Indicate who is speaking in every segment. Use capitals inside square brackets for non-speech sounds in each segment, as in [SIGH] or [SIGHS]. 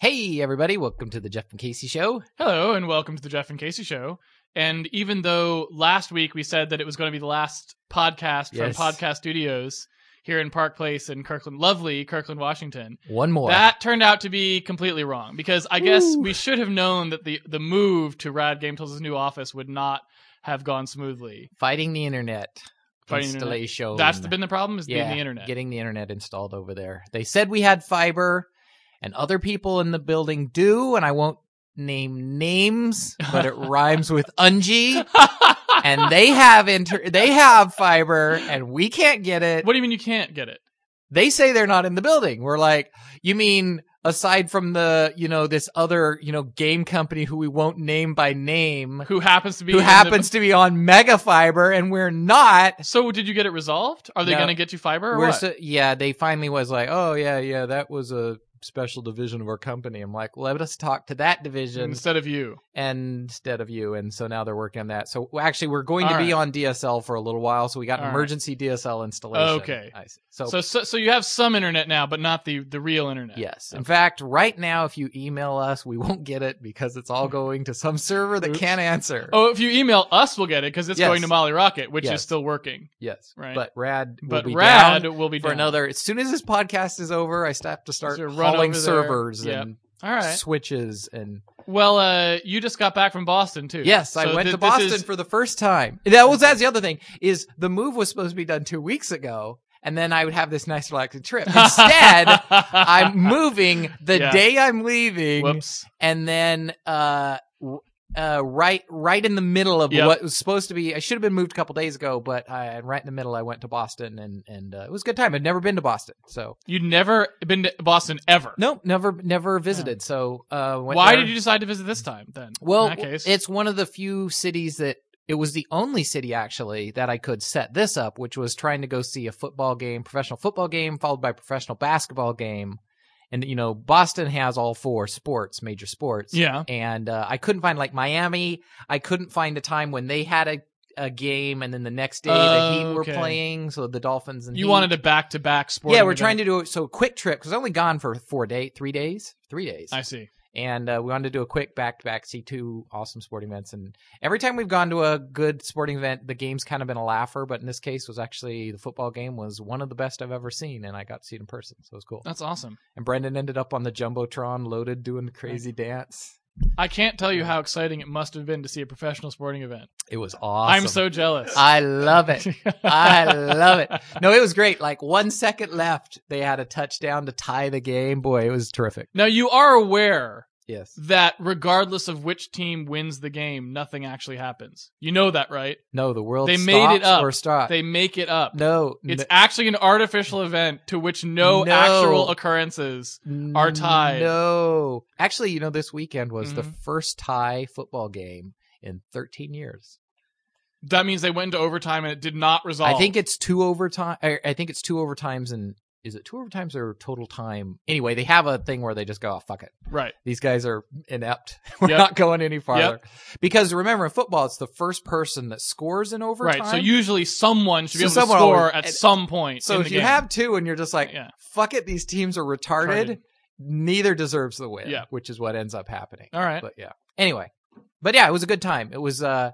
Speaker 1: Hey, everybody, welcome to the Jeff and Casey Show.
Speaker 2: Hello and welcome to the Jeff and Casey Show. And even though last week we said that it was going to be the last podcast
Speaker 1: Yes.
Speaker 2: from Podcast Studios here in Park Place in Kirkland, lovely Kirkland, Washington,
Speaker 1: One more.
Speaker 2: that turned out to be completely wrong because I guess
Speaker 1: Woo.
Speaker 2: we should have known that the the move to Rad Game Tools' new office would not have gone smoothly.
Speaker 1: Fighting the internet
Speaker 2: Fighting the internet.
Speaker 1: installation.
Speaker 2: That's been the problem is
Speaker 1: yeah,
Speaker 2: being the internet. [LAUGHS]
Speaker 1: Getting the internet installed over there. They said we had fiber, and other people in the building do, and I won't name names, but
Speaker 2: [LAUGHS]
Speaker 1: it rhymes with unji. And they have inter- they have fiber, and we can't get it.
Speaker 2: what do you mean you can't get it?
Speaker 1: they say they're not in the building. We're like, you mean aside from the, you know, this other, you know, game company who we won't name by name,
Speaker 2: Who happens to be
Speaker 1: who
Speaker 2: in the-
Speaker 1: happens to be on Mega Fiber and we're not.
Speaker 2: so did you get it resolved? Are they
Speaker 1: No.
Speaker 2: going to get you fiber or
Speaker 1: We're
Speaker 2: what?
Speaker 1: so, yeah, they finally was like, oh yeah, yeah, that was a special division of our company. I'm like, let us talk to that division
Speaker 2: instead of you.
Speaker 1: instead of you. And so now they're working on that. So actually, we're going to
Speaker 2: All
Speaker 1: be
Speaker 2: right.
Speaker 1: on DSL for a little while. So we got an
Speaker 2: All right.
Speaker 1: emergency DSL installation.
Speaker 2: Okay.
Speaker 1: I see. So,
Speaker 2: So, so so you have some internet now, but not the the real internet.
Speaker 1: Yes. In fact, right now, if you email us, we won't get it because it's
Speaker 2: [LAUGHS]
Speaker 1: all going to some server that
Speaker 2: Oops.
Speaker 1: can't answer.
Speaker 2: Oh, if you email us, we'll get it because it's
Speaker 1: Yes.
Speaker 2: going to Molly Rocket, which
Speaker 1: Yes.
Speaker 2: is still working.
Speaker 1: yes.
Speaker 2: right.
Speaker 1: But Rad will
Speaker 2: But
Speaker 1: be
Speaker 2: Rad
Speaker 1: down
Speaker 2: will be
Speaker 1: for
Speaker 2: down.
Speaker 1: another. As soon as this podcast is over, I still have to start
Speaker 2: So run
Speaker 1: hauling
Speaker 2: over there.
Speaker 1: servers
Speaker 2: Yep.
Speaker 1: and
Speaker 2: All right.
Speaker 1: switches. And
Speaker 2: Well, uh, you just got back from Boston too.
Speaker 1: yes, I
Speaker 2: So
Speaker 1: went
Speaker 2: thi-
Speaker 1: to
Speaker 2: this
Speaker 1: Boston
Speaker 2: is-
Speaker 1: for the first time. That was that's the other thing is the move was supposed to be done two weeks ago, and then I would have this nice relaxing
Speaker 2: [LAUGHS]
Speaker 1: trip. Instead. I'm moving the
Speaker 2: Yeah.
Speaker 1: day I'm leaving.
Speaker 2: Whoops.
Speaker 1: and then uh w- uh right right in the middle of
Speaker 2: Yep.
Speaker 1: what was supposed to be I should have been moved a couple days ago but I, right in the middle I went to Boston and and uh, it was a good time I'd never been to Boston so
Speaker 2: You'd never been to Boston ever.
Speaker 1: nope never never visited so uh went
Speaker 2: Why
Speaker 1: there.
Speaker 2: did you decide to visit this time then?
Speaker 1: well
Speaker 2: in that case,
Speaker 1: it's one of the few cities that it was the only city actually that I could set this up which was trying to go see a football game professional football game followed by professional basketball game and you know Boston has all four sports major sports
Speaker 2: yeah.
Speaker 1: and uh, I couldn't find like Miami. I couldn't find a time when they had a, a game, and then the next day
Speaker 2: Oh,
Speaker 1: the Heat were
Speaker 2: okay.
Speaker 1: playing. So the Dolphins and
Speaker 2: You
Speaker 1: Heat.
Speaker 2: wanted a back to back sport.
Speaker 1: yeah, we're trying to do it. So a quick trip because I was only gone for four day, three days, three days,
Speaker 2: I see.
Speaker 1: and uh, we wanted to do a quick back to back, see two awesome sporting events. And every time we've gone to a good sporting event, the game's kind of been a laugher. But in this case, was actually the football game was one of the best I've ever seen, and I got to see it in person, so it was cool.
Speaker 2: That's awesome.
Speaker 1: And Brendan ended up on the jumbotron, loaded, doing the crazy dance.
Speaker 2: I can't tell you how exciting it must have been to see a professional sporting event.
Speaker 1: It was awesome.
Speaker 2: I'm so jealous.
Speaker 1: I love it. [LAUGHS] I love it. No, it was great. Like one second left, they had a touchdown to tie the game. Boy, it was terrific.
Speaker 2: Now you are aware
Speaker 1: Yes.
Speaker 2: that regardless of which team wins the game, nothing actually happens. You know that, right?
Speaker 1: No, the world
Speaker 2: They
Speaker 1: stops
Speaker 2: made it up.
Speaker 1: or stop.
Speaker 2: They make it up.
Speaker 1: no,
Speaker 2: It's
Speaker 1: n-
Speaker 2: actually an artificial event to which no,
Speaker 1: No.
Speaker 2: actual occurrences. are tied.
Speaker 1: No, actually, you know, this weekend was the
Speaker 2: Mhm.
Speaker 1: first tie football game in 13 years.
Speaker 2: That means they went into overtime and it did not resolve.
Speaker 1: I think it's two overtime. I I think it's two overtimes and is it two overtimes or total time? Anyway, they have a thing where they just go, oh, fuck it.
Speaker 2: right.
Speaker 1: these guys are inept. [LAUGHS] We're
Speaker 2: Yep.
Speaker 1: not going any farther. Because remember, in football, it's the first person that scores in overtime.
Speaker 2: Right. So usually someone should
Speaker 1: So
Speaker 2: be able to
Speaker 1: someone
Speaker 2: score
Speaker 1: always-
Speaker 2: at
Speaker 1: and-
Speaker 2: some point.
Speaker 1: So
Speaker 2: in
Speaker 1: if
Speaker 2: the
Speaker 1: you
Speaker 2: game.
Speaker 1: have two and you're just like,
Speaker 2: Yeah.
Speaker 1: fuck it, these teams are retarded,
Speaker 2: Retarded.
Speaker 1: neither deserves the win,
Speaker 2: Yeah.
Speaker 1: which is what ends up happening.
Speaker 2: all right.
Speaker 1: But yeah. Anyway. But yeah, it was a good time. It was, uh,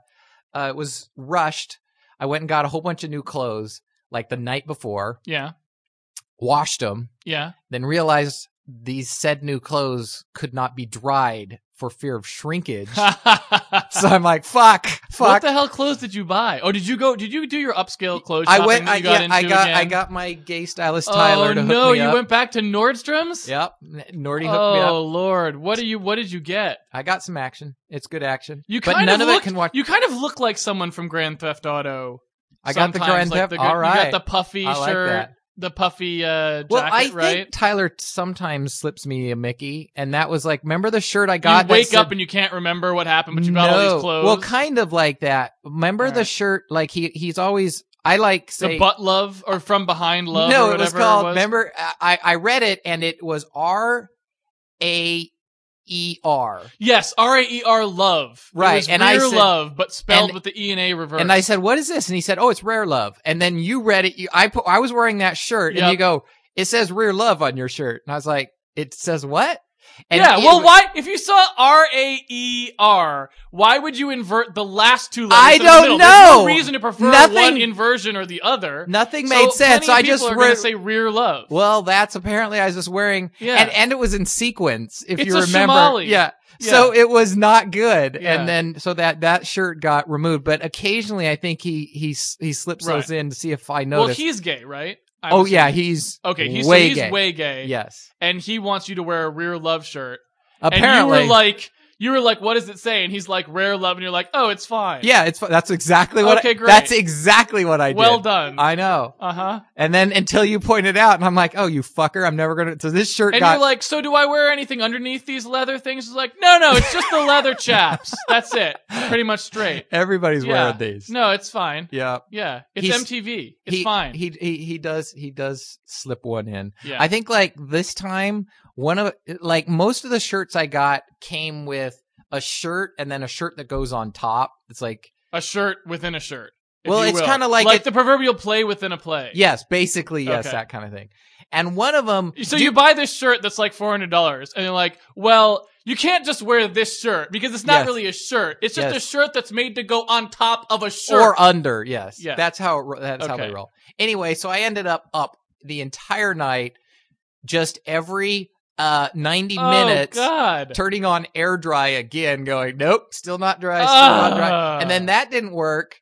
Speaker 1: uh, it was rushed. I went and got a whole bunch of new clothes like the night before,
Speaker 2: Yeah.
Speaker 1: washed them,
Speaker 2: Yeah. [LAUGHS]
Speaker 1: then realized these said new clothes could not be dried for fear of
Speaker 2: [LAUGHS]
Speaker 1: shrinkage. so I'm like, fuck, fuck.
Speaker 2: What the hell clothes did you buy? Oh, did you go? Did you do your upscale clothes?
Speaker 1: I
Speaker 2: shopping
Speaker 1: went.
Speaker 2: That
Speaker 1: I
Speaker 2: you got
Speaker 1: yeah,
Speaker 2: into
Speaker 1: I got.
Speaker 2: Again?
Speaker 1: I got my gay stylist Tyler
Speaker 2: Oh
Speaker 1: to hook
Speaker 2: no!
Speaker 1: me
Speaker 2: You
Speaker 1: up.
Speaker 2: went back to Nordstrom's.
Speaker 1: Yep, Nordy hooked me
Speaker 2: Oh
Speaker 1: up.
Speaker 2: Lord, what do you? What did you get?
Speaker 1: I got some action. It's good action.
Speaker 2: You
Speaker 1: but
Speaker 2: kind
Speaker 1: none
Speaker 2: of
Speaker 1: of,
Speaker 2: looked-
Speaker 1: it can watch.
Speaker 2: You kind of look like someone from Grand Theft Auto.
Speaker 1: I got the
Speaker 2: sometimes,
Speaker 1: Grand
Speaker 2: like
Speaker 1: Theft.
Speaker 2: the good-
Speaker 1: All
Speaker 2: You
Speaker 1: right.
Speaker 2: got the puffy
Speaker 1: I like
Speaker 2: shirt,
Speaker 1: that.
Speaker 2: the puffy uh, jacket,
Speaker 1: well, I think
Speaker 2: right?
Speaker 1: Tyler sometimes slips me a Mickey, and that was like, remember the shirt I got?
Speaker 2: you
Speaker 1: that
Speaker 2: wake
Speaker 1: said-
Speaker 2: up and you can't remember what happened, but you got all
Speaker 1: No.
Speaker 2: these clothes.
Speaker 1: Well, kind of like that. Remember
Speaker 2: All
Speaker 1: the
Speaker 2: right.
Speaker 1: shirt? Like he he's always. I like
Speaker 2: the
Speaker 1: say
Speaker 2: butt love or from behind love.
Speaker 1: no,
Speaker 2: or
Speaker 1: it
Speaker 2: whatever
Speaker 1: was called.
Speaker 2: It was.
Speaker 1: Remember, uh, I I read it and it was R A E R.
Speaker 2: Yes, R A E R love. It
Speaker 1: Right,
Speaker 2: was
Speaker 1: and I
Speaker 2: rear
Speaker 1: said-
Speaker 2: love, but spelled
Speaker 1: and-
Speaker 2: with the E and A reversed.
Speaker 1: And I said, "What is this?" And he said, "Oh, it's Rare Love." And then you read it. You, I put, I was wearing that shirt, and
Speaker 2: Yep.
Speaker 1: you go, "It says Rare Love on your shirt," and I was like, "It says what?" And
Speaker 2: yeah.
Speaker 1: it
Speaker 2: Well,
Speaker 1: was-
Speaker 2: why? If you saw R A E R, why would you invert the last two letters?
Speaker 1: I
Speaker 2: to the
Speaker 1: don't
Speaker 2: middle? There's
Speaker 1: know.
Speaker 2: no reason to prefer one
Speaker 1: Nothing-
Speaker 2: inversion or the other.
Speaker 1: Nothing
Speaker 2: So
Speaker 1: made sense.
Speaker 2: plenty
Speaker 1: So
Speaker 2: of
Speaker 1: I
Speaker 2: people
Speaker 1: just
Speaker 2: are gonna
Speaker 1: wrote-
Speaker 2: say rear love.
Speaker 1: Well, that's apparently I was just wearing,
Speaker 2: Yeah.
Speaker 1: and and it was in sequence. If
Speaker 2: It's
Speaker 1: you
Speaker 2: a
Speaker 1: remember,
Speaker 2: Shimali.
Speaker 1: yeah. So it was not good,
Speaker 2: Yeah.
Speaker 1: and then so that that shirt got removed. But occasionally, I think he he s- he slips
Speaker 2: Right.
Speaker 1: those in to see if I
Speaker 2: well,
Speaker 1: notice.
Speaker 2: he's gay, right? I'm
Speaker 1: oh yeah,
Speaker 2: assuming.
Speaker 1: he's
Speaker 2: okay. He's so
Speaker 1: way
Speaker 2: he's
Speaker 1: gay.
Speaker 2: way gay.
Speaker 1: Yes,
Speaker 2: and he wants you to wear a rear love shirt.
Speaker 1: apparently.
Speaker 2: and you were like, you were like, what does it say? And he's like, rare love, and you're like, oh, it's fine.
Speaker 1: yeah, it's fu- that's exactly what. I-
Speaker 2: Okay, great.
Speaker 1: That's exactly what I did.
Speaker 2: well done.
Speaker 1: I know.
Speaker 2: Uh huh.
Speaker 1: And then until you pointed out, and I'm like, oh, you fucker, I'm never gonna. So this shirt
Speaker 2: And
Speaker 1: got
Speaker 2: you're like, so do I wear anything underneath these leather things? He's like, no, no, it's just the
Speaker 1: [LAUGHS]
Speaker 2: leather chaps. That's it. Pretty much straight.
Speaker 1: everybody's
Speaker 2: Yeah.
Speaker 1: wearing these.
Speaker 2: No, it's fine.
Speaker 1: Yeah,
Speaker 2: Yeah, it's
Speaker 1: He's-
Speaker 2: MTV. It's
Speaker 1: he,
Speaker 2: fine.
Speaker 1: He he he does he does slip one in.
Speaker 2: yeah.
Speaker 1: I think like this time, one of like most of the shirts I got came with a shirt and then a shirt that goes on top. It's like
Speaker 2: a shirt within a shirt. if
Speaker 1: Well,
Speaker 2: you
Speaker 1: it's
Speaker 2: will.
Speaker 1: kinda like
Speaker 2: like
Speaker 1: it-
Speaker 2: the proverbial play within a play.
Speaker 1: yes, basically yes,
Speaker 2: Okay.
Speaker 1: that kind of thing. And one of them,
Speaker 2: So you buy this shirt that's like four hundred dollars, and you're like, "Well, you can't just wear this shirt because it's not
Speaker 1: Yes.
Speaker 2: really a shirt. It's just a
Speaker 1: Yes.
Speaker 2: shirt that's made to go on top of a shirt."
Speaker 1: or under, yes,
Speaker 2: Yeah.
Speaker 1: that's how it ro- that's how
Speaker 2: Okay.
Speaker 1: they roll. Anyway, so I ended up up the entire night, just every uh ninety
Speaker 2: oh,
Speaker 1: minutes.
Speaker 2: God.
Speaker 1: Turning on air dry again, going, nope, still not dry, still not dry.
Speaker 2: Ah.
Speaker 1: and then that didn't work.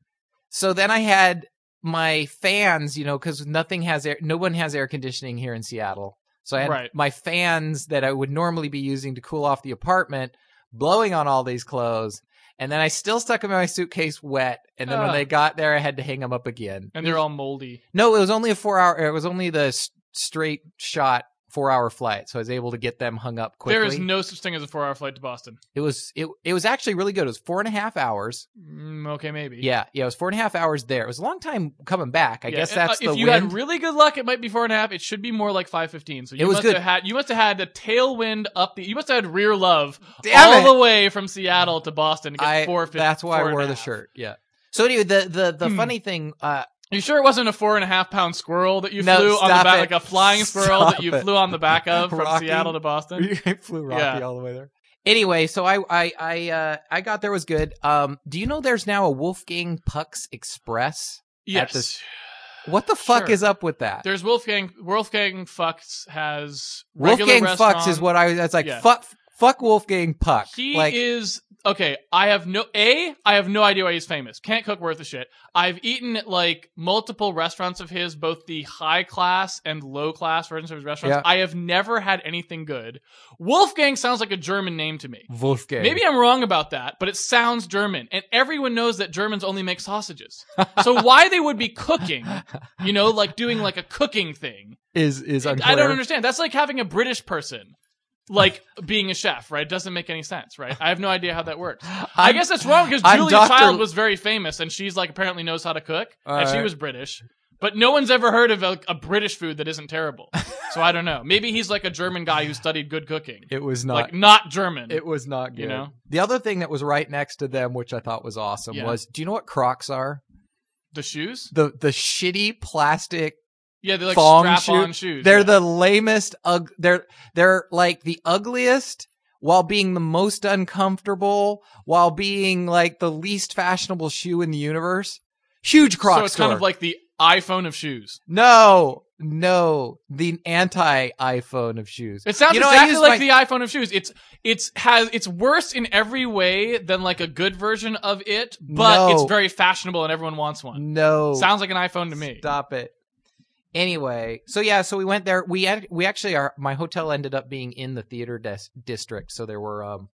Speaker 1: So then I had my fans, you know, because nothing has air, no one has air conditioning here in Seattle. So I had
Speaker 2: Right.
Speaker 1: my fans that I would normally be using to cool off the apartment, blowing on all these clothes, and then I still stuck them in my suitcase wet. And then when
Speaker 2: Ugh.
Speaker 1: they got there, I had to hang them up again.
Speaker 2: and they're all moldy.
Speaker 1: No, it was only a four hour. It was only the s- straight shot four hour flight, so I was able to get them hung up quickly.
Speaker 2: There is no such thing as a four-hour flight to Boston.
Speaker 1: it was it it was actually really good. It was four and a half hours.
Speaker 2: Mm, okay, maybe.
Speaker 1: Yeah, yeah, it was four and a half hours there. It was a long time coming back. I
Speaker 2: Yeah,
Speaker 1: guess
Speaker 2: and, uh,
Speaker 1: that's
Speaker 2: if
Speaker 1: the
Speaker 2: you
Speaker 1: wind.
Speaker 2: had really good luck, it might be four and a half. It should be more like five fifteen. So you
Speaker 1: It was
Speaker 2: must
Speaker 1: good.
Speaker 2: have had you must have had a tailwind up the. You must have had rear love
Speaker 1: [LAUGHS] Damn
Speaker 2: all
Speaker 1: it!
Speaker 2: the way from Seattle to Boston to
Speaker 1: I-
Speaker 2: get four fifty.
Speaker 1: that's why I wore the shirt. Yeah. So anyway, the the the
Speaker 2: Hmm.
Speaker 1: funny thing,
Speaker 2: [LAUGHS]
Speaker 1: uh, [LAUGHS]
Speaker 2: You sure it wasn't a four and a half pound squirrel that you
Speaker 1: No,
Speaker 2: flew on the
Speaker 1: stop
Speaker 2: back,
Speaker 1: it.
Speaker 2: like
Speaker 1: [LAUGHS]
Speaker 2: a flying squirrel
Speaker 1: Stop
Speaker 2: that you
Speaker 1: it.
Speaker 2: flew on the
Speaker 1: [LAUGHS]
Speaker 2: back of from
Speaker 1: Rocky.
Speaker 2: Seattle to Boston?
Speaker 1: I flew Rocky
Speaker 2: Yeah.
Speaker 1: all the way there. Anyway, so I I I uh, I got there was good. Um, do you know there's now a Wolfgang Puck's Express?
Speaker 2: Yes.
Speaker 1: this- What the fuck
Speaker 2: Sure.
Speaker 1: is up with that?
Speaker 2: There's Wolfgang. Wolfgang Fucks has regular
Speaker 1: Wolfgang Fucks is
Speaker 2: restaurant.
Speaker 1: what I was. That's like
Speaker 2: Yeah.
Speaker 1: fuck fuck Wolfgang Puck.
Speaker 2: He
Speaker 1: like
Speaker 2: is okay. I have no a. I have no idea why he's famous. Can't cook worth a shit. I've eaten at like multiple restaurants of his, both the high class and low class versions of his restaurants.
Speaker 1: Yeah.
Speaker 2: I have never had anything good. Wolfgang sounds like a German name to me.
Speaker 1: Wolfgang.
Speaker 2: Maybe I'm wrong about that, but it sounds German, and everyone knows that Germans only make sausages. So why they would be cooking, you know, like doing like a cooking thing?
Speaker 1: is is unclear.
Speaker 2: I don't understand. That's like having a British person, like being a chef, right? It doesn't make any sense, right? I have no idea how that works. I
Speaker 1: I'm-
Speaker 2: guess that's wrong because
Speaker 1: I'm
Speaker 2: Julia
Speaker 1: Dr.
Speaker 2: Child was very famous, and she's like apparently knows how to cook,
Speaker 1: All
Speaker 2: and she
Speaker 1: right.
Speaker 2: was British. But no one's ever heard of a, a British food that isn't
Speaker 1: [LAUGHS]
Speaker 2: terrible. So I don't know. Maybe he's like a German guy who studied good cooking,
Speaker 1: It was not.
Speaker 2: like not German.
Speaker 1: it was not good.
Speaker 2: You know?
Speaker 1: The other thing that was right next to them, which I thought was awesome,
Speaker 2: Yeah.
Speaker 1: was do you know what Crocs are?
Speaker 2: the shoes.
Speaker 1: the the shitty plastic.
Speaker 2: Yeah, they're like
Speaker 1: Thong
Speaker 2: strap on
Speaker 1: shoe-
Speaker 2: shoes.
Speaker 1: They're
Speaker 2: yeah.
Speaker 1: the lamest. Ug- they're they're like the ugliest while being the most uncomfortable while being like the least fashionable shoe in the universe. Huge Croc
Speaker 2: So it's
Speaker 1: store.
Speaker 2: kind of like the iPhone of shoes.
Speaker 1: no, no, the anti iPhone of shoes.
Speaker 2: It sounds
Speaker 1: You know, I
Speaker 2: exactly
Speaker 1: used
Speaker 2: like
Speaker 1: my-
Speaker 2: the iPhone of shoes. It's it's has it's worse in every way than like a good version of it, but
Speaker 1: No.
Speaker 2: it's very fashionable and everyone wants one.
Speaker 1: No,
Speaker 2: Sounds like an iPhone to me.
Speaker 1: Stop it. Anyway, so yeah, so we went there. We ac- we actually are. My hotel ended up being in the theater des- district, so there were um,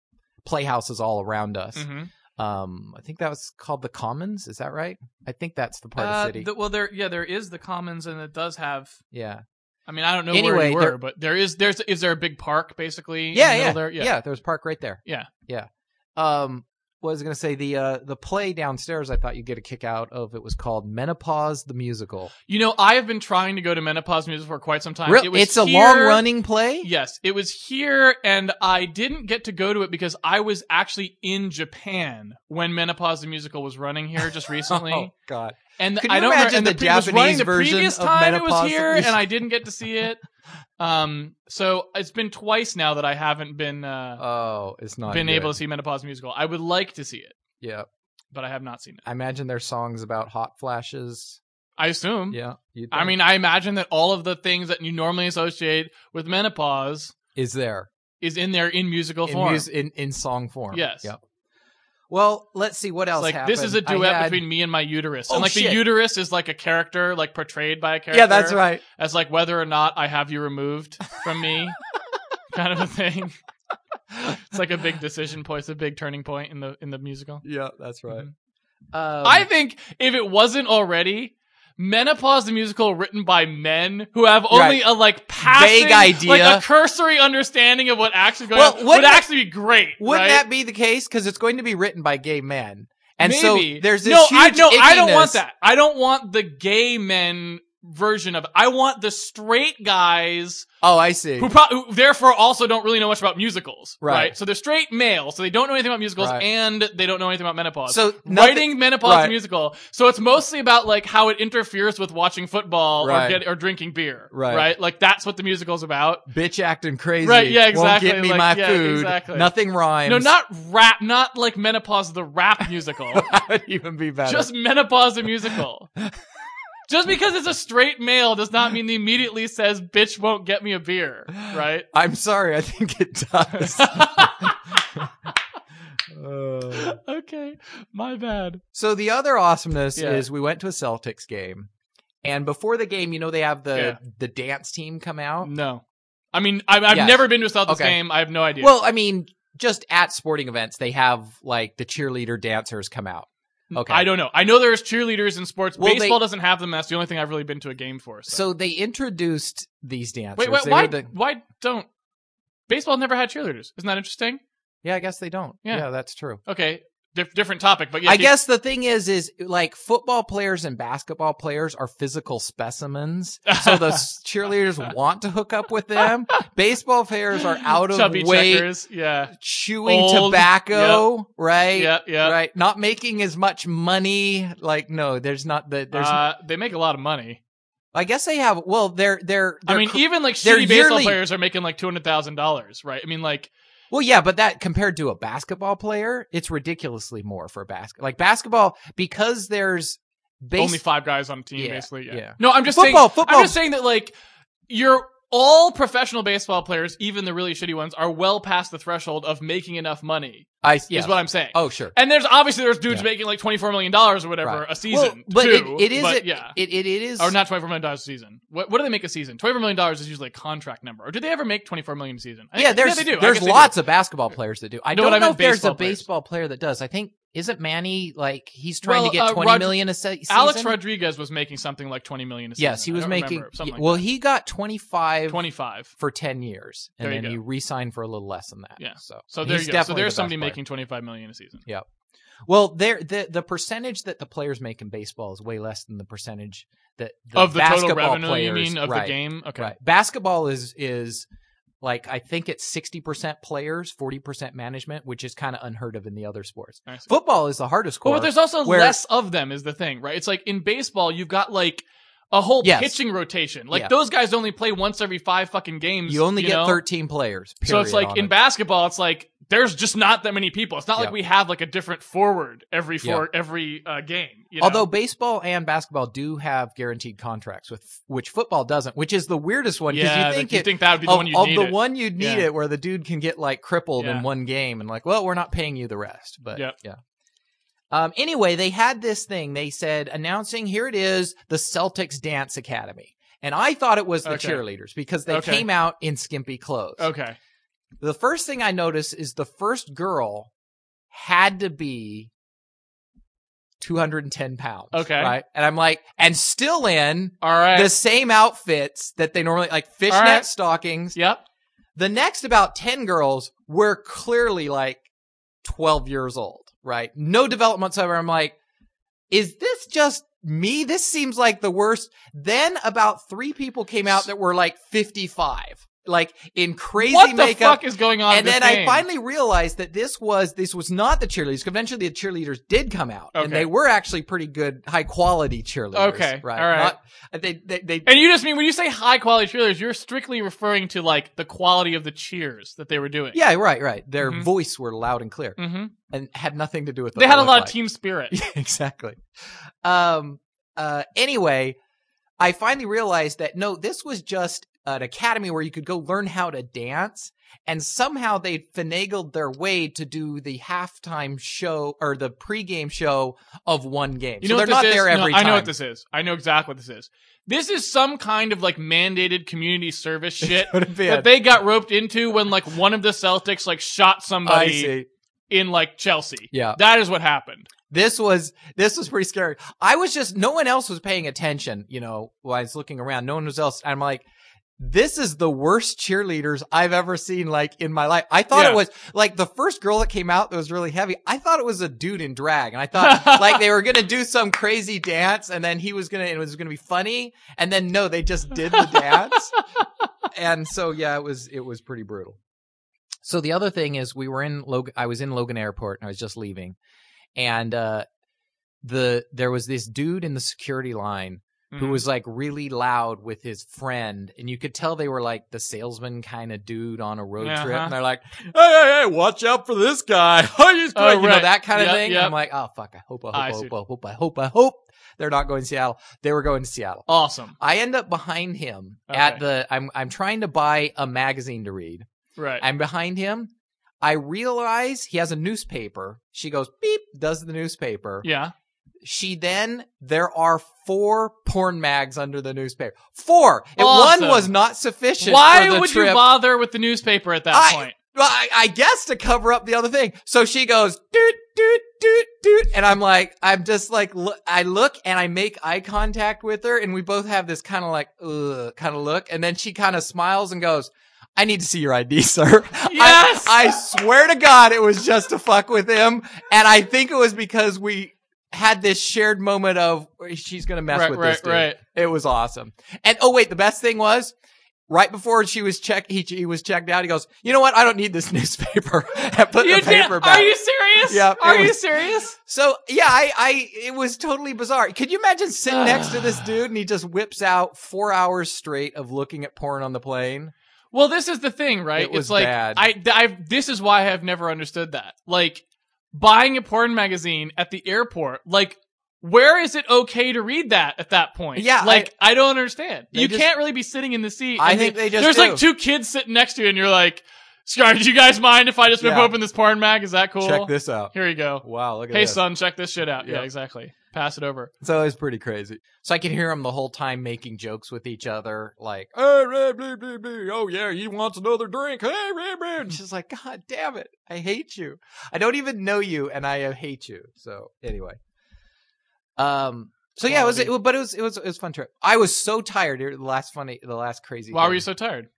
Speaker 1: playhouses all around us.
Speaker 2: hmm
Speaker 1: Um, I think that was called the Commons. Is that right? I think that's the part of
Speaker 2: Uh,
Speaker 1: the city.
Speaker 2: th- well, there yeah, there is the Commons, and it does have.
Speaker 1: yeah.
Speaker 2: I mean, I don't know where
Speaker 1: Anyway,
Speaker 2: you were,
Speaker 1: there-
Speaker 2: but there is there's is there a big park basically? in the
Speaker 1: Yeah,
Speaker 2: middle
Speaker 1: yeah,
Speaker 2: there?
Speaker 1: yeah, There was a park right there.
Speaker 2: Yeah.
Speaker 1: yeah. Um, what was I gonna say? The uh, the play downstairs. I thought you'd get a kick out of. It was called Menopause the Musical.
Speaker 2: You know, I have been trying to go to Menopause Music for quite some time.
Speaker 1: Real-
Speaker 2: It was
Speaker 1: it's a
Speaker 2: here-
Speaker 1: long running play.
Speaker 2: Yes, it was here, and I didn't get to go to it because I was actually in Japan when Menopause the Musical was running here just
Speaker 1: [LAUGHS]
Speaker 2: recently.
Speaker 1: Oh. God.
Speaker 2: And
Speaker 1: Could
Speaker 2: I
Speaker 1: you
Speaker 2: don't
Speaker 1: imagine
Speaker 2: remember,
Speaker 1: the
Speaker 2: and pre- it was
Speaker 1: Japanese
Speaker 2: running the
Speaker 1: version
Speaker 2: previous
Speaker 1: of
Speaker 2: time it
Speaker 1: menopause
Speaker 2: was here,
Speaker 1: abuse?
Speaker 2: and I didn't get to see it. Um, so it's been twice now that I haven't been uh,
Speaker 1: Oh, it's not
Speaker 2: been
Speaker 1: good.
Speaker 2: able to see menopause musical. I would like to see it,
Speaker 1: Yeah,
Speaker 2: but I have not seen it.
Speaker 1: I imagine there's songs about hot flashes.
Speaker 2: I assume.
Speaker 1: Yeah, you'd
Speaker 2: Mm-hmm. I
Speaker 1: think.
Speaker 2: mean, I imagine that all of the things that you normally associate with menopause
Speaker 1: is there
Speaker 2: is in there in musical
Speaker 1: in,
Speaker 2: form.
Speaker 1: mus- in in song form?
Speaker 2: Yes.
Speaker 1: Yep. Well, let's see what
Speaker 2: It's
Speaker 1: else.
Speaker 2: like
Speaker 1: happened.
Speaker 2: this is a
Speaker 1: I
Speaker 2: duet
Speaker 1: had-
Speaker 2: between me and my uterus,
Speaker 1: Oh,
Speaker 2: and like
Speaker 1: shit.
Speaker 2: the uterus is like a character, like portrayed by a
Speaker 1: [LAUGHS]
Speaker 2: character.
Speaker 1: Yeah, that's right.
Speaker 2: As like whether or not I have you removed
Speaker 1: [LAUGHS]
Speaker 2: from me, kind of a thing. It's like a big decision point. It's a big turning point in the in the musical.
Speaker 1: Yeah, that's right.
Speaker 2: Mhm.
Speaker 1: Um,
Speaker 2: I think if it wasn't already, Menopause the musical written by men who have only a like passing,
Speaker 1: Vague idea.
Speaker 2: like a cursory understanding of what actually going
Speaker 1: Well,
Speaker 2: on would
Speaker 1: wouldn't that-
Speaker 2: actually be great.
Speaker 1: Wouldn't
Speaker 2: right?
Speaker 1: that be the case? Because it's going to be written by gay men, and so
Speaker 2: Maybe.
Speaker 1: there's this
Speaker 2: no. I
Speaker 1: huge
Speaker 2: no. I don't want
Speaker 1: ickiness.
Speaker 2: that. I don't want the gay men version of. It. I want the straight guys
Speaker 1: Oh, I see.
Speaker 2: who, pro- who therefore also don't really know much about musicals.
Speaker 1: Right.
Speaker 2: So they're straight male, so they don't know anything about musicals,
Speaker 1: Right.
Speaker 2: and they don't know anything about menopause.
Speaker 1: So nothing-
Speaker 2: writing menopause
Speaker 1: Right.
Speaker 2: musical. So it's mostly about like how it interferes with watching football
Speaker 1: Right.
Speaker 2: or get, or drinking beer.
Speaker 1: Right.
Speaker 2: Right. Like that's what the musical's about.
Speaker 1: bitch acting crazy.
Speaker 2: Right, yeah,
Speaker 1: Won't
Speaker 2: exactly,
Speaker 1: get me
Speaker 2: like,
Speaker 1: my
Speaker 2: yeah,
Speaker 1: food.
Speaker 2: exactly.
Speaker 1: Nothing rhymes.
Speaker 2: No, not rap. Not like menopause the rap musical.
Speaker 1: [LAUGHS] that would even be better.
Speaker 2: Just menopause
Speaker 1: [LAUGHS]
Speaker 2: the musical. Just because it's a straight male does not mean he immediately says "bitch won't get me a beer," right?
Speaker 1: [LAUGHS] I'm sorry. I think it
Speaker 2: [LAUGHS]
Speaker 1: does. [LAUGHS] Uh,
Speaker 2: okay, my bad.
Speaker 1: so the other awesomeness
Speaker 2: Yeah.
Speaker 1: is we went to a Celtics game, and before the game, you know they have the
Speaker 2: Yeah. Mm,
Speaker 1: the dance team come out.
Speaker 2: No, I mean I, I've
Speaker 1: Yes.
Speaker 2: never been to a Celtics
Speaker 1: Okay.
Speaker 2: game. I have no idea.
Speaker 1: Well, I mean, just at sporting events, they have like the cheerleader dancers come out. Okay,
Speaker 2: I don't know. I know there's cheerleaders in sports.
Speaker 1: Well, they-
Speaker 2: Baseball doesn't have them. That's the only thing I've really been to a game for. So,
Speaker 1: So they introduced these dancers.
Speaker 2: wait, wait,
Speaker 1: They
Speaker 2: why,
Speaker 1: were the-
Speaker 2: why don't baseball never had cheerleaders? Isn't that interesting?
Speaker 1: yeah, I guess they don't.
Speaker 2: Yeah.
Speaker 1: yeah that's true.
Speaker 2: Okay, Dif- different topic, but yeah,
Speaker 1: I
Speaker 2: keep-
Speaker 1: guess the thing is, is like football players and basketball players are physical specimens. So
Speaker 2: [LAUGHS]
Speaker 1: the s- cheerleaders want to hook up with them. Baseball players are out of
Speaker 2: chubby
Speaker 1: weight,
Speaker 2: checkers. Yeah,
Speaker 1: chewing
Speaker 2: Old.
Speaker 1: tobacco, right?
Speaker 2: yeah, yeah.
Speaker 1: Right. Not making as much money. Like, no, there's not the, there's,
Speaker 2: Uh, they make a lot of money.
Speaker 1: I guess they have, well, they're, they're,
Speaker 2: I
Speaker 1: they're
Speaker 2: mean, e
Speaker 1: cr-
Speaker 2: even like
Speaker 1: they're
Speaker 2: shitty baseball
Speaker 1: yearly-
Speaker 2: players are making like two hundred thousand dollars, right? I mean, like
Speaker 1: Well, yeah, but that compared to a basketball player, it's ridiculously more for a basket. Like basketball, because there's base-
Speaker 2: only five guys on a team,
Speaker 1: Yeah,
Speaker 2: basically. Yeah.
Speaker 1: yeah.
Speaker 2: No, I'm just
Speaker 1: Football,
Speaker 2: saying.
Speaker 1: football.
Speaker 2: I'm just saying that like you're all professional baseball players, even the really shitty ones, are well past the threshold of making enough money.
Speaker 1: I, yeah.
Speaker 2: Is what I'm saying.
Speaker 1: oh, sure.
Speaker 2: And there's obviously there's dudes
Speaker 1: Yeah.
Speaker 2: making like twenty four million dollars or whatever
Speaker 1: Right.
Speaker 2: a season.
Speaker 1: Well, but
Speaker 2: too,
Speaker 1: it, it is
Speaker 2: but
Speaker 1: a-
Speaker 2: yeah.
Speaker 1: It, it, it is
Speaker 2: or not twenty four million dollars a season. What, what do they make a season? Twenty four million dollars is usually a contract number. Or do they ever make twenty four million a season? I
Speaker 1: Yeah,
Speaker 2: think-
Speaker 1: there's
Speaker 2: they do. I
Speaker 1: there's
Speaker 2: guess they do.
Speaker 1: lots of basketball players that do. I
Speaker 2: No,
Speaker 1: don't
Speaker 2: but I
Speaker 1: know
Speaker 2: meant
Speaker 1: if there's a
Speaker 2: baseball players.
Speaker 1: baseball player that does. I think isn't Manny like he's trying
Speaker 2: Well,
Speaker 1: to get
Speaker 2: uh,
Speaker 1: twenty
Speaker 2: Rod-
Speaker 1: million a se- season.
Speaker 2: Alex Rodriguez was making something like twenty million a season.
Speaker 1: Yes, he
Speaker 2: I
Speaker 1: was
Speaker 2: don't
Speaker 1: making.
Speaker 2: remember,
Speaker 1: yeah,
Speaker 2: something like
Speaker 1: well,
Speaker 2: that.
Speaker 1: he got twenty five
Speaker 2: 25.
Speaker 1: for ten years, and
Speaker 2: There you
Speaker 1: then
Speaker 2: go.
Speaker 1: you re-sign for a little less than that.
Speaker 2: Yeah.
Speaker 1: So
Speaker 2: So there
Speaker 1: he's
Speaker 2: you go. So
Speaker 1: definitely
Speaker 2: there's
Speaker 1: the best
Speaker 2: somebody
Speaker 1: player.
Speaker 2: making 25 million a season.
Speaker 1: Well, there the the percentage that the players make in baseball is way less than the percentage that the
Speaker 2: of the total
Speaker 1: basketball
Speaker 2: revenue,
Speaker 1: players,
Speaker 2: you mean, of the
Speaker 1: right,
Speaker 2: game? Okay.
Speaker 1: Right. Basketball is is like I think it's sixty percent players, forty percent management, which is kind of unheard of in the other sports.
Speaker 2: I see.
Speaker 1: Football is the hardest
Speaker 2: Well,
Speaker 1: core.
Speaker 2: but there's also
Speaker 1: where-
Speaker 2: less of them is the thing, right? It's like in baseball, you've got like a whole
Speaker 1: Yes.
Speaker 2: pitching rotation. Like
Speaker 1: Yeah.
Speaker 2: those guys only play once every five fucking games.
Speaker 1: you only get
Speaker 2: know?
Speaker 1: thirteen players.
Speaker 2: So it's
Speaker 1: period,
Speaker 2: like
Speaker 1: on
Speaker 2: in
Speaker 1: it.
Speaker 2: basketball, it's like there's just not that many people. It's not
Speaker 1: Yeah.
Speaker 2: like we have like a different forward every four every uh, game. You know?
Speaker 1: Although baseball and basketball do have guaranteed contracts, with which football doesn't, which is the weirdest one because
Speaker 2: yeah,
Speaker 1: you think
Speaker 2: that, you
Speaker 1: it
Speaker 2: think that would be the
Speaker 1: of,
Speaker 2: one you
Speaker 1: of
Speaker 2: need.
Speaker 1: the
Speaker 2: it.
Speaker 1: one you'd need
Speaker 2: Yeah.
Speaker 1: it where the dude can get like crippled
Speaker 2: Yeah.
Speaker 1: in one game and like well we're not paying you the rest but
Speaker 2: Yep.
Speaker 1: yeah um anyway they had this thing they said announcing here it is the celtics dance academy and i thought it was the
Speaker 2: Okay.
Speaker 1: cheerleaders because they
Speaker 2: Okay.
Speaker 1: came out in skimpy clothes
Speaker 2: Okay.
Speaker 1: the first thing i noticed is the first girl had to be 210 pounds
Speaker 2: Okay.
Speaker 1: right and i'm like and still in
Speaker 2: All right.
Speaker 1: the same outfits that they normally like fishnet
Speaker 2: right.
Speaker 1: stockings
Speaker 2: Yep.
Speaker 1: the next about 10 girls were clearly like 12 years old, right? No development whatsoever. I'm like, is this just me? This seems like the worst. Then about three people came out that were like 55. like in crazy
Speaker 2: what the
Speaker 1: makeup.
Speaker 2: fuck is going on? at
Speaker 1: and
Speaker 2: this
Speaker 1: then I
Speaker 2: thing?
Speaker 1: finally realized that this was this was not the cheerleaders. 'cause Eventually, the cheerleaders did come out,
Speaker 2: Okay.
Speaker 1: and they were actually pretty good, high quality cheerleaders.
Speaker 2: Okay.
Speaker 1: right?
Speaker 2: All right.
Speaker 1: Not, they they, they
Speaker 2: And you just mean when you say high quality cheerleaders, you're strictly referring to like the quality of the cheers that they were doing.
Speaker 1: yeah, right, right. Their
Speaker 2: Mhm.
Speaker 1: voice were loud and clear,
Speaker 2: hmm
Speaker 1: and had nothing to do with. What
Speaker 2: They had a
Speaker 1: looked
Speaker 2: lot
Speaker 1: like.
Speaker 2: of team spirit.
Speaker 1: [LAUGHS] Yeah, exactly. Um, uh, anyway, I finally realized that no, this was just an academy where you could go learn how to dance. And somehow they finagled their way to do the halftime show or the pregame show of one game.
Speaker 2: You
Speaker 1: so
Speaker 2: know
Speaker 1: they're not
Speaker 2: what this is?
Speaker 1: there
Speaker 2: No,
Speaker 1: every
Speaker 2: I
Speaker 1: time.
Speaker 2: know what this is. I know exactly what this is. This is some kind of like mandated
Speaker 1: [LAUGHS]
Speaker 2: community service
Speaker 1: [LAUGHS]
Speaker 2: shit
Speaker 1: could have been.
Speaker 2: that they got roped into when like one of the Celtics like shot
Speaker 1: I
Speaker 2: somebody
Speaker 1: see.
Speaker 2: in like Chelsea.
Speaker 1: Yeah.
Speaker 2: That is what happened.
Speaker 1: This was this was pretty scary. I was just no one else was paying attention, you know, while I was looking around. No one was else. I'm like, this is the worst cheerleaders I've ever seen, like in my life. I thought
Speaker 2: Yeah.
Speaker 1: it was like the first girl that came out that was really heavy. I thought it was a dude in drag, and I thought [LAUGHS] like they were gonna do some crazy dance, and then he was gonna it was gonna be funny, and then no, they just did the dance, and so yeah, it was it was pretty brutal. So the other thing is, we were in Logan. I was in Logan Airport, and I was just leaving and uh the there was this dude in the security line who
Speaker 2: Mhm.
Speaker 1: was like really loud with his friend and you could tell they were like the salesman kind of dude on a road trip
Speaker 2: Uh-huh.
Speaker 1: and they're like
Speaker 2: [LAUGHS]
Speaker 1: hey hey hey watch out for this guy [LAUGHS] he's
Speaker 2: Oh,
Speaker 1: great," you know
Speaker 2: right.
Speaker 1: that kind of
Speaker 2: Yep,
Speaker 1: thing
Speaker 2: yep.
Speaker 1: and i'm like oh fuck i hope i hope
Speaker 2: I
Speaker 1: i,
Speaker 2: see.
Speaker 1: hope i hope i hope i hope they're not going to seattle they were going to seattle
Speaker 2: awesome.
Speaker 1: i end up behind him
Speaker 2: Okay.
Speaker 1: at the i'm i'm trying to buy a magazine to read
Speaker 2: Right.
Speaker 1: I'm behind him. I realize he has a newspaper. She goes beep, does the newspaper.
Speaker 2: yeah.
Speaker 1: She then there are four porn mags under the newspaper. Four. If
Speaker 2: Awesome.
Speaker 1: One was not sufficient. for
Speaker 2: Why
Speaker 1: the
Speaker 2: would
Speaker 1: trip.
Speaker 2: you bother with the newspaper at that
Speaker 1: I-
Speaker 2: point?
Speaker 1: Well, I, I guess to cover up the other thing. So she goes doot doot doot doot, and I'm like, I'm just like, look, I look and I make eye contact with her, and we both have this kind of like, ugh, kind of look, and then she kind of smiles and goes. I need to see your ID, [LAUGHS] sir. I-
Speaker 2: Yes!
Speaker 1: I, swear to God, it was just to fuck with him, and I think it was because we had this shared moment of she's gonna mess
Speaker 2: Right,
Speaker 1: with
Speaker 2: right,
Speaker 1: this dude.
Speaker 2: right.
Speaker 1: It was awesome. And oh wait, the best thing was right before she was check he, he was checked out. He goes, "You know what? I don't need this [LAUGHS] newspaper." and put
Speaker 2: You
Speaker 1: the
Speaker 2: did-
Speaker 1: paper back.
Speaker 2: Are you serious?
Speaker 1: Yep, it
Speaker 2: Are you
Speaker 1: was-
Speaker 2: serious?
Speaker 1: so yeah, I, I it was totally bizarre. Could you imagine
Speaker 2: [SIGHS]
Speaker 1: sitting next to this dude and he just whips out four hours straight of looking at porn on the plane?
Speaker 2: Well, this is the thing, right?
Speaker 1: It was
Speaker 2: it's like
Speaker 1: bad.
Speaker 2: I, th- I've, this is why I have never understood that. Like buying a porn magazine at the airport, like where is it okay to read that at that point?
Speaker 1: Yeah, I-
Speaker 2: like I, don't understand.
Speaker 1: They
Speaker 2: You
Speaker 1: just-
Speaker 2: can't really be sitting in the seat.
Speaker 1: I
Speaker 2: and
Speaker 1: think
Speaker 2: the-
Speaker 1: they just
Speaker 2: there's
Speaker 1: do.
Speaker 2: like two kids sitting next to you, and you're like, "Scar, do you guys mind if I just whip
Speaker 1: Yeah.
Speaker 2: open this porn mag? Is that cool?
Speaker 1: Check this out.
Speaker 2: Here you go.
Speaker 1: Wow, look at
Speaker 2: Hey,
Speaker 1: this.
Speaker 2: son, check this shit out. Yeah,
Speaker 1: Yep.
Speaker 2: exactly. Pass it over.
Speaker 1: So it was pretty crazy. So I could hear them the whole time making jokes with each other, like, "Hey, blah, blah, blah, blah. oh yeah, he wants another drink. Hey, blah, blah." And she's like, God damn it, I hate you. I don't even know you, and I uh, hate you. So anyway, um, so yeah, it was,
Speaker 2: Quality.
Speaker 1: it, but it was it was it was a fun trip. I was so tired. The last funny, the last crazy.
Speaker 2: Why were
Speaker 1: thing.
Speaker 2: you so tired?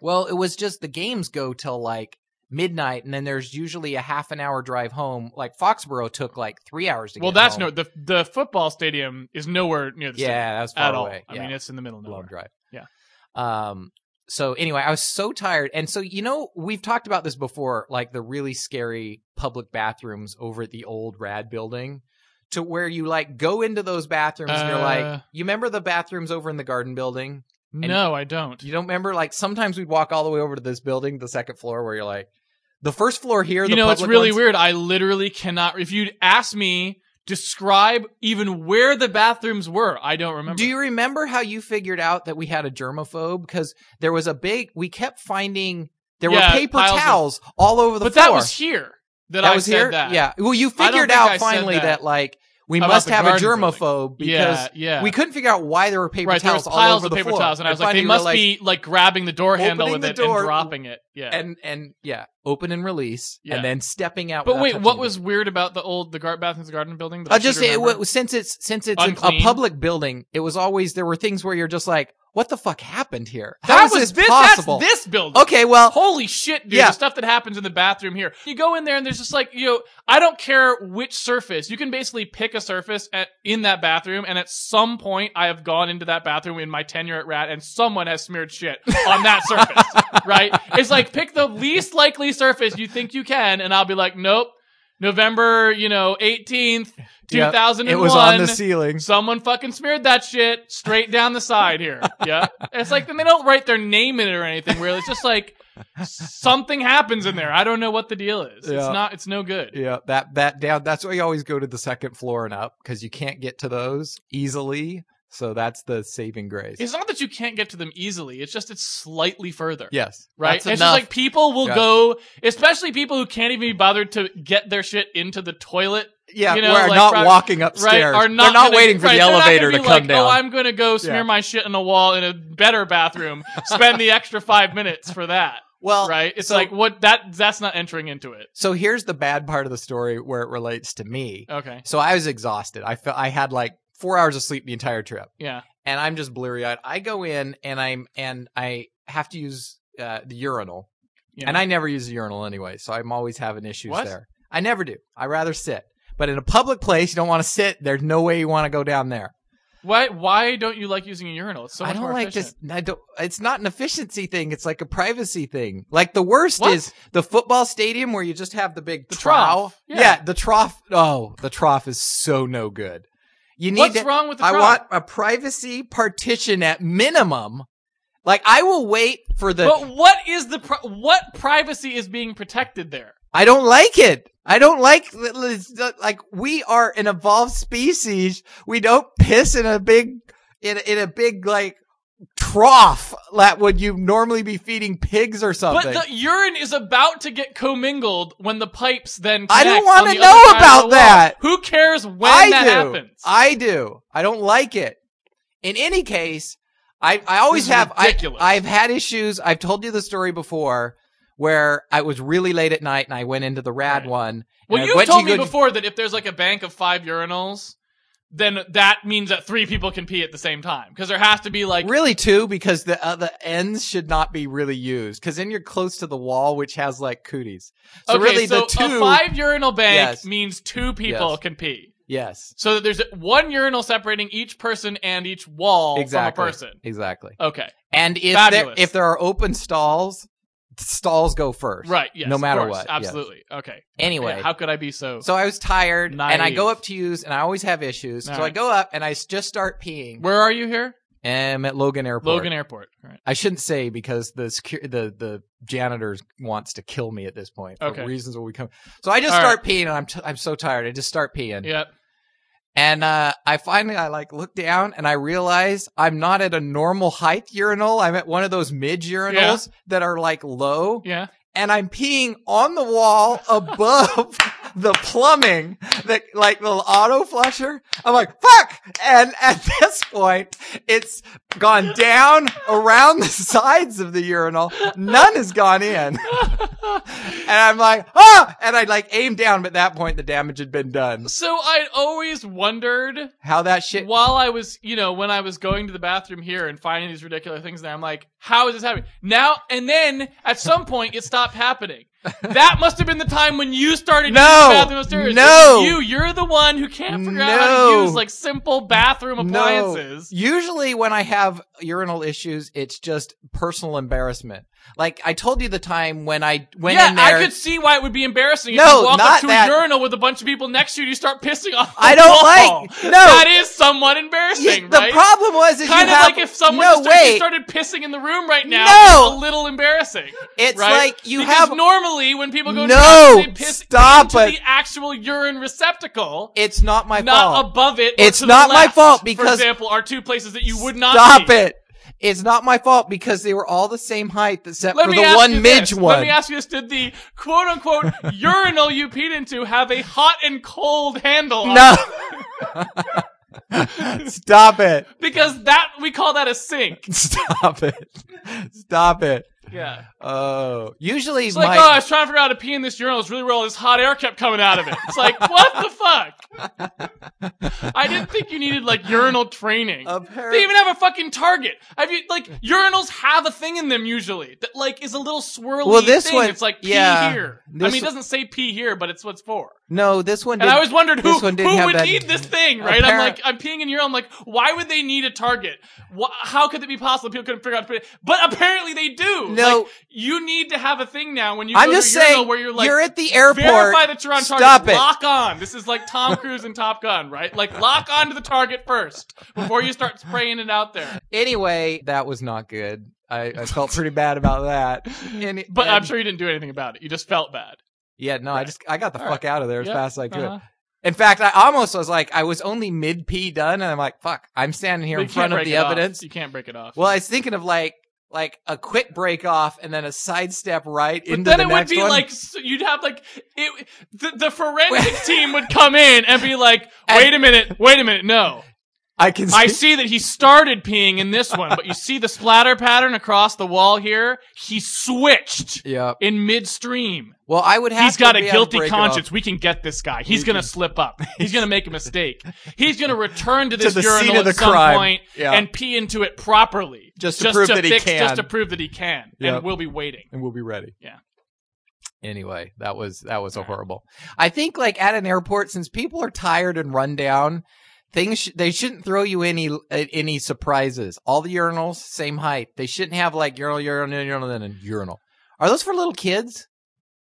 Speaker 1: Well, it was just the games go till like midnight, and then there's usually a half an hour drive home. Like Foxborough took like three hours to
Speaker 2: Well,
Speaker 1: get
Speaker 2: that's
Speaker 1: home.
Speaker 2: no the the football stadium is nowhere near the stadium
Speaker 1: Yeah, that was far
Speaker 2: at all.
Speaker 1: away.
Speaker 2: I
Speaker 1: Yeah.
Speaker 2: mean, it's in the middle of
Speaker 1: long
Speaker 2: nowhere.
Speaker 1: drive.
Speaker 2: Yeah.
Speaker 1: Um. So anyway, I was so tired, and so you know we've talked about this before, like the really scary public bathrooms over at the old Rad building, to where you like go into those bathrooms and you're
Speaker 2: Uh.
Speaker 1: like, you remember the bathrooms over in the Garden building? And-
Speaker 2: No, I don't.
Speaker 1: You don't remember? Like sometimes we'd walk all the way over to this building, the second floor, where you're like, the first floor here.
Speaker 2: You
Speaker 1: the
Speaker 2: know, it's
Speaker 1: public
Speaker 2: really
Speaker 1: ones-
Speaker 2: weird. I literally cannot. If you'd asked me, describe even where the bathrooms were. I don't remember.
Speaker 1: Do you remember how you figured out that we had a germaphobe? Because there was a big, we kept finding there
Speaker 2: Yeah,
Speaker 1: were paper
Speaker 2: piles of-
Speaker 1: towls all over the
Speaker 2: but
Speaker 1: floor.
Speaker 2: that was here that, I
Speaker 1: was
Speaker 2: said
Speaker 1: here.
Speaker 2: that.
Speaker 1: Yeah. Well, you
Speaker 2: don't
Speaker 1: figured
Speaker 2: think
Speaker 1: out
Speaker 2: I said
Speaker 1: finally
Speaker 2: that.
Speaker 1: that. like we
Speaker 2: About
Speaker 1: must
Speaker 2: the
Speaker 1: have a
Speaker 2: garden building.
Speaker 1: germaphobe
Speaker 2: yeah,
Speaker 1: because
Speaker 2: yeah.
Speaker 1: we couldn't figure out why there were paper
Speaker 2: right, there was
Speaker 1: towels
Speaker 2: piles
Speaker 1: all over
Speaker 2: of
Speaker 1: the
Speaker 2: paper
Speaker 1: floor.
Speaker 2: towels, and I was like,
Speaker 1: finally
Speaker 2: they must
Speaker 1: realized-
Speaker 2: be like grabbing the door handle
Speaker 1: opening
Speaker 2: with
Speaker 1: the
Speaker 2: it
Speaker 1: door-
Speaker 2: and dropping it. Yeah.
Speaker 1: and and yeah, open and release,
Speaker 2: Yeah.
Speaker 1: and then stepping out.
Speaker 2: but
Speaker 1: without
Speaker 2: wait,
Speaker 1: touching
Speaker 2: what
Speaker 1: the
Speaker 2: was weird about the old the gar- bathrooms garden building? that I
Speaker 1: I'll
Speaker 2: should
Speaker 1: just say, it
Speaker 2: remember?
Speaker 1: wa- since it's since it's a- a
Speaker 2: Unclean?
Speaker 1: public building, it was always there were things where you're just like, what the fuck happened here? How
Speaker 2: That
Speaker 1: is
Speaker 2: was
Speaker 1: this,
Speaker 2: this.
Speaker 1: possible?
Speaker 2: That's this building.
Speaker 1: okay, well,
Speaker 2: Holy shit, dude.
Speaker 1: Yeah.
Speaker 2: The stuff that happens in the bathroom here. You go in there and there's just like, you know, I don't care which surface. You can basically pick a surface at, in that bathroom. And at some point, I have gone into that bathroom in my tenure at RAT and someone has smeared shit on that
Speaker 1: [LAUGHS]
Speaker 2: surface, right? It's like, pick the least likely surface you think you can. And I'll be like, nope. November, you know, 18th,
Speaker 1: Yep.
Speaker 2: 2001.
Speaker 1: it was on the ceiling.
Speaker 2: Someone fucking smeared that shit straight down the
Speaker 1: [LAUGHS]
Speaker 2: side here. Yeah. It's like, then they don't write their name in it or anything, really. It's just like something happens in there. I don't know what the deal is. It's
Speaker 1: Yeah.
Speaker 2: not, it's no good.
Speaker 1: Yeah, that that down. That's why you always go to the second floor and up because you can't get to those easily. So that's the saving grace.
Speaker 2: It's not that you can't get to them easily. It's just it's slightly further.
Speaker 1: yes,
Speaker 2: Right?
Speaker 1: That's
Speaker 2: it's
Speaker 1: enough.
Speaker 2: just like people will
Speaker 1: Yeah.
Speaker 2: go, especially people who can't even be bothered to get their shit into the toilet
Speaker 1: yeah,
Speaker 2: you know,
Speaker 1: we're
Speaker 2: like,
Speaker 1: not
Speaker 2: prob-
Speaker 1: walking
Speaker 2: right,
Speaker 1: upstairs.
Speaker 2: are not,
Speaker 1: we're not
Speaker 2: gonna-
Speaker 1: waiting for
Speaker 2: right,
Speaker 1: the
Speaker 2: they're not
Speaker 1: elevator
Speaker 2: gonna
Speaker 1: to
Speaker 2: be
Speaker 1: come
Speaker 2: like,
Speaker 1: down.
Speaker 2: Oh, I'm gonna go smear
Speaker 1: Yeah.
Speaker 2: my shit on a wall in a better bathroom.
Speaker 1: [LAUGHS]
Speaker 2: Spend the extra five minutes for that.
Speaker 1: well,
Speaker 2: right? It's
Speaker 1: so-
Speaker 2: like what that that's not entering into it.
Speaker 1: So here's the bad part of the story where it relates to me.
Speaker 2: Okay,
Speaker 1: So I was exhausted. I felt I had like four hours of sleep the entire trip,
Speaker 2: yeah,
Speaker 1: and I'm just bleary eyed. I go in and I'm and I have to use uh, the urinal,
Speaker 2: Yeah.
Speaker 1: and I never use the urinal anyway, so I'm always having issues
Speaker 2: What?
Speaker 1: there. I never do. I rather sit, but in a public place, you don't want to sit. There's no way you want to go down there.
Speaker 2: why why don't you like using a urinal? It's so
Speaker 1: I
Speaker 2: much
Speaker 1: don't
Speaker 2: more
Speaker 1: like
Speaker 2: efficient.
Speaker 1: this. I don't. It's not an efficiency thing. It's like a privacy thing. Like the worst
Speaker 2: What?
Speaker 1: is the football stadium where you just have the big
Speaker 2: The
Speaker 1: trough.
Speaker 2: trough.
Speaker 1: Yeah.
Speaker 2: Yeah.
Speaker 1: the trough. Oh, the trough is so no good. You need.
Speaker 2: What's
Speaker 1: to,
Speaker 2: wrong with the
Speaker 1: I
Speaker 2: trough?
Speaker 1: want a privacy partition at minimum. Like I will wait for the.
Speaker 2: but what is the pri- what privacy is being protected there?
Speaker 1: I don't like it. I don't like like we are an evolved species. We don't piss in a big in in a big like trough that would you normally be feeding pigs or something.
Speaker 2: But the urine is about to get commingled when the pipes then.
Speaker 1: I don't
Speaker 2: want
Speaker 1: wanna
Speaker 2: to
Speaker 1: know about that.
Speaker 2: Who cares when
Speaker 1: I
Speaker 2: that
Speaker 1: do.
Speaker 2: happens?
Speaker 1: I do. I don't like it. In any case, I I always
Speaker 2: This is
Speaker 1: have I,
Speaker 2: ridiculous.
Speaker 1: I've had issues. I've told you the story before where I was really late at night and I went into the rad
Speaker 2: Right.
Speaker 1: one.
Speaker 2: Well,
Speaker 1: and I
Speaker 2: you
Speaker 1: went
Speaker 2: told
Speaker 1: to
Speaker 2: me
Speaker 1: go-
Speaker 2: before that if there's like a bank of five urinals, then that means that three people can pee at the same time because there has to be like
Speaker 1: really too because the uh, the ends should not be really used because then you're close to the wall which has like cooties so
Speaker 2: okay,
Speaker 1: really
Speaker 2: so
Speaker 1: the two
Speaker 2: a five urinal bank
Speaker 1: Yes.
Speaker 2: means two people
Speaker 1: Yes.
Speaker 2: can pee.
Speaker 1: yes
Speaker 2: So that there's one urinal separating each person and each wall
Speaker 1: exactly
Speaker 2: from a person.
Speaker 1: exactly
Speaker 2: Okay,
Speaker 1: and if there,
Speaker 2: Fabulous.
Speaker 1: if there are open stalls stalls go first
Speaker 2: right. Yes.
Speaker 1: No
Speaker 2: of
Speaker 1: matter
Speaker 2: course,
Speaker 1: what, yes.
Speaker 2: Absolutely. Okay.
Speaker 1: anyway
Speaker 2: Yeah, how could I be so?
Speaker 1: so I was tired and I
Speaker 2: Naive.
Speaker 1: go up to use and I always have issues
Speaker 2: All
Speaker 1: so I
Speaker 2: right.
Speaker 1: go up and I s- just start peeing
Speaker 2: Where are you here?
Speaker 1: I'm at Logan Airport
Speaker 2: Logan Airport. All right.
Speaker 1: I shouldn't say because the secu- the the janitor wants to kill me at this point for
Speaker 2: Okay.
Speaker 1: reasons will we come. So I just
Speaker 2: All
Speaker 1: start peeing and I'm t- I'm so tired. I just start peeing.
Speaker 2: Yep.
Speaker 1: And uh, I finally I like look down and I realize I'm not at a normal height urinal. I'm at one of those mid urinals that are like low,
Speaker 2: Yeah.
Speaker 1: and I'm peeing on the wall above [LAUGHS] the plumbing that like the auto flusher. I'm like fuck, and at this point it's gone down around the sides of the urinal. None has gone in. And I'm like, ah! And I like aim down, but at that point the damage had been done.
Speaker 2: So I always wondered
Speaker 1: How that shit
Speaker 2: while I was, you know, when I was going to the bathroom here and finding these ridiculous things there, I'm like, how is this happening? Now and then at some point it
Speaker 1: [LAUGHS]
Speaker 2: stopped happening. That must have been the time when you started
Speaker 1: No.
Speaker 2: using the bathroom upstairs.
Speaker 1: No.
Speaker 2: You, you're the one who can't figure out how
Speaker 1: No.
Speaker 2: to use like simple bathroom appliances.
Speaker 1: No. Usually when I have urinal issues, it's just personal embarrassment. Like I told you the time when I went
Speaker 2: yeah,
Speaker 1: in there.
Speaker 2: I could see why it would be embarrassing if
Speaker 1: No,
Speaker 2: you walk
Speaker 1: not
Speaker 2: up to
Speaker 1: that.
Speaker 2: a urinal with a bunch of people next to you and you start pissing off.
Speaker 1: I
Speaker 2: the
Speaker 1: don't
Speaker 2: wall.
Speaker 1: like- no.
Speaker 2: That is somewhat
Speaker 1: Yeah,
Speaker 2: embarrassing,
Speaker 1: the
Speaker 2: right?
Speaker 1: problem was is
Speaker 2: Kind
Speaker 1: you
Speaker 2: of
Speaker 1: have,
Speaker 2: like if someone
Speaker 1: no
Speaker 2: just started,
Speaker 1: wait.
Speaker 2: started pissing in the room right now.
Speaker 1: No.
Speaker 2: It's a little embarrassing.
Speaker 1: it's
Speaker 2: right?
Speaker 1: like you
Speaker 2: because
Speaker 1: have
Speaker 2: normally when people go
Speaker 1: No,
Speaker 2: to the bathroom, they piss
Speaker 1: stop
Speaker 2: into
Speaker 1: it.
Speaker 2: the actual urine receptacle,
Speaker 1: it's not my
Speaker 2: not
Speaker 1: fault.
Speaker 2: above it. or
Speaker 1: It's
Speaker 2: to the
Speaker 1: not my
Speaker 2: left,
Speaker 1: fault
Speaker 2: for
Speaker 1: because-
Speaker 2: example, are two places that you would not
Speaker 1: Stop
Speaker 2: see.
Speaker 1: it. It's not my fault because they were all the same height except
Speaker 2: Let
Speaker 1: for
Speaker 2: me
Speaker 1: the
Speaker 2: ask
Speaker 1: one
Speaker 2: you
Speaker 1: midge
Speaker 2: this.
Speaker 1: one.
Speaker 2: Let me ask you this: Did the quote unquote urinal you peed into have a hot and cold handle? on it?
Speaker 1: no. [LAUGHS] Stop it.
Speaker 2: because that we call that a sink.
Speaker 1: Stop it. Stop it.
Speaker 2: Yeah,
Speaker 1: Oh, usually
Speaker 2: it's like
Speaker 1: my
Speaker 2: oh, I was trying to figure out how to pee in this urinal. It's really where all this hot air kept coming out of it. It's like what the fuck? I didn't think you needed like urinal training.
Speaker 1: Apparently,
Speaker 2: They even have a fucking target. Have you like urinals have a thing in them usually that like is a little swirly
Speaker 1: Well, this
Speaker 2: thing.
Speaker 1: one-
Speaker 2: it's like pee
Speaker 1: yeah.
Speaker 2: here. I
Speaker 1: This-
Speaker 2: mean, it doesn't say pee here, but it's what's for.
Speaker 1: no, this one. did-
Speaker 2: And I always wondered who,
Speaker 1: this one didn't
Speaker 2: who
Speaker 1: have
Speaker 2: would
Speaker 1: that-
Speaker 2: need this thing, right? I'm
Speaker 1: Apparent-
Speaker 2: like, I'm peeing in urine. I'm like, why would they need a target? Wh- how could it be possible? People couldn't figure out. how to put it- But apparently they do.
Speaker 1: No.
Speaker 2: Like, you need to have a thing now when you
Speaker 1: I'm
Speaker 2: go
Speaker 1: just
Speaker 2: to a urinal
Speaker 1: saying,
Speaker 2: where you're like,
Speaker 1: you're at the airport.
Speaker 2: verify that you're on target.
Speaker 1: Stop it.
Speaker 2: Lock on. This is like Tom Cruise in Top Gun, right? Like lock on to the target first before you start spraying it out there.
Speaker 1: Anyway, that was not good. I, I felt pretty bad about that. And it-
Speaker 2: But
Speaker 1: and-
Speaker 2: I'm sure you didn't do anything about it. You just felt bad.
Speaker 1: Yeah, no, I
Speaker 2: Right.
Speaker 1: just I got the
Speaker 2: All
Speaker 1: fuck out of there as
Speaker 2: Yeah,
Speaker 1: fast as I could.
Speaker 2: Uh-huh.
Speaker 1: In fact, I almost was like, I was only mid pee done, and I'm like, fuck, I'm standing here
Speaker 2: But
Speaker 1: in
Speaker 2: you can't
Speaker 1: front of
Speaker 2: break
Speaker 1: the
Speaker 2: it off.
Speaker 1: evidence.
Speaker 2: You can't break it off.
Speaker 1: Well, I was thinking of like like a quick break off and then a sidestep right
Speaker 2: But
Speaker 1: into
Speaker 2: then
Speaker 1: the
Speaker 2: it would
Speaker 1: next
Speaker 2: be
Speaker 1: one.
Speaker 2: like s- you'd have like it, the, the
Speaker 1: [LAUGHS]
Speaker 2: forensic team would come in and be like,
Speaker 1: And-
Speaker 2: "Wait a minute, wait a
Speaker 1: [LAUGHS]
Speaker 2: minute, no,
Speaker 1: I can
Speaker 2: I
Speaker 1: see-
Speaker 2: see that he started peeing in this one, but you see the splatter pattern across the wall here. He
Speaker 1: [LAUGHS]
Speaker 2: switched
Speaker 1: Yeah.
Speaker 2: in midstream.
Speaker 1: Well, I would have.
Speaker 2: He's
Speaker 1: to
Speaker 2: got a
Speaker 1: be able to
Speaker 2: guilty
Speaker 1: break it off.
Speaker 2: conscience. We can get this guy. He's
Speaker 1: We
Speaker 2: gonna
Speaker 1: can- [LAUGHS]
Speaker 2: slip up. He's gonna make a mistake. He's gonna return to this
Speaker 1: the
Speaker 2: urinal
Speaker 1: scene
Speaker 2: at
Speaker 1: of the
Speaker 2: some
Speaker 1: crime.
Speaker 2: point
Speaker 1: Yeah.
Speaker 2: and pee into it properly,
Speaker 1: Just to prove that he
Speaker 2: fix-
Speaker 1: can.
Speaker 2: Just to prove that he can,
Speaker 1: Yep.
Speaker 2: and we'll be waiting.
Speaker 1: and we'll be ready.
Speaker 2: Yeah.
Speaker 1: Anyway, that was that was a
Speaker 2: Alright.
Speaker 1: horrible. I think like at an airport, since people are tired and run down, things sh- they shouldn't throw you any uh, any surprises. All the urinals same height. They shouldn't have like urinal, urinal, urinal, and then urinal. Are those for little kids?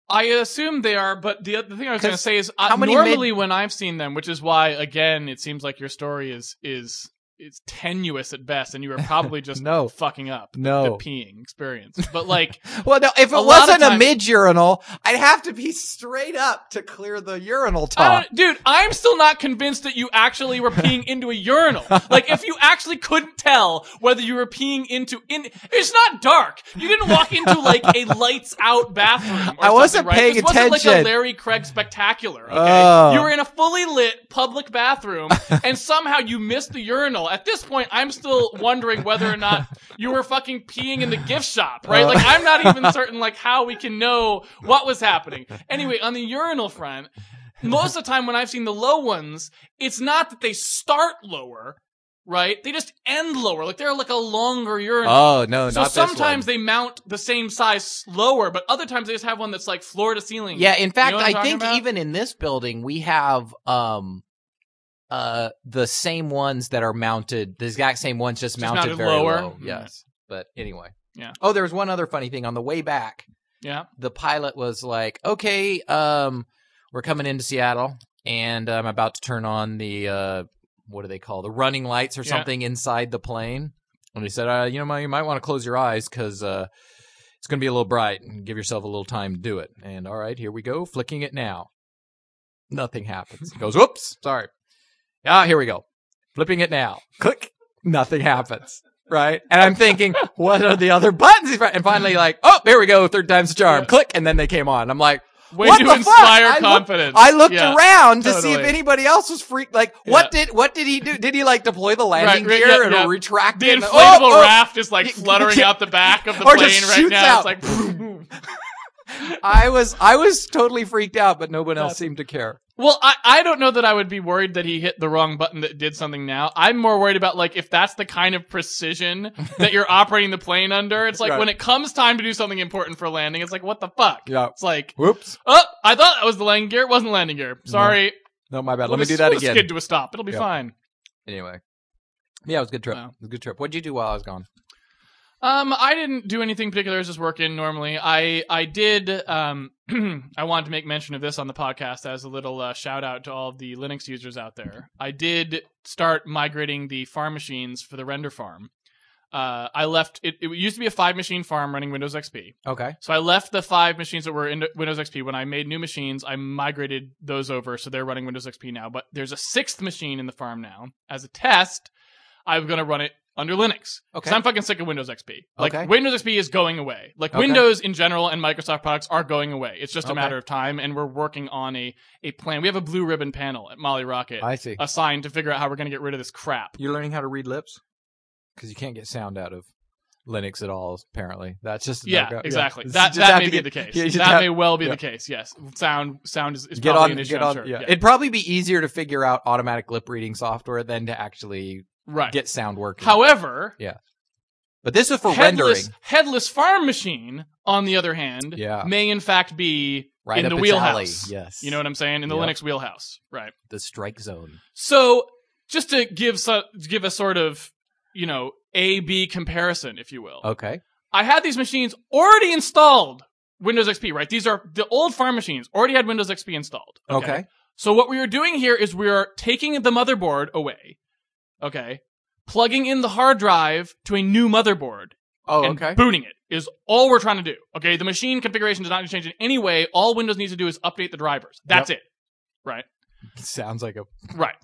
Speaker 2: I assume they are, but the other thing I was going to
Speaker 1: 'Cause
Speaker 2: say is uh,
Speaker 1: how many
Speaker 2: normally when I've seen them, which is why again it seems like your story is is is tenuous at best, and you were
Speaker 1: [LAUGHS]
Speaker 2: probably just
Speaker 1: No.
Speaker 2: fucking up the
Speaker 1: No.
Speaker 2: peeing experience. But like,
Speaker 1: [LAUGHS] Well, no. If it
Speaker 2: A lot of
Speaker 1: wasn't a
Speaker 2: times-
Speaker 1: mid urinal, I'd have to be straight up to clear the urinal
Speaker 2: I
Speaker 1: top.
Speaker 2: don't, dude, I'm still not convinced that you actually
Speaker 1: [LAUGHS]
Speaker 2: were peeing into a urinal. Like, if you actually couldn't tell whether you were peeing into in, it's not dark. You didn't walk into like a lights out bathroom. Or
Speaker 1: I wasn't
Speaker 2: something, right?
Speaker 1: paying
Speaker 2: this Wasn't like a
Speaker 1: attention.
Speaker 2: Larry Craig spectacular. Okay,
Speaker 1: Oh.
Speaker 2: you were in a fully lit
Speaker 1: [LAUGHS]
Speaker 2: public bathroom, and somehow you missed the urinal. At this point, I'm still wondering whether or not you were fucking peeing in the gift shop, right?
Speaker 1: Uh.
Speaker 2: Like, I'm not even certain like how we can know what was happening. Anyway, on the urinal front most of the time when I've seen the low ones, it's not that they start lower, right? They just end lower. Like they're like a longer urinal.
Speaker 1: Oh no,
Speaker 2: so
Speaker 1: not
Speaker 2: sometimes
Speaker 1: This one.
Speaker 2: they mount the same size lower, but other times they just have one that's like floor to ceiling.
Speaker 1: Yeah, in fact,
Speaker 2: know what I'm
Speaker 1: I
Speaker 2: talking
Speaker 1: think
Speaker 2: about?
Speaker 1: even in this building we have um uh the same ones that are mounted, the exact same ones just,
Speaker 2: Just
Speaker 1: mounted,
Speaker 2: mounted
Speaker 1: very
Speaker 2: lower.
Speaker 1: low.
Speaker 2: Mm.
Speaker 1: Yes. But anyway.
Speaker 2: Yeah.
Speaker 1: Oh, there was one other funny thing on the way back.
Speaker 2: Yeah.
Speaker 1: The pilot was like, "Okay, um we're coming into Seattle and I'm about to turn on the uh what do they call the running lights or
Speaker 2: Yeah.
Speaker 1: something inside the plane." And he said, uh, "You know, ma- you might want to close your eyes cuz uh it's going to be a little bright and give yourself a little time to do it. And all right, here we go, flicking it now. Nothing happens. It goes, oops, sorry. Ah, here we go. Flipping it now. Click. Nothing happens. Right. And I'm thinking, what are the other buttons? he's pri- And finally, like, oh, here we go. Third time's the charm.
Speaker 2: Yeah.
Speaker 1: Click. And then they came on. I'm like,
Speaker 2: Way
Speaker 1: What
Speaker 2: to
Speaker 1: the fuck?
Speaker 2: inspire
Speaker 1: I looked-
Speaker 2: confidence.
Speaker 1: I looked
Speaker 2: Yeah.
Speaker 1: around to see if
Speaker 2: totally.
Speaker 1: anybody else was freaked. Like, what did, what did he do? Did he like deploy the landing
Speaker 2: right,
Speaker 1: gear
Speaker 2: yeah,
Speaker 1: and
Speaker 2: yeah.
Speaker 1: retract
Speaker 2: The
Speaker 1: it?
Speaker 2: inflatable
Speaker 1: And- oh, oh,
Speaker 2: raft is like
Speaker 1: Yeah,
Speaker 2: fluttering
Speaker 1: yeah.
Speaker 2: out the back of the
Speaker 1: Or
Speaker 2: plane
Speaker 1: just
Speaker 2: right
Speaker 1: shoots
Speaker 2: now.
Speaker 1: out.
Speaker 2: It's like
Speaker 1: I was, I was totally freaked out, but no one else seemed to care.
Speaker 2: Well, I, I don't know that I would be worried that he hit the wrong button that did something now. I'm more worried about like if that's the kind of precision [LAUGHS] that you're operating the plane under. It's like
Speaker 1: Right.
Speaker 2: when it comes time to do something important for landing, it's like what the fuck?
Speaker 1: Yeah.
Speaker 2: It's like
Speaker 1: Whoops.
Speaker 2: oh, I thought that was the landing gear. It wasn't landing gear. Sorry.
Speaker 1: No, my bad.
Speaker 2: We'll
Speaker 1: Let me
Speaker 2: just-
Speaker 1: do that
Speaker 2: we'll just
Speaker 1: again.
Speaker 2: Skid to a stop. It'll be
Speaker 1: Yeah.
Speaker 2: fine.
Speaker 1: Anyway. Yeah, it was a good trip.
Speaker 2: Wow.
Speaker 1: It was a good trip. What'd you do while I was gone?
Speaker 2: Um, I didn't do anything particular. I was just working normally. I I did. Um, [CLEARS THROAT] I wanted to make mention of this on the podcast as a little uh, shout out to all of the Linux users out there. I did start migrating the farm machines for the render farm. Uh, I left. It, it used to be a five machine farm running Windows XP.
Speaker 1: Okay.
Speaker 2: So I left the five machines that were in Windows XP. When I made new machines, I migrated those over, so they're running Windows XP now. But there's a sixth machine in the farm now. As a test, I'm gonna run it under Linux.
Speaker 1: Okay.
Speaker 2: 'Cause I'm fucking sick of Windows XP. Like
Speaker 1: Okay.
Speaker 2: Windows XP is going away. Like
Speaker 1: Okay.
Speaker 2: Windows in general and Microsoft products are going away. It's just a
Speaker 1: Okay.
Speaker 2: matter of time, and we're working on a a plan. We have a blue ribbon panel at Molly Rocket
Speaker 1: I see.
Speaker 2: assigned to figure out how we're gonna get rid of this crap.
Speaker 1: You're learning how to read lips? Because you can't get sound out of. Linux at all. Apparently, that's just
Speaker 2: Yeah,
Speaker 1: another-
Speaker 2: exactly.
Speaker 1: It's
Speaker 2: That
Speaker 1: just
Speaker 2: that
Speaker 1: have
Speaker 2: may
Speaker 1: to
Speaker 2: be
Speaker 1: get-
Speaker 2: the case.
Speaker 1: yeah, you just
Speaker 2: that
Speaker 1: have-
Speaker 2: may well be
Speaker 1: yeah.
Speaker 2: the case. Yes, sound sound is, is
Speaker 1: get
Speaker 2: probably
Speaker 1: on,
Speaker 2: an issue.
Speaker 1: get
Speaker 2: I'm
Speaker 1: on.
Speaker 2: sure.
Speaker 1: Yeah.
Speaker 2: Yeah.
Speaker 1: it'd probably be easier to figure out automatic lip reading software than to actually
Speaker 2: right.
Speaker 1: get sound working.
Speaker 2: However,
Speaker 1: but this is for
Speaker 2: headless
Speaker 1: rendering,
Speaker 2: headless farm machine, on the other hand,
Speaker 1: Yeah.
Speaker 2: may in fact be
Speaker 1: right?
Speaker 2: in
Speaker 1: up
Speaker 2: the
Speaker 1: its
Speaker 2: wheelhouse.
Speaker 1: alley. Yes,
Speaker 2: you know what I'm saying in the
Speaker 1: Yep.
Speaker 2: Linux wheelhouse, right?
Speaker 1: the strike zone.
Speaker 2: So just to give so, give a sort of you know A B comparison, if you will,
Speaker 1: Okay,
Speaker 2: I had these machines already installed Windows XP. Right, these are the old farm machines already had Windows XP installed.
Speaker 1: okay,
Speaker 2: So what we are doing here is we are taking the motherboard away, okay, plugging in the hard drive to a new motherboard
Speaker 1: oh,
Speaker 2: and
Speaker 1: okay.
Speaker 2: booting it is all we're trying to do. Okay, the machine configuration does not need to change in any way. All Windows needs to do is update the drivers. That's
Speaker 1: Sounds like a
Speaker 2: it. Right.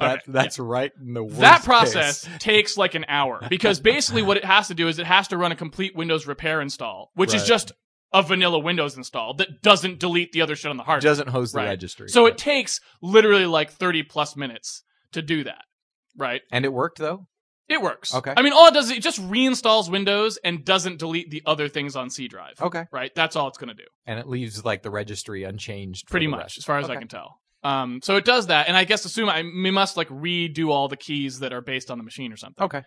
Speaker 1: that,
Speaker 2: Okay,
Speaker 1: that's right in the worst
Speaker 2: that process
Speaker 1: case.
Speaker 2: takes like an hour
Speaker 1: [LAUGHS]
Speaker 2: because basically what it has to do is it has to run a complete Windows repair install, which is
Speaker 1: Right.
Speaker 2: just a vanilla Windows install that doesn't delete the other shit on the hard drive.
Speaker 1: doesn't host the
Speaker 2: Right.
Speaker 1: registry.
Speaker 2: So it takes literally like 30 plus minutes to do that. Right?
Speaker 1: and it worked though.
Speaker 2: It works.
Speaker 1: Okay.
Speaker 2: I mean, all it does is it just reinstalls Windows and doesn't delete the other things on C drive.
Speaker 1: Okay,
Speaker 2: Right? That's all it's going to do.
Speaker 1: and it leaves like the registry unchanged. for
Speaker 2: pretty
Speaker 1: the
Speaker 2: much
Speaker 1: rest.
Speaker 2: as far as i
Speaker 1: Okay.
Speaker 2: can tell um so it does that and i guess assume i we must like redo all the keys that are based on the machine or something
Speaker 1: Okay.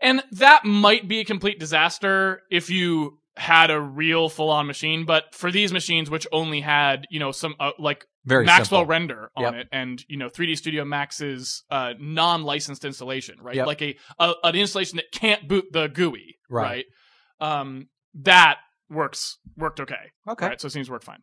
Speaker 2: and that might be a complete disaster if you had a real full-on machine but for these machines which only had you know some uh, like
Speaker 1: Very
Speaker 2: maxwell
Speaker 1: simple.
Speaker 2: render on
Speaker 1: Yep.
Speaker 2: it and you know 3d studio max's uh, non-licensed installation right
Speaker 1: Yep.
Speaker 2: like a, a an installation that can't boot the gui
Speaker 1: Right.
Speaker 2: right? um that works worked okay
Speaker 1: Okay.
Speaker 2: Right, so it seems to work fine.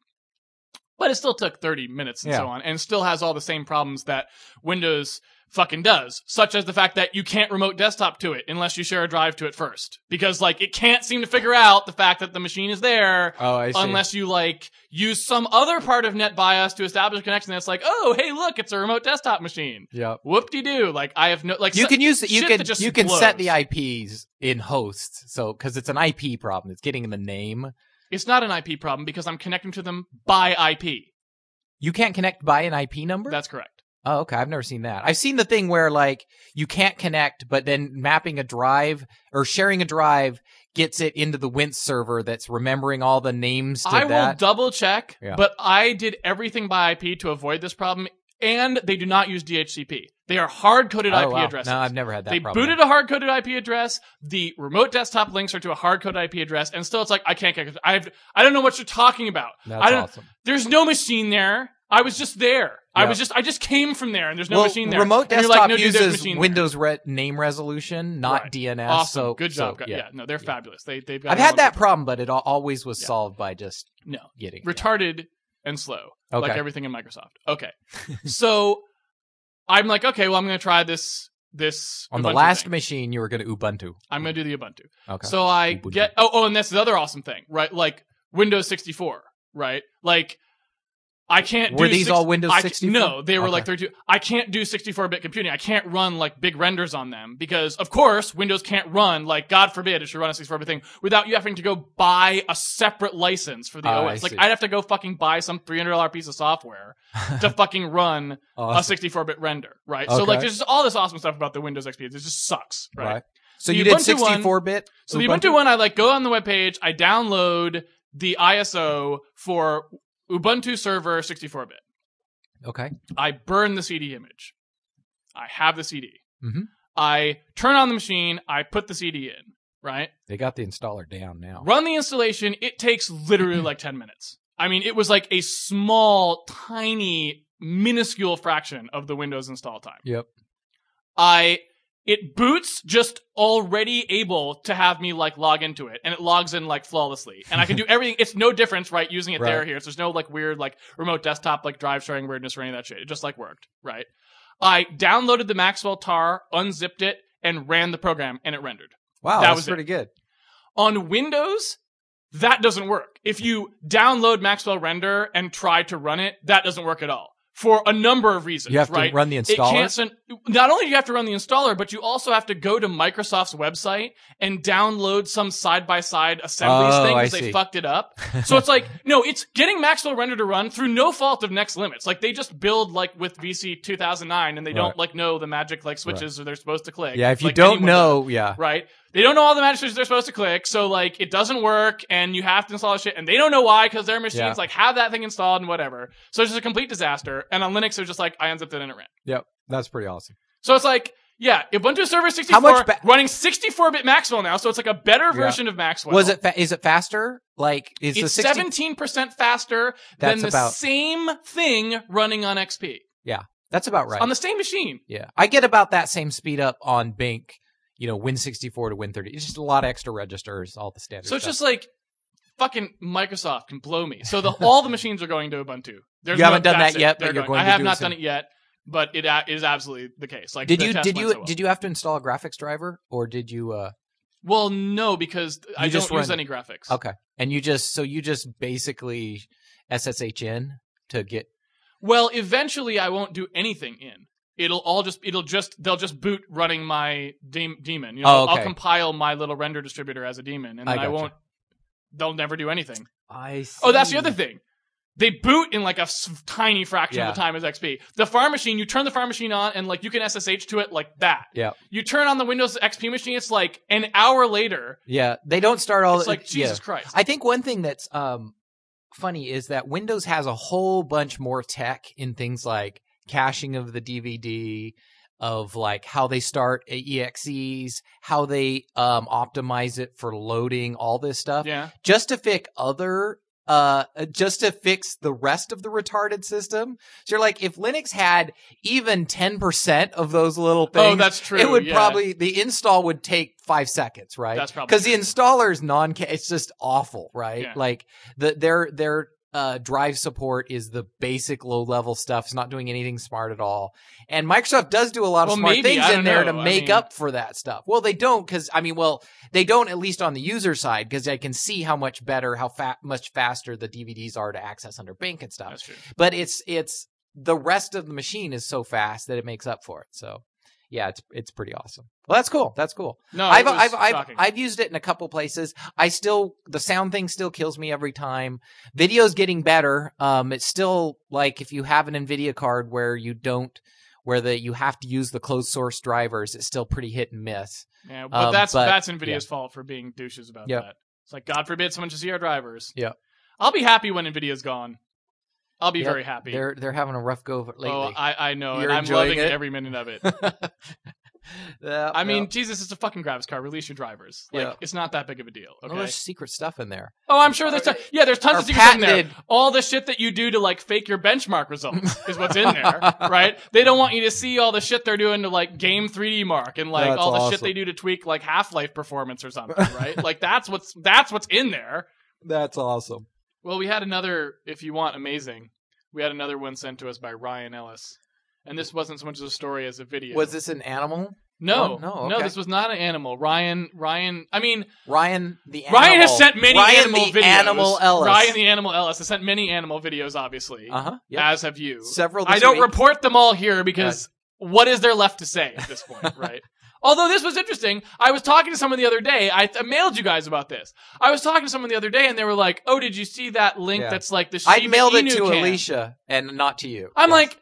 Speaker 2: But it still took 30 minutes and
Speaker 1: Yeah.
Speaker 2: so on, and still has all the same problems that Windows fucking does, such as the fact that you can't remote desktop to it unless you share a drive to it first. Because, like, it can't seem to figure out the fact that the machine is there
Speaker 1: Oh, I see.
Speaker 2: unless you, like, use some other part of NetBIOS to establish a connection that's like, oh, hey, look, it's a remote desktop machine.
Speaker 1: yep.
Speaker 2: Whoop de doo. Like, I have no, like,
Speaker 1: you
Speaker 2: so-
Speaker 1: can use you
Speaker 2: shit
Speaker 1: can
Speaker 2: that just
Speaker 1: you can set the
Speaker 2: blows.
Speaker 1: IPs in host, so because it's an IP problem, it's getting in the name.
Speaker 2: it's not an IP problem because I'm connecting to them by IP.
Speaker 1: You can't connect by an IP number.
Speaker 2: That's correct.
Speaker 1: oh, okay. I've never seen that. I've seen the thing where like you can't connect, but then mapping a drive or sharing a drive gets it into the Wint server that's remembering all the names to
Speaker 2: I will
Speaker 1: that.
Speaker 2: double check,
Speaker 1: Yeah.
Speaker 2: but I did everything by IP to avoid this problem, and they do not use DHCP. They are hard coded
Speaker 1: oh,
Speaker 2: IP
Speaker 1: wow.
Speaker 2: addresses.
Speaker 1: No, I've never had that.
Speaker 2: they
Speaker 1: problem.
Speaker 2: booted a hard coded IP address. The remote desktop links are to a hard coded IP address, and still it's like I can't get. I've I don't know what you're talking about.
Speaker 1: That's
Speaker 2: I don't.
Speaker 1: awesome.
Speaker 2: There's no machine there. I was just there. I
Speaker 1: Yeah.
Speaker 2: was just I just came from there, and there's no
Speaker 1: well,
Speaker 2: machine there.
Speaker 1: Remote
Speaker 2: And you're
Speaker 1: desktop
Speaker 2: like, no, dude, there's a
Speaker 1: uses
Speaker 2: machine there.
Speaker 1: Windows re- name resolution, not
Speaker 2: Right.
Speaker 1: DNS.
Speaker 2: Awesome.
Speaker 1: So
Speaker 2: Good
Speaker 1: so,
Speaker 2: job. guy. yeah. no, they're
Speaker 1: Yeah.
Speaker 2: fabulous. They they've got.
Speaker 1: I've
Speaker 2: it
Speaker 1: had
Speaker 2: all under
Speaker 1: that problem, but it al- always was
Speaker 2: Yeah.
Speaker 1: solved by just
Speaker 2: No.
Speaker 1: getting it.
Speaker 2: retarded and slow.
Speaker 1: Okay.
Speaker 2: like everything in Microsoft. Okay. so I'm like, okay, well, I'm going to try this. This
Speaker 1: on the
Speaker 2: Ubuntu
Speaker 1: last
Speaker 2: thing.
Speaker 1: machine you were going to Ubuntu.
Speaker 2: I'm going to do the Ubuntu.
Speaker 1: Okay.
Speaker 2: So I
Speaker 1: Ubuntu.
Speaker 2: get. Oh, oh, and that's the other awesome thing, right? Like Windows 64, right? Like I can't.
Speaker 1: were
Speaker 2: do
Speaker 1: these
Speaker 2: six-
Speaker 1: all Windows
Speaker 2: I ca-
Speaker 1: 64?
Speaker 2: No, they were
Speaker 1: Okay.
Speaker 2: like 32. I can't do 64-bit computing. I can't run like big renders on them because, of course, Windows can't run like God forbid it should run a 64-bit thing without you having to go buy a separate license for the
Speaker 1: Oh, I
Speaker 2: OS. Like
Speaker 1: see.
Speaker 2: I'd have to go fucking buy some $300 piece
Speaker 1: [LAUGHS]
Speaker 2: of software to fucking run
Speaker 1: Awesome.
Speaker 2: a 64-bit render, right? So
Speaker 1: Okay.
Speaker 2: like there's just all this awesome stuff about the Windows XP. It just sucks, right?
Speaker 1: Right. So
Speaker 2: The
Speaker 1: you did
Speaker 2: Ubuntu one-
Speaker 1: 64 bit.
Speaker 2: So the Ubuntu one, I like go on the webpage, I download the ISO for Ubuntu Server 64 bit.
Speaker 1: Okay.
Speaker 2: I burn the CD image. I have the CD.
Speaker 1: Mhm.
Speaker 2: I turn on the machine. I put the CD in. Right.
Speaker 1: They got the installer down now.
Speaker 2: Run the installation. It takes literally like 10 minutes. I mean, it was like a small, tiny, minuscule fraction of the Windows install time.
Speaker 1: Yep.
Speaker 2: I it boots just already able to have me like log into it and it logs in like flawlessly and i
Speaker 1: [LAUGHS]
Speaker 2: can do everything it's no difference right using it there or
Speaker 1: Right.
Speaker 2: here so there's no like weird like remote desktop like drive sharing weirdness or any of that shit it just like worked right i downloaded the maxwell tar unzipped it and ran the program and it rendered
Speaker 1: Wow,
Speaker 2: That
Speaker 1: that's
Speaker 2: was it.
Speaker 1: pretty good.
Speaker 2: on windows that doesn't work if you download maxwell render and try to run it that doesn't work at all for a number of reasons
Speaker 1: You have
Speaker 2: right
Speaker 1: to run the
Speaker 2: it
Speaker 1: installer.
Speaker 2: can't send, not only do you have to run the installer, but you also have to go to Microsoft's website and download some side by side assemblies
Speaker 1: Oh,
Speaker 2: thing
Speaker 1: I
Speaker 2: because they
Speaker 1: see.
Speaker 2: fucked it
Speaker 1: [LAUGHS]
Speaker 2: up. So it's like, no, it's getting Maxwell Render to run through no fault of Next Limits. Like they just build like with VC 2009 and they don't
Speaker 1: Right.
Speaker 2: like know the magic like switches or they're supposed to click.
Speaker 1: yeah, if you
Speaker 2: Like,
Speaker 1: don't
Speaker 2: anyone
Speaker 1: know, yeah.
Speaker 2: does, right? They don't know all the registers they're supposed to click, so like it doesn't work, and you have to install shit, and they don't know why because their machines
Speaker 1: Yeah.
Speaker 2: like have that thing installed and whatever. So it's just a complete disaster. And on Linux, they're just like, I unzipped it and it ran.
Speaker 3: Yep, that's pretty awesome.
Speaker 2: So it's like, yeah, Ubuntu Server 64
Speaker 1: much ba-
Speaker 2: running 64-bit Maxwell now, so it's like a better
Speaker 3: Yeah.
Speaker 2: version of Maxwell.
Speaker 1: Was it? Fa- is it faster? Like is the
Speaker 2: It's
Speaker 1: 60
Speaker 2: seventeen percent faster than
Speaker 1: That's
Speaker 2: the
Speaker 1: about-
Speaker 2: same thing running on XP
Speaker 1: That's about right.
Speaker 2: on the same machine.
Speaker 1: yeah, I get about that same speed up on Bink. You know, Win sixty four to Win thirty. It's just a lot of extra registers, all the standard.
Speaker 2: So it's
Speaker 1: stuff.
Speaker 2: just like fucking Microsoft can blow me. So the, all the machines are going to Ubuntu. There's
Speaker 1: You haven't done
Speaker 2: that's
Speaker 1: that yet,
Speaker 2: They're
Speaker 1: but you're going
Speaker 2: I
Speaker 1: to
Speaker 2: have
Speaker 1: do it
Speaker 2: not done
Speaker 1: soon.
Speaker 2: it yet, but it a- is absolutely the case. Like
Speaker 1: did
Speaker 2: the
Speaker 1: you
Speaker 2: test
Speaker 1: did
Speaker 2: went
Speaker 1: you
Speaker 2: so well.
Speaker 1: did you have to install a graphics driver or did you? uh
Speaker 2: Well, no, because I
Speaker 1: just
Speaker 2: don't use
Speaker 1: run-
Speaker 2: any graphics.
Speaker 1: Okay, and you just so you just basically SSH in to get
Speaker 2: Well, eventually I won't do anything in. It'll all just it'll just they'll just boot running my de- daemon. You know,
Speaker 1: Oh, okay.
Speaker 2: I'll compile my little render distributor as a daemon, and
Speaker 1: I
Speaker 2: then I,
Speaker 1: gotcha.
Speaker 2: won't. They'll never do anything.
Speaker 1: I see.
Speaker 2: Oh, that's the other thing. They boot in like a s- tiny fraction
Speaker 1: Yeah.
Speaker 2: of the time as XP. The farm machine, you turn the farm machine on and like you can SSH to it like that.
Speaker 1: Yeah.
Speaker 2: You turn on the Windows XP machine, it's like an hour later.
Speaker 1: Yeah, they don't start all.
Speaker 2: It's like
Speaker 1: yeah.
Speaker 2: Jesus Christ.
Speaker 1: I think one thing that's um, funny is that Windows has a whole bunch more tech in things like caching of the DVD, of like how they start EXEs, how they um, optimize it for loading, all this stuff,
Speaker 2: yeah.
Speaker 1: just to fix other. Uh, just to fix the rest of the retarded system. So you're like, if Linux had even 10% of those little things,
Speaker 2: Oh, that's true.
Speaker 1: it would
Speaker 2: yeah.
Speaker 1: probably the install would take five seconds, right?
Speaker 2: That's probably
Speaker 1: because the
Speaker 2: true.
Speaker 1: installer's non. It's just awful, right?
Speaker 2: Yeah.
Speaker 1: Like the their their uh, drive support is the basic low level stuff. It's not doing anything smart at all. And Microsoft does do a lot of
Speaker 2: Well,
Speaker 1: smart
Speaker 2: maybe,
Speaker 1: things
Speaker 2: I
Speaker 1: in
Speaker 2: don't
Speaker 1: there
Speaker 2: know.
Speaker 1: to
Speaker 2: I
Speaker 1: make
Speaker 2: mean-
Speaker 1: up for that stuff. Well, they don't because I mean, well, they don't at least on the user side because I can see how much better, how fa- much faster the DVDs are to access under Bink and stuff
Speaker 2: That's true.
Speaker 1: but it's it's the rest of the machine is so fast that it makes up for it. So yeah, it's it's pretty awesome. Well, that's cool. That's cool.
Speaker 2: No,
Speaker 1: I've
Speaker 2: Oh, it was
Speaker 1: I've I've,
Speaker 2: shocking.
Speaker 1: I've used it in a couple places. I still the sound thing still kills me every time. Video's getting better. Um, it's still like if you have an Nvidia card where you don't where the you have to use the closed source drivers, it's still pretty hit and miss.
Speaker 2: yeah, but
Speaker 1: um,
Speaker 2: that's
Speaker 1: but-
Speaker 2: that's Nvidia's fault for being douches about
Speaker 1: Yep.
Speaker 2: that. It's like God forbid someone should see our drivers.
Speaker 1: Yep.
Speaker 2: I'll be happy when Nvidia's gone. I'll be
Speaker 1: Yep,
Speaker 2: very happy.
Speaker 1: They're they're having a rough go of it lately.
Speaker 2: Oh, I, I know,
Speaker 1: You're
Speaker 2: and I'm
Speaker 1: enjoying
Speaker 2: loving
Speaker 1: it?
Speaker 2: every minute of it.
Speaker 1: Yeah,
Speaker 2: I mean,
Speaker 1: yeah.
Speaker 2: Jesus, it's a fucking graphics card. Release your drivers. Like,
Speaker 1: Yeah.
Speaker 2: it's not that big of a deal.
Speaker 1: Well,
Speaker 2: Okay.
Speaker 1: there's secret stuff in there.
Speaker 2: Oh, I'm sure there's
Speaker 1: Are-
Speaker 2: ton- yeah, there's tons
Speaker 1: Or
Speaker 2: of secret stuff in there.
Speaker 1: patented-
Speaker 2: All the shit that you do to like fake your
Speaker 1: [LAUGHS]
Speaker 2: benchmark results is what's in there, right? They don't want you to see all the shit they're doing to like game 3D mark and like
Speaker 3: That's
Speaker 2: all the shit
Speaker 3: awesome.
Speaker 2: they do to tweak like Half Life performance or something, right? like that's what's that's what's in there.
Speaker 3: That's awesome.
Speaker 2: Well, we had another, if you want, amazing. We had another one sent to us by Ryan Ellis, and this wasn't so much as a story as a video.
Speaker 1: Was this an animal?
Speaker 2: No,
Speaker 1: Oh, no,
Speaker 2: no,
Speaker 1: okay.
Speaker 2: this was not an animal. Ryan, Ryan. I mean,
Speaker 1: Ryan the animal.
Speaker 2: Ryan has sent many
Speaker 1: Ryan
Speaker 2: animal
Speaker 1: the
Speaker 2: videos.
Speaker 1: Animal Ellis.
Speaker 2: Ryan the animal Ellis has sent many animal videos, obviously,
Speaker 1: uh huh.
Speaker 2: as have you.
Speaker 1: Several.
Speaker 2: I
Speaker 1: this
Speaker 2: don't
Speaker 1: week.
Speaker 2: report them all here because what is there left to say at this
Speaker 1: [LAUGHS]
Speaker 2: point, right? Although this was interesting, I was talking to someone the other day. I, I mailed you guys about this. I was talking to someone the other day, and they were like, "Oh, did you see that link?
Speaker 3: Yeah.
Speaker 2: That's like the
Speaker 1: I
Speaker 2: Shiba
Speaker 1: mailed it
Speaker 2: Inu
Speaker 1: to
Speaker 2: can?"
Speaker 1: Alicia and not to you.
Speaker 2: I'm
Speaker 1: Yes.
Speaker 2: like,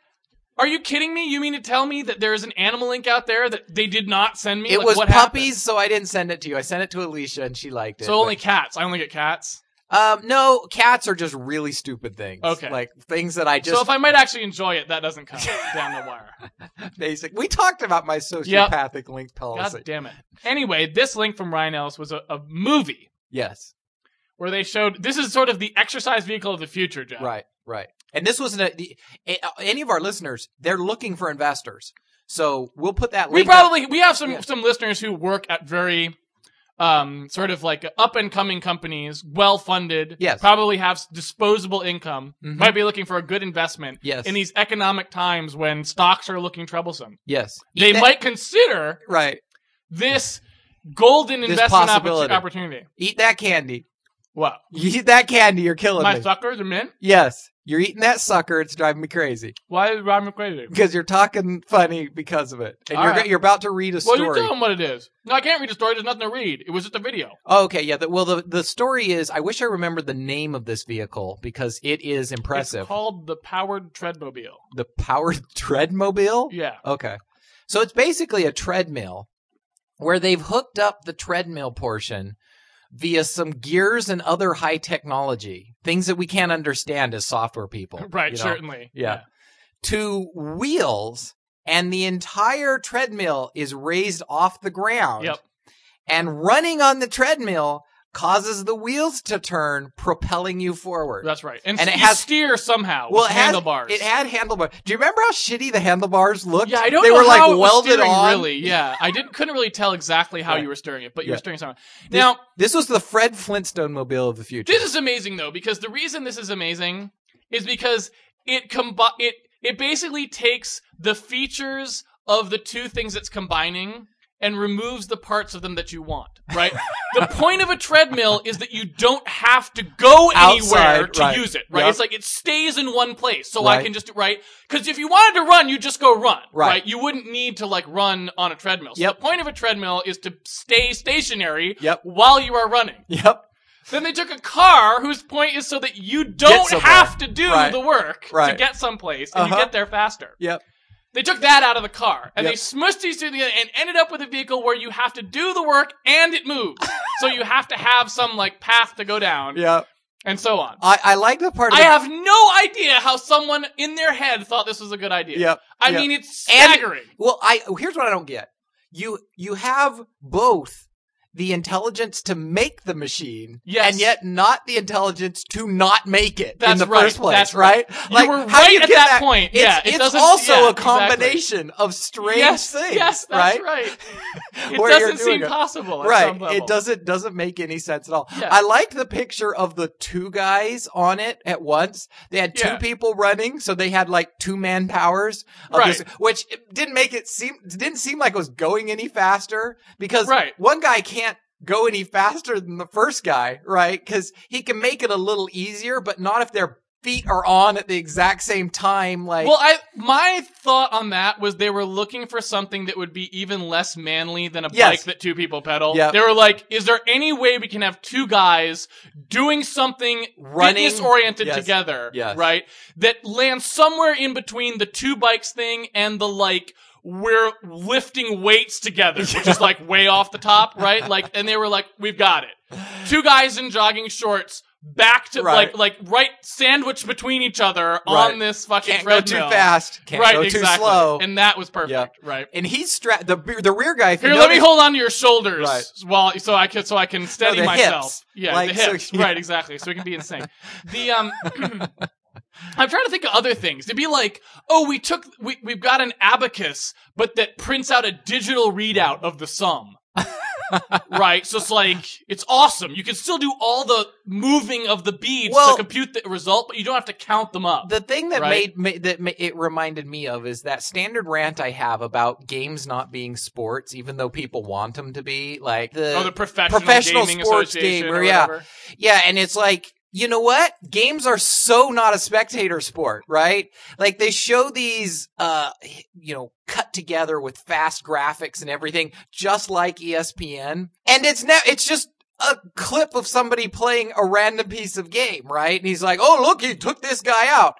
Speaker 2: "Are you kidding me? You mean to tell me that there is an animal link out there that they did not send me?
Speaker 1: it
Speaker 2: Like,
Speaker 1: was
Speaker 2: what
Speaker 1: puppies,
Speaker 2: happened?
Speaker 1: so I didn't send it to you. I sent it to Alicia and she liked it.
Speaker 2: So only cats. I only get cats.
Speaker 1: but- um, no, cats are just really stupid things.
Speaker 2: Okay.
Speaker 1: like things that I just
Speaker 2: so if I might actually enjoy it, that
Speaker 1: [LAUGHS]
Speaker 2: doesn't come down the wire.
Speaker 1: basic. We talked about my sociopathic link policy.
Speaker 2: God damn it. Anyway, this link from Ryan Ellis was a, a movie
Speaker 1: Yes,
Speaker 2: where they showed this is sort of the exercise vehicle of the future, Jeff.
Speaker 1: right, right. And this wasn't a, the, a- any of our listeners. They're looking for investors, so we'll put that.
Speaker 2: We
Speaker 1: link up.
Speaker 2: probably we have some
Speaker 1: Yeah.
Speaker 2: some listeners who work at very um sort of like up and coming companies, well funded,
Speaker 1: Yes.
Speaker 2: probably have s- disposable income,
Speaker 1: Mhm.
Speaker 2: might be looking for a good investment
Speaker 1: yes,
Speaker 2: in these economic times when stocks are looking troublesome.
Speaker 1: yes,
Speaker 2: They
Speaker 1: That-
Speaker 2: might consider
Speaker 1: right.
Speaker 2: this golden
Speaker 1: This
Speaker 2: investment oppor-
Speaker 1: possibility.
Speaker 2: opportunity.
Speaker 1: Eat that candy.
Speaker 2: Wow.
Speaker 1: You eat that candy, you're killing
Speaker 2: My
Speaker 1: me.
Speaker 2: suckers are mint.
Speaker 1: yes, you're eating that sucker. It's driving me crazy
Speaker 2: Why is Ryan crazy?
Speaker 1: because you're talking funny because of it, and
Speaker 2: All
Speaker 1: you're
Speaker 2: right.
Speaker 1: you're about to read a
Speaker 2: Well,
Speaker 1: story.
Speaker 2: you tell him what it is. No, I can't read a story. There's nothing to read. It was just a video.
Speaker 1: oh, okay, yeah. The, well, the the story is. I wish I remembered the name of this vehicle because it is impressive.
Speaker 2: It's called the powered treadmobile.
Speaker 1: the powered [LAUGHS] treadmobile.
Speaker 2: Yeah.
Speaker 1: Okay, so it's basically a treadmill where they've hooked up the treadmill portion via some gears and other high technology, things that we can't understand as software people. Oh,
Speaker 2: Right,
Speaker 1: you know?
Speaker 2: certainly.
Speaker 1: Yeah. To wheels, and the entire treadmill is raised off the ground.
Speaker 2: Yep.
Speaker 1: And running on the treadmill causes the wheels to turn, propelling you forward.
Speaker 2: That's right. And,
Speaker 1: And
Speaker 2: s-
Speaker 1: it
Speaker 2: you
Speaker 1: has-
Speaker 2: steer somehow
Speaker 1: well,
Speaker 2: with
Speaker 1: it had-
Speaker 2: handlebars.
Speaker 1: it had handlebars. Do you remember how shitty the handlebars looked?
Speaker 2: yeah, I don't
Speaker 1: they
Speaker 2: know
Speaker 1: were like
Speaker 2: how it was
Speaker 1: welded
Speaker 2: steering,
Speaker 1: on.
Speaker 2: really. Yeah, I didn't couldn't really tell exactly how
Speaker 3: Right.
Speaker 2: you were steering it, but you were
Speaker 3: Yeah.
Speaker 2: steering somehow.
Speaker 1: This-
Speaker 2: Now,
Speaker 1: This was the Fred Flintstone mobile of the future.
Speaker 2: This is amazing though, because the reason this is amazing is because it combi- it it basically takes the features of the two things it's combining and removes the parts of them that you want.
Speaker 1: [LAUGHS]
Speaker 2: Right? the point of a treadmill is that you don't have to go anywhere
Speaker 1: Outside,
Speaker 2: to
Speaker 1: right.
Speaker 2: use it. Right?
Speaker 1: Yep.
Speaker 2: It's like it stays in one place, so I
Speaker 1: Right.
Speaker 2: can just right. Because if you wanted to run, you just go run. Right.
Speaker 1: Right.
Speaker 2: You wouldn't need to like run on a treadmill. So
Speaker 1: Yep.
Speaker 2: the point of a treadmill is to stay stationary
Speaker 1: Yep.
Speaker 2: while you are running.
Speaker 1: Yep.
Speaker 2: Then they took a car whose point is so that you don't
Speaker 1: somewhere.
Speaker 2: have to do
Speaker 1: Right.
Speaker 2: the work to
Speaker 1: Right.
Speaker 2: get someplace and you
Speaker 1: Uh-huh.
Speaker 2: get there faster.
Speaker 1: Yep.
Speaker 2: They took that out of the car and
Speaker 1: Yep.
Speaker 2: they smushed these two together and ended up with a vehicle where you have to do the work and
Speaker 1: [LAUGHS]
Speaker 2: it moves. so you have to have some like path to go down
Speaker 1: Yep.
Speaker 2: and so on.
Speaker 1: I, I like the part. Of
Speaker 2: I
Speaker 1: the-
Speaker 2: have no idea how someone in their head thought this was a good idea.
Speaker 1: Yep.
Speaker 2: I
Speaker 1: Yep.
Speaker 2: mean, it's
Speaker 1: And-
Speaker 2: staggering.
Speaker 1: Well, I here's what I don't get. You you have both the intelligence to make the machine,
Speaker 2: Yes.
Speaker 1: and yet not the intelligence to not make it
Speaker 2: That's
Speaker 1: in the
Speaker 2: right.
Speaker 1: first place.
Speaker 2: That's right.
Speaker 1: right.
Speaker 2: You
Speaker 1: Like
Speaker 2: were
Speaker 1: how do
Speaker 2: right
Speaker 1: you
Speaker 2: at
Speaker 1: get
Speaker 2: that point.
Speaker 1: It's,
Speaker 2: Yeah, it
Speaker 1: it's
Speaker 2: doesn't-
Speaker 1: also
Speaker 2: yeah,
Speaker 1: a
Speaker 2: exactly.
Speaker 1: combination of strange
Speaker 2: yes,
Speaker 1: things.
Speaker 2: yes, that's
Speaker 1: right. [LAUGHS]
Speaker 2: right. It
Speaker 1: Where you're
Speaker 2: doesn't
Speaker 1: doing
Speaker 2: seem
Speaker 1: it.
Speaker 2: possible. at
Speaker 1: Right.
Speaker 2: some level.
Speaker 1: It doesn't doesn't make any sense at all.
Speaker 2: Yeah.
Speaker 1: I liked the picture of the two guys on it at once. They had two
Speaker 2: Yeah.
Speaker 1: people running, so they had like two man powers of
Speaker 2: Right.
Speaker 1: this, which didn't make it seem didn't seem like it was going any faster because
Speaker 2: Right.
Speaker 1: one guy can't go any faster than the first guy, right? Cuz he can make it a little easier, but not if their feet are on at the exact same time like
Speaker 2: well, I my thought on that was they were looking for something that would be even less manly than a
Speaker 1: Yes.
Speaker 2: bike that two people pedal.
Speaker 1: Yep.
Speaker 2: They were like, is there any way we can have two guys doing something
Speaker 1: Running.
Speaker 2: fitness oriented
Speaker 1: Yes.
Speaker 2: together?
Speaker 1: Yes.
Speaker 2: Right? That lands somewhere in between the two bikes thing and the like we're lifting weights together, which is like way off the top, right? Like and they were like, We've got it. Two guys in jogging shorts back to
Speaker 1: Right.
Speaker 2: like like right sandwiched between each other
Speaker 1: Right.
Speaker 2: on this fucking
Speaker 1: can't go too
Speaker 2: treadmill
Speaker 1: fast, can't
Speaker 2: right,
Speaker 1: go too
Speaker 2: exactly.
Speaker 1: slow. And,
Speaker 2: And that was perfect.
Speaker 1: Yep.
Speaker 2: Right.
Speaker 1: he's strapped the the rear guy if you
Speaker 2: Here, let me
Speaker 1: notice-
Speaker 2: hold on to your shoulders
Speaker 1: Right.
Speaker 2: while so I can so I can steady
Speaker 1: the
Speaker 2: myself.
Speaker 1: hips.
Speaker 2: Yeah,
Speaker 1: Like,
Speaker 2: the
Speaker 1: so-
Speaker 2: hips. Right, exactly. So we can be in sync. The um [CLEARS THROAT] I'm trying to think of other things. To be like, oh, we took we we've got an abacus, but that prints out a digital readout of
Speaker 1: [LAUGHS]
Speaker 2: the sum. right, so it's like it's awesome. You can still do all the moving of the beads
Speaker 1: Well-
Speaker 2: to compute the result, but you don't have to count them up.
Speaker 1: The thing that
Speaker 2: Right?
Speaker 1: made made that ma- it reminded me of is that standard rant I have about games not being sports, even though people want them to be. Like the,
Speaker 2: oh, the professional,
Speaker 1: professional
Speaker 2: gaming
Speaker 1: sports
Speaker 2: association
Speaker 1: game,
Speaker 2: or
Speaker 1: or yeah.
Speaker 2: whatever.
Speaker 1: yeah, and it's like you know what? Games are so not a spectator sport, right? Like they show these, uh, you know, cut together with fast graphics and everything, just like E ESPN, and it's now it's just. A clip of somebody playing a random piece of game, right? And he's like, "Oh, look, he took this guy out."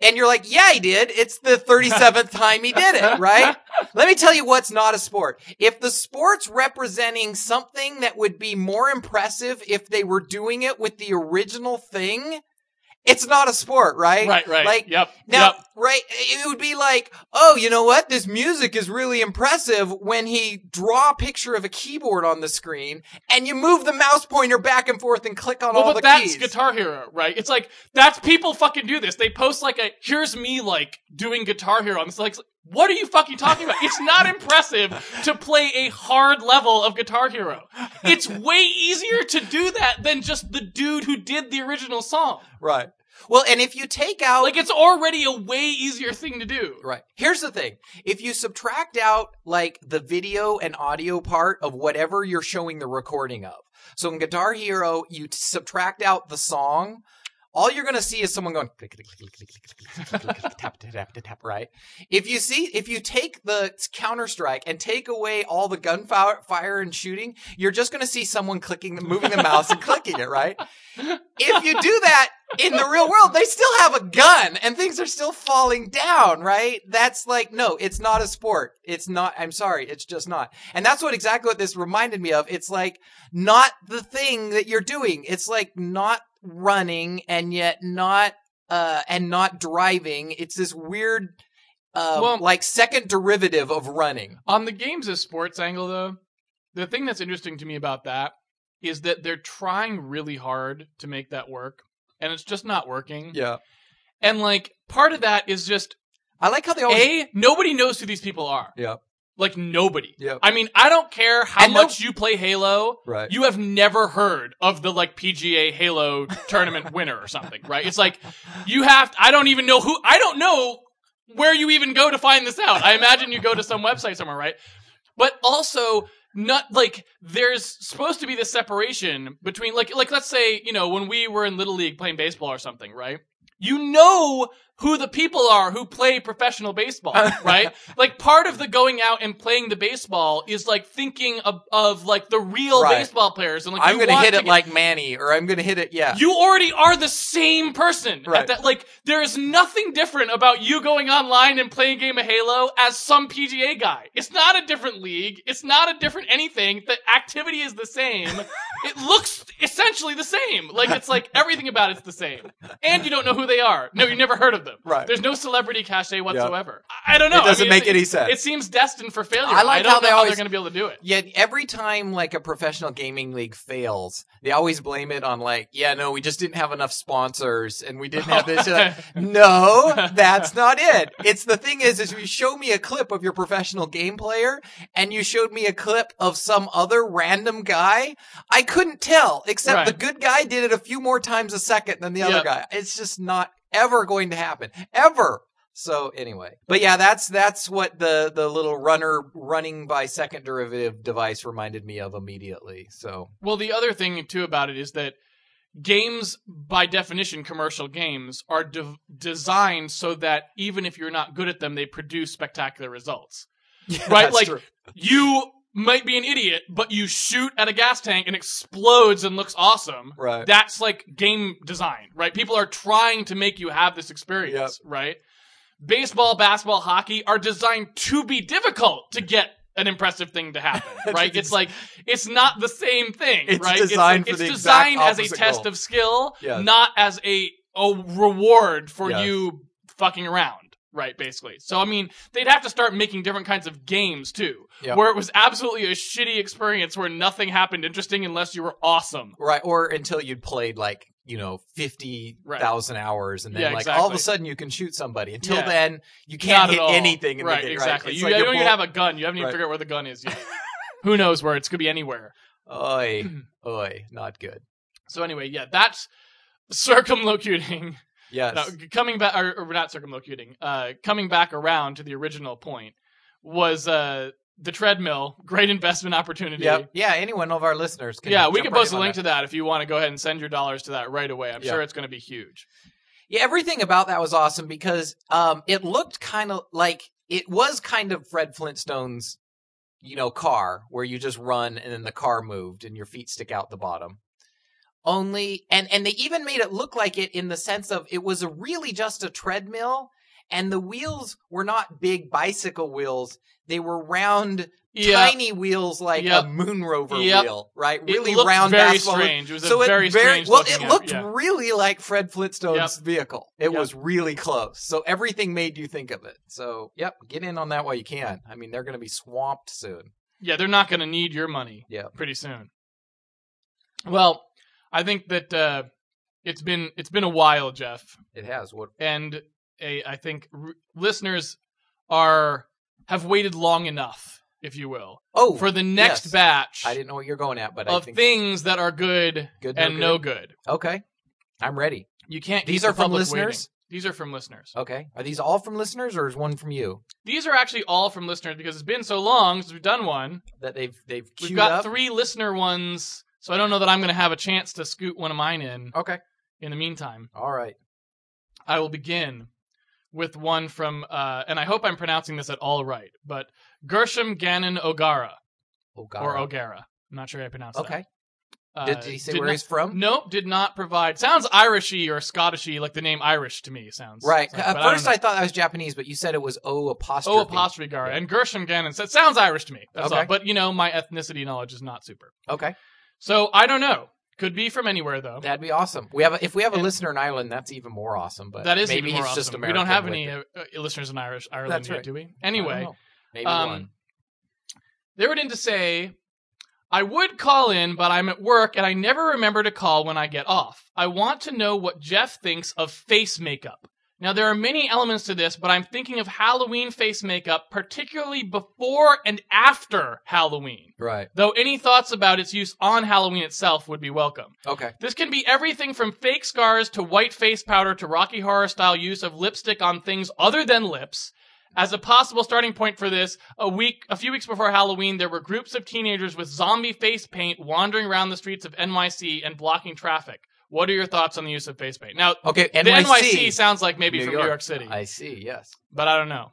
Speaker 1: And you're like, yeah, he did. It's the 37th time he did it, right? Let me tell you what's not a sport. If the sport's representing something that would be more impressive if they were doing it with the original thing, it's not a sport, right?
Speaker 2: Right, right.
Speaker 1: Like,
Speaker 2: yep.
Speaker 1: now,
Speaker 2: yep.
Speaker 1: right, it would be like, oh, you know what? This music is really impressive when he draw a picture of a keyboard on the screen and you move the mouse pointer back and forth and click on
Speaker 2: Well,
Speaker 1: all
Speaker 2: but
Speaker 1: the
Speaker 2: that's
Speaker 1: keys.
Speaker 2: Guitar Hero, right? It's like that's people fucking do this. They post like a here's me like doing Guitar Hero, and it's like, what are you fucking talking about? It's
Speaker 1: [LAUGHS]
Speaker 2: not impressive to play a hard level of Guitar Hero. It's way easier to do that than just the dude who did the original song.
Speaker 1: right. Well, and if you take out
Speaker 2: Like it's already a way easier thing to do.
Speaker 1: Right. Here's the thing. If you subtract out like the video and audio part of whatever you're showing the recording of. So in Guitar Hero, you t- subtract out the song. all you're going to see is someone going click, click, click, click, click, click, click, click, click, tap, tap, tap, tap, tap, right? If you see, if you take the Counter Strike and take away all the gunfire fire and shooting, you're just going to see someone clicking, moving the mouse and clicking it, right? If you do that in the real world, they still have a gun and things are still falling down, right? That's like, no, it's not a sport. It's not, I'm sorry, it's just not. And that's what exactly what this reminded me of. It's like not the thing that you're doing. It's like not running and yet not, uh, and not driving. It's this weird, uh,
Speaker 2: Well-
Speaker 1: like second derivative of running.
Speaker 2: On the games as sports angle, though, the thing that's interesting to me about that is that they're trying really hard to make that work, and it's just not working.
Speaker 3: Yeah.
Speaker 2: And like part of that is just
Speaker 1: I like how they always,
Speaker 2: a nobody knows who these people are.
Speaker 3: Yeah.
Speaker 2: Like nobody.
Speaker 3: Yeah.
Speaker 2: I mean, I don't care how
Speaker 1: And no-
Speaker 2: much you play Halo.
Speaker 3: Right.
Speaker 2: You have never heard of the like PGA Halo tournament winner or something, right? It's like you have. I don't even know who. I don't know where you even go to find this out. I imagine you go to some website somewhere, right? But also, not like there's supposed to be this separation between like like let's say you know when we were in little league playing baseball or something, right? You know who the people are who play
Speaker 1: [LAUGHS]
Speaker 2: professional baseball, right? like part of the going out and playing the baseball is like thinking of, of like the real
Speaker 1: Right.
Speaker 2: baseball players and like
Speaker 1: I'm
Speaker 2: you
Speaker 1: going to
Speaker 2: want
Speaker 1: hit
Speaker 2: to
Speaker 1: it
Speaker 2: get-
Speaker 1: like Manny or I'm going to hit it. Yeah.
Speaker 2: you already are the same person. At
Speaker 1: Right.
Speaker 2: that, like, there is nothing different about you going online and playing a game of Halo as some PGA guy. It's not a different league. It's not a different anything. The activity is the same.
Speaker 1: [LAUGHS]
Speaker 2: it looks essentially the same. Like, it's like everything about it's the same. And you don't know who they are. No, you never heard of them.
Speaker 3: Right.
Speaker 2: There's no celebrity cachet whatsoever. I I don't know.
Speaker 3: It doesn't
Speaker 2: I mean,
Speaker 3: make any sense.
Speaker 2: It seems destined for failure.
Speaker 1: I like
Speaker 2: don't
Speaker 1: how
Speaker 2: know
Speaker 1: they
Speaker 2: how
Speaker 1: always-
Speaker 2: they're going to be able to do it.
Speaker 1: Yet every time like a professional gaming league fails, they always blame it on like, yeah, no, we just didn't have enough sponsors and we didn't have this. You're like, no, that's not it. It's the thing is, is you show me a clip of your professional game player and you showed me a clip of some other random guy. I couldn't tell, except
Speaker 2: Right.
Speaker 1: the good guy did it a few more times a second than the other
Speaker 2: Yep.
Speaker 1: guy. It's just not ever going to happen. Ever. So anyway, but yeah, that's that's what the the little runner running by second derivative device reminded me of immediately. So [LAUGHS]
Speaker 2: Well, the other thing too about it is that games, by definition, commercial games are de- designed so that even if you're not good at them, they produce
Speaker 1: [LAUGHS]
Speaker 2: spectacular results. Right?
Speaker 1: that's
Speaker 2: like
Speaker 1: true.
Speaker 2: you might be an idiot, but you shoot at a gas tank and explodes and looks awesome.
Speaker 3: Right.
Speaker 2: That's like game design, right? People are trying to make you have this experience, right? Baseball, basketball, hockey are designed to be difficult to get an impressive thing
Speaker 3: [LAUGHS]
Speaker 2: to happen, right? it's like it's not the same thing,
Speaker 3: It's
Speaker 2: right?
Speaker 3: designed for
Speaker 2: it's like,
Speaker 3: the
Speaker 2: it's
Speaker 3: exact
Speaker 2: designed as a
Speaker 3: opposite
Speaker 2: test
Speaker 3: goal.
Speaker 2: of skill,
Speaker 3: Yes.
Speaker 2: not as a a reward for
Speaker 3: Yes.
Speaker 2: you fucking around, right? Basically. So I mean, they'd have to start making different kinds of games too,
Speaker 1: Yep.
Speaker 2: where it was absolutely a shitty experience where nothing happened interesting unless you were awesome.
Speaker 1: right, or until you'd played like you know fifty thousand hours, and then
Speaker 2: Yeah,
Speaker 1: like
Speaker 2: exactly.
Speaker 1: all of a sudden you can shoot somebody. Until
Speaker 2: Yeah.
Speaker 1: then, you can't
Speaker 2: Not at
Speaker 1: hit
Speaker 2: all.
Speaker 1: anything in
Speaker 2: right,
Speaker 1: the game.
Speaker 2: Exactly.
Speaker 1: Right?
Speaker 2: You, you don't even have a gun. You haven't even
Speaker 3: Right.
Speaker 2: figured out where the gun is yet. [LAUGHS] Who knows where it's could be anywhere. [CLEARS THROAT]
Speaker 1: Oi, oi, not good.
Speaker 2: So anyway, yeah, that's circumlocuting.
Speaker 1: [LAUGHS] Yes.
Speaker 2: No, g- coming back or, or not circumlocuting. Uh, coming back around to the original point was uh the treadmill. Great investment opportunity.
Speaker 1: Yep. Yeah. Any one of our listeners can.
Speaker 2: Yeah, we
Speaker 1: jump
Speaker 2: can
Speaker 1: right
Speaker 2: post
Speaker 1: in
Speaker 2: a
Speaker 1: on
Speaker 2: link
Speaker 1: that.
Speaker 2: to that if you want to go ahead and send your dollars to that right away. I'm
Speaker 3: Yeah.
Speaker 2: sure it's going to be huge.
Speaker 1: Yeah, everything about that was awesome because um, it looked kind of like it was kind of Fred Flintstone's, you know, car where you just run and then the car moved and your feet stick out the bottom. Only and and they even made it look like it in the sense of it was really just a treadmill and the wheels were not big bicycle wheels; they were round,
Speaker 2: Yeah,
Speaker 1: tiny wheels like
Speaker 2: Yep.
Speaker 1: a moon rover
Speaker 2: Yep.
Speaker 1: wheel, right? Really
Speaker 2: it looked
Speaker 1: round
Speaker 2: very
Speaker 1: basketball wheels
Speaker 2: strange. It was a very, strange.
Speaker 1: well
Speaker 2: looking
Speaker 1: it
Speaker 2: app,
Speaker 1: looked
Speaker 2: yeah.
Speaker 1: really like fred flintstone's vehicle it
Speaker 2: Yep.
Speaker 1: was really close so everything made you think of it so yep get in on that while you can i mean they're going to be swamped soon
Speaker 2: Yeah, they're not going to need your money.
Speaker 1: Yeah.
Speaker 2: pretty soon. Well, I think that uh, it's been it's been a while, Jeff,
Speaker 1: it has what
Speaker 2: and a, I think r- listeners are have waited long enough, if you will,
Speaker 1: oh
Speaker 2: for the next
Speaker 1: yes.
Speaker 2: batch
Speaker 1: i didn't know what you're going at but i
Speaker 2: of
Speaker 1: think
Speaker 2: things that are good
Speaker 1: good
Speaker 2: and
Speaker 1: good.
Speaker 2: no good.
Speaker 1: okay i'm ready
Speaker 2: You can't.
Speaker 1: These
Speaker 2: keep the
Speaker 1: are from
Speaker 2: public
Speaker 1: listeners?
Speaker 2: waiting. These are from listeners.
Speaker 1: okay are these all from listeners or is one from you
Speaker 2: These are actually all from listeners because it's been so long since we've done one.
Speaker 1: that they've they've
Speaker 2: We've
Speaker 1: queued
Speaker 2: got
Speaker 1: up
Speaker 2: three listener ones, so I don't know that I'm going to have a chance to scoot one of mine in.
Speaker 1: okay
Speaker 2: In the meantime,
Speaker 1: All right.
Speaker 2: I will begin with one from, uh, and I hope I'm pronouncing this at all right, but Gershom Gannon O'Gara
Speaker 1: Oh God.
Speaker 2: or O'Gara. I'm not sure how I pronounced that.
Speaker 1: okay.
Speaker 2: Uh,
Speaker 1: Did, did he say
Speaker 2: did
Speaker 1: where
Speaker 2: not-
Speaker 1: he's from?
Speaker 2: Nope, did not provide. Sounds Irishy or Scottishy, like the name Irish to me sounds.
Speaker 1: Right.
Speaker 2: sounds-
Speaker 1: At
Speaker 2: but I don't
Speaker 1: first,
Speaker 2: know.
Speaker 1: I, thought I was Japanese, but you said it was O apostrophe.
Speaker 2: Oh, apostrophe Gara
Speaker 1: Yeah.
Speaker 2: and Gershom Gannon. That sounds Irish to me. That's
Speaker 1: Okay.
Speaker 2: all. But you know, my ethnicity knowledge is not super.
Speaker 1: Okay,
Speaker 2: So I don't know. Could be from anywhere though.
Speaker 1: that'd be awesome. We have a, if we have a
Speaker 2: And-
Speaker 1: listener in Ireland, that's even more awesome. But
Speaker 2: that is
Speaker 1: maybe
Speaker 2: even more
Speaker 1: he's
Speaker 2: awesome.
Speaker 1: just
Speaker 2: we
Speaker 1: American.
Speaker 2: don't have
Speaker 1: with
Speaker 2: any
Speaker 1: it.
Speaker 2: uh, uh, listeners in Irish Ireland
Speaker 1: That's
Speaker 2: yet,
Speaker 1: right.
Speaker 2: do we?
Speaker 1: I don't
Speaker 2: Anyway,
Speaker 1: know. maybe
Speaker 2: um,
Speaker 1: one.
Speaker 2: they wrote in to say, I would call in, but I'm at work and I never remember to call when I get off. I want to know what Jeff thinks of face makeup. Now, there are many elements to this, but I'm thinking of Halloween face makeup, particularly before and after Halloween.
Speaker 1: Right.
Speaker 2: Though any thoughts about its use on Halloween itself would be welcome.
Speaker 1: Okay.
Speaker 2: This can be everything from fake scars to white face powder to Rocky Horror style use of lipstick on things other than lips. As a possible starting point for this, a week, a few weeks before Halloween, there were groups of teenagers with zombie face paint wandering around the streets of NYC and blocking traffic. What are your thoughts on the use of face paint? Now,
Speaker 1: Okay. NYC.
Speaker 2: the NYC sounds like maybe
Speaker 1: New
Speaker 2: from
Speaker 1: York.
Speaker 2: New York City,
Speaker 1: I see. Yes.
Speaker 2: but I don't know.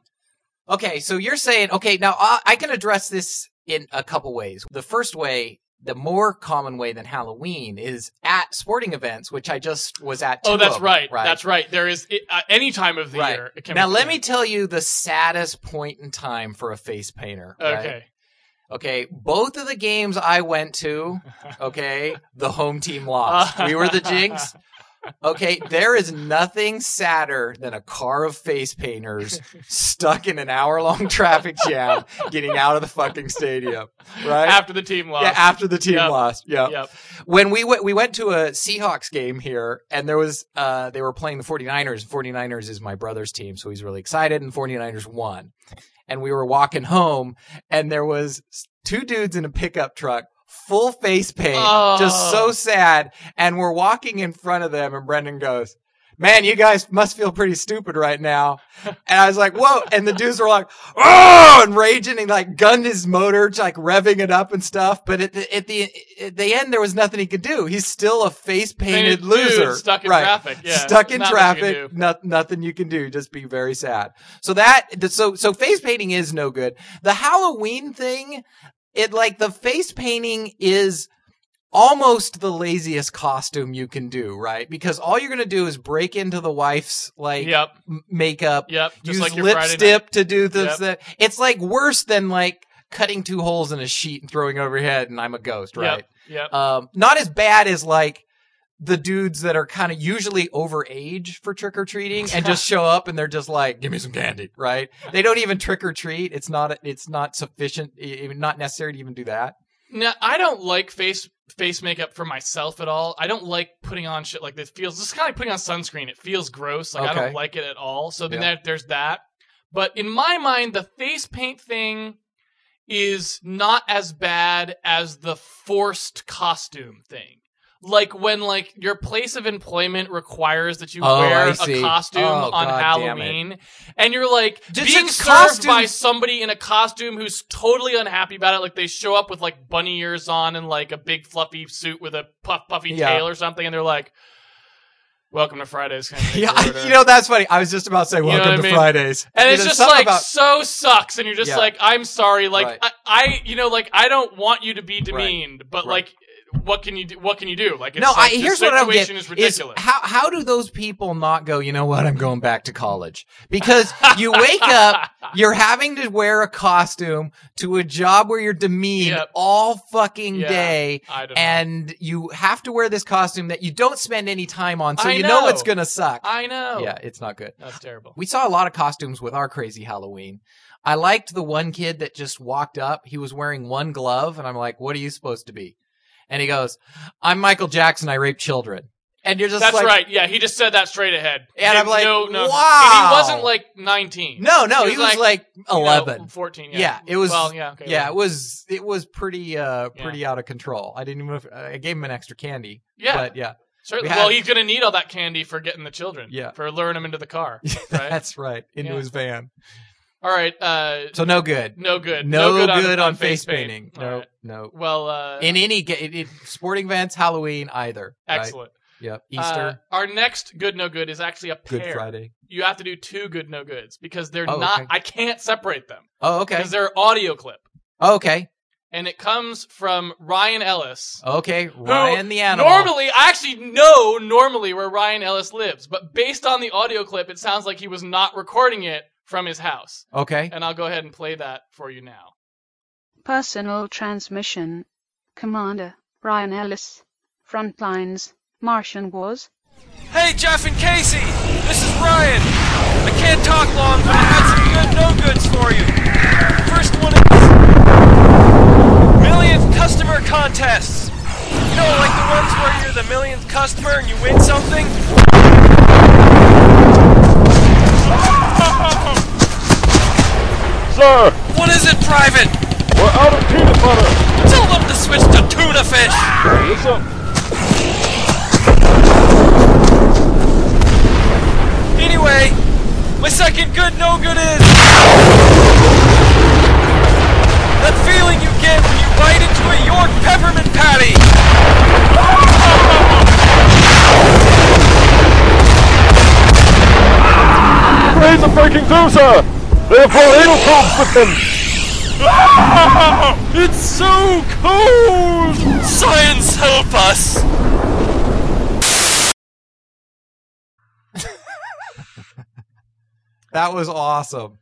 Speaker 1: Okay, so you're saying okay now uh, I, I can address this in a couple ways. The first way, the more common way than Halloween, is at sporting events, which I just was at.
Speaker 2: Oh,
Speaker 1: two
Speaker 2: that's
Speaker 1: of,
Speaker 2: right.
Speaker 1: Right.
Speaker 2: That's right. There is uh, any time of the
Speaker 1: Right.
Speaker 2: year. It can
Speaker 1: now
Speaker 2: be-
Speaker 1: let me tell you the saddest point in time for a face painter. right?
Speaker 2: Okay.
Speaker 1: Okay. Both of the games I went
Speaker 2: [LAUGHS]
Speaker 1: to, okay, the home team lost. we were the jinx. Okay, there is nothing sadder than a car of face painters stuck in an hour long traffic jam getting out of the fucking stadium, right?
Speaker 2: After the team lost.
Speaker 1: yeah, after the team
Speaker 2: Yep.
Speaker 1: lost. Yeah.
Speaker 2: Yep.
Speaker 1: When we went, we went to a Seahawks game here and there was, uh, they were playing the 49ers. 49ers is my brother's team. So he's really excited and 49ers won. And we were walking home and there was two dudes in a pickup truck. Full face paint,
Speaker 2: Oh.
Speaker 1: just so sad. And we're walking in front of them, and Brendan goes, Man, you guys must feel pretty stupid right now. And I was like, Whoa. And the dudes were like, Oh, and raging and like gunned his motor, to, like revving it up and stuff. But at the, at the, at the end, there was nothing he could do. He's still a face painted
Speaker 2: Painted dude
Speaker 1: loser.
Speaker 2: stuck in
Speaker 1: right.
Speaker 2: traffic. Yeah.
Speaker 1: stuck in
Speaker 2: Not much you can do.
Speaker 1: traffic. No, nothing you can do. Just be very sad. So that, so, so face painting is no good. The Halloween thing, it like the face painting is almost the laziest costume you can do, right? Because all you're going to do is break into the wife's like
Speaker 2: Yep.
Speaker 1: m- makeup,
Speaker 2: Yep. Just
Speaker 1: use
Speaker 2: like your Friday night.
Speaker 1: lipstick to do this.
Speaker 2: Yep.
Speaker 1: That. It's like worse than like cutting two holes in a sheet and throwing it over your head and I'm a ghost, right?
Speaker 2: Yep.
Speaker 1: Um, not as bad as like the dudes that are kind of usually over age for trick or treating and
Speaker 2: [LAUGHS]
Speaker 1: just show up and they're just like, give me some candy, right? They don't even trick or treat. It's not, it's not sufficient, e- even not necessary to even do that.
Speaker 2: Now I don't like face face makeup for myself at all. I don't like putting on shit like this. Feels this kind of like putting on sunscreen. It feels gross. Like I
Speaker 1: Okay.
Speaker 2: don't like it at all. So then
Speaker 1: Yeah.
Speaker 2: there- there's that. But in my mind, the face paint thing is not as bad as the forced costume thing. Like when like your place of employment requires that you
Speaker 1: Oh, I
Speaker 2: wear a
Speaker 1: see.
Speaker 2: costume
Speaker 1: Oh,
Speaker 2: on
Speaker 1: God damn it.
Speaker 2: Halloween, and you're like
Speaker 1: Just
Speaker 2: being
Speaker 1: in
Speaker 2: served by
Speaker 1: costumes-
Speaker 2: somebody in a costume who's totally unhappy about it. Like they show up with like bunny ears on and like a big fluffy suit with a puff puffy
Speaker 1: Yeah.
Speaker 2: tail or something, and they're like, "Welcome to
Speaker 1: [LAUGHS]
Speaker 2: Fridays." Kind of
Speaker 1: Yeah,
Speaker 2: order."
Speaker 1: you know, that's funny. I was just about to say,
Speaker 2: know
Speaker 1: welcome
Speaker 2: what I
Speaker 1: to
Speaker 2: mean?
Speaker 1: Fridays.
Speaker 2: And
Speaker 1: You
Speaker 2: it's
Speaker 1: know,
Speaker 2: just
Speaker 1: something
Speaker 2: like
Speaker 1: about-
Speaker 2: so sucks, and you're just
Speaker 1: Yeah.
Speaker 2: like, I'm sorry, like
Speaker 1: Right.
Speaker 2: I, I, you know, like I don't want you to be demeaned, but
Speaker 1: Right.
Speaker 2: like, what can you do? What can you do? Like, it's
Speaker 1: no,
Speaker 2: like,
Speaker 1: I,
Speaker 2: this
Speaker 1: here's what I don't get
Speaker 2: situation is
Speaker 1: is
Speaker 2: ridiculous.
Speaker 1: how how do those people not go? You know what? I'm going back to college because you wake
Speaker 2: [LAUGHS]
Speaker 1: up, you're having to wear a costume to a job where you're demeaned
Speaker 2: Yep.
Speaker 1: all fucking
Speaker 2: Yeah.
Speaker 1: day,
Speaker 2: I don't know.
Speaker 1: and you have to wear this costume that you don't spend any time on, so
Speaker 2: I
Speaker 1: you know.
Speaker 2: know.
Speaker 1: it's gonna suck.
Speaker 2: I know.
Speaker 1: Yeah, it's not good.
Speaker 2: that's terrible.
Speaker 1: We saw a lot of costumes with our crazy Halloween. I liked the one kid that just walked up. He was wearing one glove, and I'm like, "What are you supposed to be?" And he goes, "I'm Michael Jackson. I rape children." And you're just
Speaker 2: That's
Speaker 1: like,
Speaker 2: right. Yeah, he just said that straight ahead.
Speaker 1: And
Speaker 2: He-
Speaker 1: I'm like,
Speaker 2: no, no.
Speaker 1: wow.
Speaker 2: And he wasn't like 19.
Speaker 1: "No, no." He was, like,
Speaker 2: you know,
Speaker 1: eleven.
Speaker 2: 14. Yeah.
Speaker 1: yeah. it was.
Speaker 2: Well, yeah. Okay,
Speaker 1: yeah,
Speaker 2: well.
Speaker 1: it was. It was pretty, uh,
Speaker 2: Yeah.
Speaker 1: pretty out of control. I didn't even. If, I gave him an extra candy.
Speaker 2: Yeah.
Speaker 1: but yeah,
Speaker 2: certainly.
Speaker 1: we had-
Speaker 2: well, he's going to need all that candy for getting the children.
Speaker 1: Yeah.
Speaker 2: For luring them into the
Speaker 1: [LAUGHS]
Speaker 2: car. Right?
Speaker 1: that's right into
Speaker 2: Yeah.
Speaker 1: his van.
Speaker 2: all right. Uh,
Speaker 1: So no good.
Speaker 2: no good.
Speaker 1: No,
Speaker 2: good,
Speaker 1: good,
Speaker 2: on,
Speaker 1: on, face
Speaker 2: face paint.
Speaker 1: painting.
Speaker 2: All
Speaker 1: No,
Speaker 2: right.
Speaker 1: no.
Speaker 2: Well, uh,
Speaker 1: In any ga- in- in sporting events, Halloween either. right?
Speaker 2: excellent.
Speaker 1: Yep.
Speaker 4: Easter.
Speaker 2: Uh, our next good no good is actually a pair.
Speaker 1: Good Friday.
Speaker 2: You have to do two good no goods because they're
Speaker 4: Oh,
Speaker 2: not.
Speaker 4: okay.
Speaker 2: I can't separate them
Speaker 4: oh, okay.
Speaker 2: because they're audio clip,
Speaker 4: Okay.
Speaker 2: and it comes from Ryan Ellis.
Speaker 4: Okay. Ryan the animal.
Speaker 2: Normally, I actually know normally where Ryan Ellis lives, but based on the audio clip, it sounds like he was not recording it from his house.
Speaker 4: Okay.
Speaker 2: And I'll go ahead and play that for you now.
Speaker 5: Personal transmission. Commander Ryan Ellis. Front lines. Martian Wars.
Speaker 6: Hey, Jeff and Casey, this is Ryan. I can't talk long, but I got some good no goods for you. First one is millionth customer contests. You know, like the ones where you're the millionth customer and you win something.
Speaker 7: Sir,
Speaker 6: What is it, Private?
Speaker 7: we're out of tuna butter.
Speaker 6: Tell them to switch to tuna fish.
Speaker 7: It's up.
Speaker 6: Anyway, my second good no good is that feeling you get when you bite into a York peppermint patty.
Speaker 7: Brains are breaking through, sir. They have tornado probes with them.
Speaker 6: It's so cold! Science help us!
Speaker 1: That was awesome.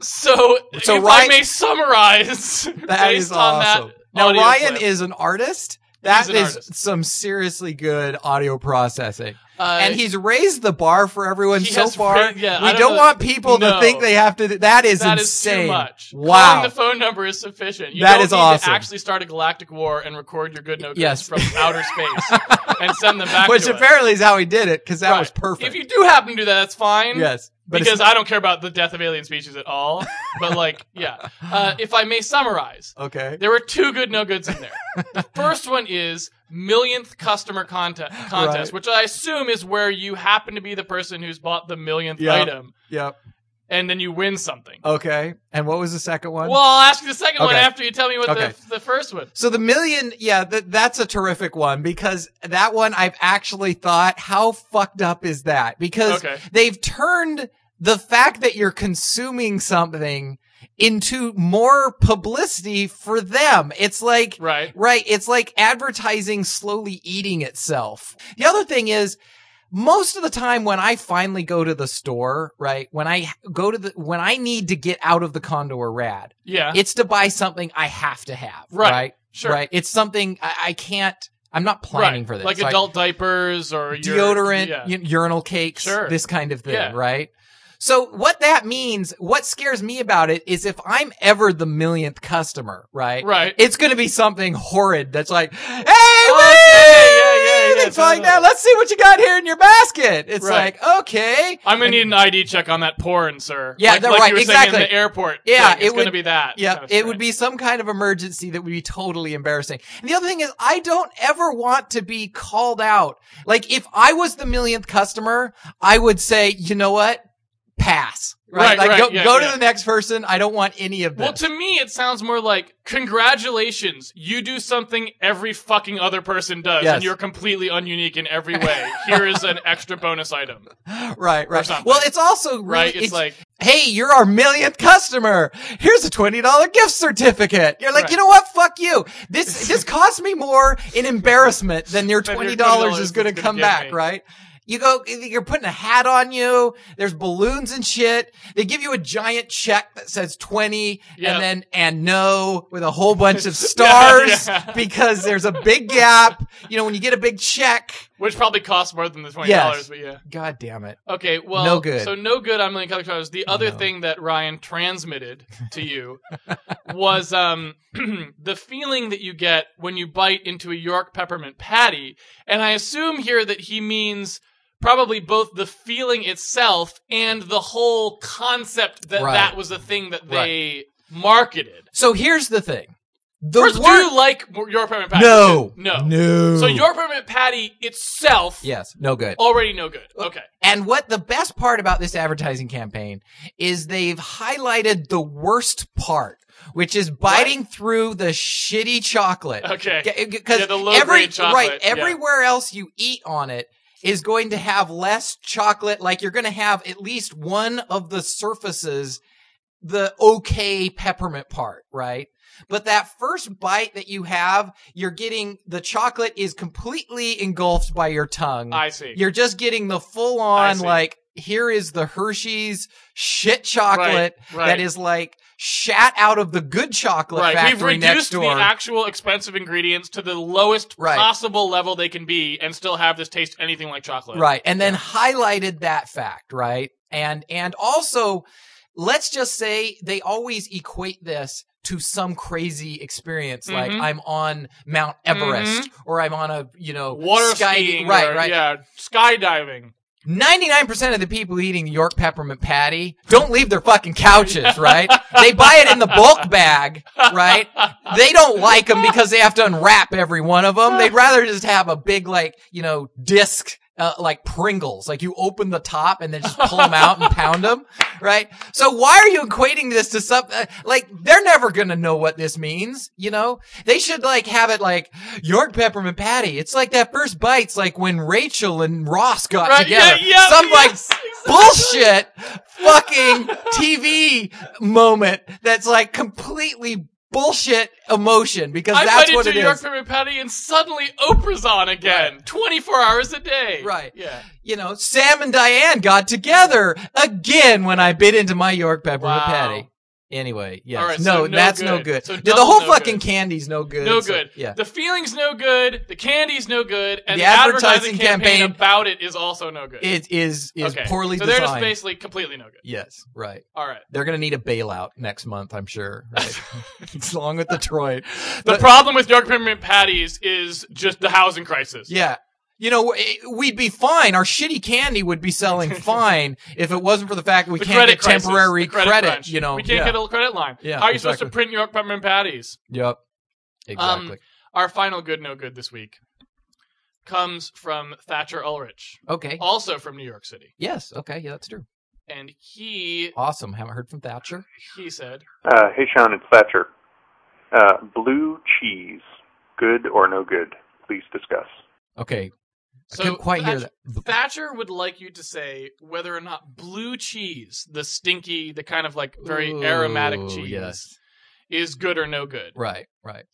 Speaker 2: So,
Speaker 4: So
Speaker 2: if I
Speaker 4: Ryan-
Speaker 2: may summarize
Speaker 1: [LAUGHS] That
Speaker 2: based
Speaker 1: is
Speaker 2: on
Speaker 1: awesome.
Speaker 2: that.
Speaker 1: now
Speaker 2: audio
Speaker 1: Ryan
Speaker 2: clip,
Speaker 1: is an artist. That
Speaker 2: an
Speaker 1: is
Speaker 2: artist.
Speaker 1: some seriously good audio processing.
Speaker 2: uh,
Speaker 4: and
Speaker 2: he.
Speaker 1: He's raised the bar for everyone
Speaker 2: He
Speaker 1: so
Speaker 2: has
Speaker 1: far.
Speaker 2: ra- yeah,
Speaker 1: we
Speaker 2: I
Speaker 1: don't,
Speaker 2: don't know.
Speaker 1: want people
Speaker 2: No.
Speaker 1: to think they have to. Do, that is
Speaker 2: That is
Speaker 1: insane.
Speaker 2: too much.
Speaker 1: Wow.
Speaker 2: Calling the phone number is sufficient. You
Speaker 1: That
Speaker 2: don't
Speaker 1: is
Speaker 2: need
Speaker 1: awesome.
Speaker 2: to actually start a galactic war and record your good no goods
Speaker 4: Yes.
Speaker 2: from
Speaker 1: [LAUGHS]
Speaker 2: outer space and send them back
Speaker 1: Which
Speaker 2: to us.
Speaker 1: apparently is how he did it because that
Speaker 2: Right.
Speaker 1: was perfect.
Speaker 2: If you do happen to do that, that's fine.
Speaker 1: yes, but it's-
Speaker 2: because I don't care about the death of alien species at all. But like,
Speaker 1: [LAUGHS]
Speaker 2: yeah. Uh, if I may summarize,
Speaker 1: okay,
Speaker 2: there were two good no goods in there.
Speaker 1: [LAUGHS]
Speaker 2: The first one is millionth customer contest,
Speaker 1: Right.
Speaker 2: contest which I assume is where you happen to be the person who's bought the millionth
Speaker 1: Yeah.
Speaker 2: item,
Speaker 1: yep,
Speaker 2: and then you win something.
Speaker 1: okay. And what was the second one?
Speaker 2: Well, I'll ask you the second one
Speaker 1: Okay.
Speaker 2: after you tell me what
Speaker 1: Okay.
Speaker 2: the, the first one.
Speaker 1: So the million, yeah, th- that's a terrific one because that one I've actually thought, how fucked up is that? Because
Speaker 2: Okay.
Speaker 1: they've turned the fact that you're consuming something into more publicity for them. It's like,
Speaker 2: Right.
Speaker 1: Right. It's like advertising slowly eating itself. The other thing is most of the time when I finally go to the store, right? When I go to the, when I need to get out of the Condor Rad,
Speaker 2: Yeah.
Speaker 1: it's to buy something I have to have.
Speaker 2: Right.
Speaker 1: Right.
Speaker 2: Sure.
Speaker 1: Right. It's something I, I can't, I'm not planning
Speaker 2: right.
Speaker 1: for this.
Speaker 2: Like
Speaker 1: So I-
Speaker 2: adult diapers or your-
Speaker 1: deodorant,
Speaker 2: yeah.
Speaker 1: u- urinal cakes,
Speaker 2: Sure.
Speaker 1: this kind of thing,
Speaker 2: Yeah.
Speaker 1: right? So what that means, what scares me about it is if I'm ever the millionth customer, right?
Speaker 2: Right. Oh,
Speaker 1: It's going to be something horrid that's like, hey,
Speaker 2: yeah, yeah, yeah,
Speaker 1: woo! It's like,
Speaker 2: totally.
Speaker 1: now let's see what you got here in your basket. It's
Speaker 2: Right.
Speaker 1: like, okay.
Speaker 2: I'm gonna need an ID check on that porn, sir.
Speaker 1: Yeah,
Speaker 2: like,
Speaker 1: they're
Speaker 2: like
Speaker 1: right,
Speaker 2: You were
Speaker 1: exactly.
Speaker 2: Saying in the airport.
Speaker 1: Yeah,
Speaker 2: thing. it's
Speaker 1: it
Speaker 2: gonna
Speaker 1: would-
Speaker 2: be that.
Speaker 1: Yeah,
Speaker 2: kind of
Speaker 1: it would
Speaker 2: thing.
Speaker 1: be some kind of emergency that would be totally embarrassing. And the other thing is, I don't ever want to be called out. Like, if I was the millionth customer, I would say, you know what? Pass. Right.
Speaker 2: Right,
Speaker 1: like,
Speaker 2: right,
Speaker 1: go,
Speaker 2: yeah,
Speaker 1: go
Speaker 2: yeah.
Speaker 1: to the next person. I don't want any of this.
Speaker 2: Well, to me, it sounds more like congratulations. You do something every fucking other person does,
Speaker 1: Yes.
Speaker 2: and you're completely ununique
Speaker 1: [LAUGHS]
Speaker 2: in every way. Here is an extra bonus item,
Speaker 1: right, right.
Speaker 2: something.
Speaker 1: Well, it's also really,
Speaker 2: right? it's
Speaker 1: it's-
Speaker 2: like
Speaker 1: hey, you're our millionth customer. Here's a $20 gift certificate. You're like,
Speaker 2: Right.
Speaker 1: you know what? Fuck you.
Speaker 2: [LAUGHS]
Speaker 1: This, this cost me more in embarrassment than your
Speaker 2: Than your
Speaker 1: $20,
Speaker 2: $20
Speaker 1: is going
Speaker 2: it's
Speaker 1: to
Speaker 2: gonna
Speaker 1: come
Speaker 2: give
Speaker 1: back,
Speaker 2: me.
Speaker 1: right? You go, you're putting a hat on you. There's balloons and shit. They give you a giant check that says 20
Speaker 2: Yeah.
Speaker 1: and then, and no with a
Speaker 2: [LAUGHS]
Speaker 1: whole bunch of stars
Speaker 2: yeah.
Speaker 1: because there's a big gap. You know, when you get a big check,
Speaker 2: which probably costs more than the twenty dollars,
Speaker 1: Yes.
Speaker 2: but yeah.
Speaker 1: God damn it.
Speaker 2: Okay, well,
Speaker 1: No good.
Speaker 2: So no good. I'm Million Color Colors. The other
Speaker 1: No.
Speaker 2: thing that
Speaker 1: [LAUGHS]
Speaker 2: Ryan transmitted to you was um, [CLEARS THROAT] the feeling that you get when you bite into a York peppermint patty, and I assume here that he means probably both the feeling itself and the whole concept that
Speaker 1: Right.
Speaker 2: that was a thing that they marketed.
Speaker 1: So here's the thing. The
Speaker 2: First, do you like York peppermint patty?
Speaker 1: No.
Speaker 2: no,
Speaker 1: No.
Speaker 2: So York peppermint patty itself,
Speaker 1: Yes, no good.
Speaker 2: already no good.
Speaker 1: Uh,
Speaker 2: Okay,
Speaker 1: And what the best part about this advertising campaign is they've highlighted the worst part. which is biting through the shitty chocolate.
Speaker 2: Okay.
Speaker 1: Because
Speaker 2: Yeah, the low-grade
Speaker 1: every
Speaker 2: chocolate,
Speaker 1: right
Speaker 2: yeah.
Speaker 1: everywhere else you eat on it is going to have less chocolate. Like you're going to have at least one of the surfaces the okay peppermint part, right? But that first bite that you have, you're getting the chocolate is completely engulfed by your tongue.
Speaker 2: I see.
Speaker 1: You're just getting the full
Speaker 2: I
Speaker 1: on
Speaker 2: see.
Speaker 1: like here is the Hershey's shit chocolate
Speaker 2: Right, right.
Speaker 1: that is like shat out of the good chocolate
Speaker 2: right. We've
Speaker 1: factory next
Speaker 2: reduced the
Speaker 1: door.
Speaker 2: actual expensive ingredients to the lowest
Speaker 1: Right.
Speaker 2: possible level they can be and still have this taste anything like chocolate.
Speaker 1: right. And then highlighted that fact, right? And and also let's just say they always equate this to some crazy experience like
Speaker 2: Mhm.
Speaker 1: I'm on Mount Everest or I'm on a, you know,
Speaker 2: Mm-hmm. Water
Speaker 1: sky
Speaker 2: skiing.
Speaker 1: right,
Speaker 2: or-
Speaker 1: right.
Speaker 2: Yeah. Skydiving.
Speaker 1: 99% of the people eating the York peppermint patty don't leave their fucking couches, right? they buy it in the bulk bag, right? They don't like them because they have to unwrap every one of them. They'd rather just have a big, like, you know, disc, uh, like Pringles. Like you open the top and then just pull them out and pound them, right? So why are you equating this to something? Like they're never going to know what this means, you know? They should like have it like York peppermint patty. It's like that first bite's like when Rachel and Ross got
Speaker 2: Right,
Speaker 1: together.
Speaker 2: yeah, yeah,
Speaker 1: Some like
Speaker 2: yes, exactly.
Speaker 1: bullshit fucking TV moment that's like completely bullshit emotion because
Speaker 2: I
Speaker 1: that's
Speaker 2: bite
Speaker 1: what
Speaker 2: into
Speaker 1: it is.
Speaker 2: York peppermint patty and suddenly Oprah's on again, 24 hours a day.
Speaker 1: Right.
Speaker 2: Yeah.
Speaker 1: You know, Sam and Diane got together again when I bit into my York peppermint
Speaker 2: Wow.
Speaker 1: patty. Anyway, yes.
Speaker 2: All right,
Speaker 1: no,
Speaker 2: so no
Speaker 1: that's no
Speaker 2: good.
Speaker 1: good.
Speaker 2: So
Speaker 1: Yeah, the
Speaker 2: double
Speaker 1: whole
Speaker 2: no
Speaker 1: fucking
Speaker 2: good.
Speaker 1: candy's no good.
Speaker 2: No
Speaker 1: so-
Speaker 2: good.
Speaker 1: yeah.
Speaker 2: The feeling's no good. The candy's no good. And the,
Speaker 1: The
Speaker 2: advertising,
Speaker 1: advertising
Speaker 2: campaign,
Speaker 1: campaign-
Speaker 2: about it is also no good.
Speaker 1: It is is
Speaker 2: okay.
Speaker 1: poorly
Speaker 2: so
Speaker 1: designed.
Speaker 2: they're just basically completely no good.
Speaker 1: yes, right.
Speaker 2: All right.
Speaker 1: They're gonna need a bailout next month, I'm sure.
Speaker 2: [LAUGHS]
Speaker 1: Right? [LAUGHS] it's along with Detroit.
Speaker 2: The
Speaker 1: But-
Speaker 2: problem with York peppermint patties is just the housing crisis.
Speaker 1: Yeah. You know, it- we'd be fine. Our shitty candy would be
Speaker 2: [LAUGHS]
Speaker 1: selling fine if it wasn't for the fact that we
Speaker 2: The
Speaker 1: can't
Speaker 2: credit
Speaker 1: get
Speaker 2: crisis,
Speaker 1: temporary
Speaker 2: the credit, crunch.
Speaker 1: you know.
Speaker 2: we can't
Speaker 1: yeah.
Speaker 2: get a credit line.
Speaker 1: Yeah,
Speaker 2: How are you supposed to
Speaker 1: exactly.
Speaker 2: print York peppermint patties?
Speaker 1: Yep.
Speaker 2: Um,
Speaker 1: Exactly.
Speaker 2: Our final good no good this week comes from Thatcher Ulrich,
Speaker 1: okay.
Speaker 2: also from New York City,
Speaker 1: Yes. Okay. Yeah, that's true.
Speaker 2: and he
Speaker 1: Awesome. Haven't heard from Thatcher.
Speaker 2: he said,
Speaker 8: Uh, hey, Sean, it's Thatcher. Uh, blue cheese, good or no good? Please discuss.
Speaker 1: Okay.
Speaker 2: So
Speaker 1: couldn't quite hear
Speaker 2: Thatcher, Thatcher would like you to say whether or not blue cheese, the stinky, the kind of like very
Speaker 1: Ooh,
Speaker 2: aromatic cheese,
Speaker 1: yes.
Speaker 2: is good or no good.
Speaker 1: Right. Right.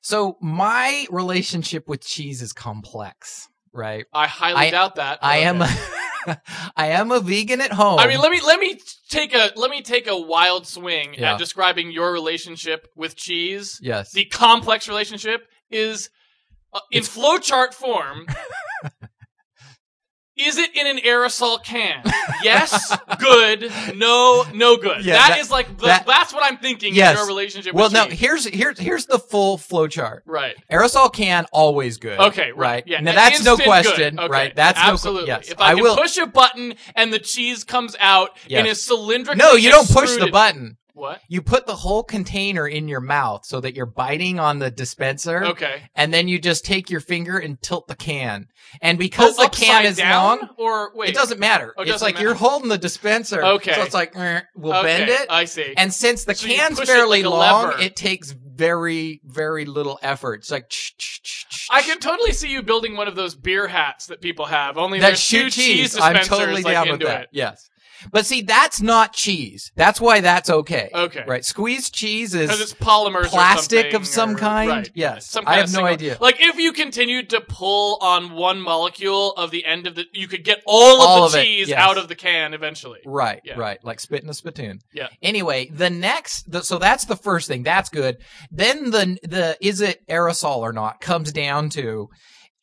Speaker 1: So my relationship with cheese is complex. Right.
Speaker 2: I highly
Speaker 1: I-
Speaker 2: doubt that. but
Speaker 1: I am.
Speaker 2: okay.
Speaker 1: [LAUGHS] I am a vegan at home.
Speaker 2: I mean, let me let me take a let me take a wild swing
Speaker 1: Yeah.
Speaker 2: at describing your relationship with cheese.
Speaker 1: yes.
Speaker 2: The complex relationship is uh, in
Speaker 1: [LAUGHS]
Speaker 2: flowchart form. is it in an aerosol can? Yes, good. No, no good.
Speaker 1: Yeah,
Speaker 2: that
Speaker 1: that-
Speaker 2: is like the,
Speaker 1: that-
Speaker 2: that's what I'm thinking.
Speaker 1: Yes.
Speaker 2: Is your relationship?
Speaker 1: Well,
Speaker 2: with
Speaker 1: no.
Speaker 2: cheese.
Speaker 1: Here's here's here's the full flow chart.
Speaker 2: right.
Speaker 1: Aerosol can always good.
Speaker 2: Okay, right. Yeah,
Speaker 1: Now
Speaker 2: an
Speaker 1: that's no
Speaker 2: instant
Speaker 1: question.
Speaker 2: good. Okay,
Speaker 1: Right. That's
Speaker 2: absolutely.
Speaker 1: no. Yes.
Speaker 2: If I, can
Speaker 1: will.
Speaker 2: push a button and the cheese comes out in a
Speaker 1: Yes.
Speaker 2: cylindrical.
Speaker 1: no, you don't push the
Speaker 2: extruded-
Speaker 1: button.
Speaker 2: What?
Speaker 1: You put the whole container in your mouth so that you're biting on the dispenser.
Speaker 2: Okay.
Speaker 1: And then you just take your finger and tilt the can. And because
Speaker 2: Oh,
Speaker 1: the can
Speaker 2: upside
Speaker 1: is
Speaker 2: down?
Speaker 1: long,
Speaker 2: or wait,
Speaker 1: it doesn't matter.
Speaker 2: Oh, it
Speaker 1: it's
Speaker 2: doesn't
Speaker 1: like
Speaker 2: matter.
Speaker 1: you're holding the dispenser.
Speaker 2: Okay.
Speaker 1: So it's like "Eh, we'll
Speaker 2: okay,
Speaker 1: bend it.
Speaker 2: I see.
Speaker 1: And since the
Speaker 2: So you
Speaker 1: can's
Speaker 2: push it
Speaker 1: fairly
Speaker 2: like a
Speaker 1: long,
Speaker 2: lever.
Speaker 1: it takes very, very little effort. It's like, "Tch, tch, tch, tch,
Speaker 2: I
Speaker 1: tch."
Speaker 2: can totally see you building one of those beer hats that people have. Only
Speaker 1: that
Speaker 2: there's two
Speaker 1: shoot
Speaker 2: cheese
Speaker 1: cheese. I'm
Speaker 2: dispensers
Speaker 1: totally
Speaker 2: like
Speaker 1: down
Speaker 2: into
Speaker 1: with that.
Speaker 2: it.
Speaker 1: Yes. But see, that's not cheese. That's why that's okay.
Speaker 2: Okay.
Speaker 1: Right. Squeezed cheese
Speaker 2: Because it's
Speaker 1: is
Speaker 2: polymers, or
Speaker 1: plastic of some
Speaker 2: something, or-
Speaker 1: kind.
Speaker 2: right.
Speaker 1: Yes.
Speaker 2: Some
Speaker 1: I
Speaker 2: kind
Speaker 1: have
Speaker 2: of
Speaker 1: no
Speaker 2: single-
Speaker 1: idea.
Speaker 2: Like if you continued to pull on one molecule of the end of the, you could get all of
Speaker 1: All of
Speaker 2: the
Speaker 1: it,
Speaker 2: cheese
Speaker 1: yes.
Speaker 2: out of the can eventually.
Speaker 1: Right,
Speaker 2: Yeah.
Speaker 1: right. Like spit in a spittoon.
Speaker 2: Yeah.
Speaker 1: Anyway, the next, the, so that's the first thing. That's good. Then the, the, is it aerosol or not comes down to,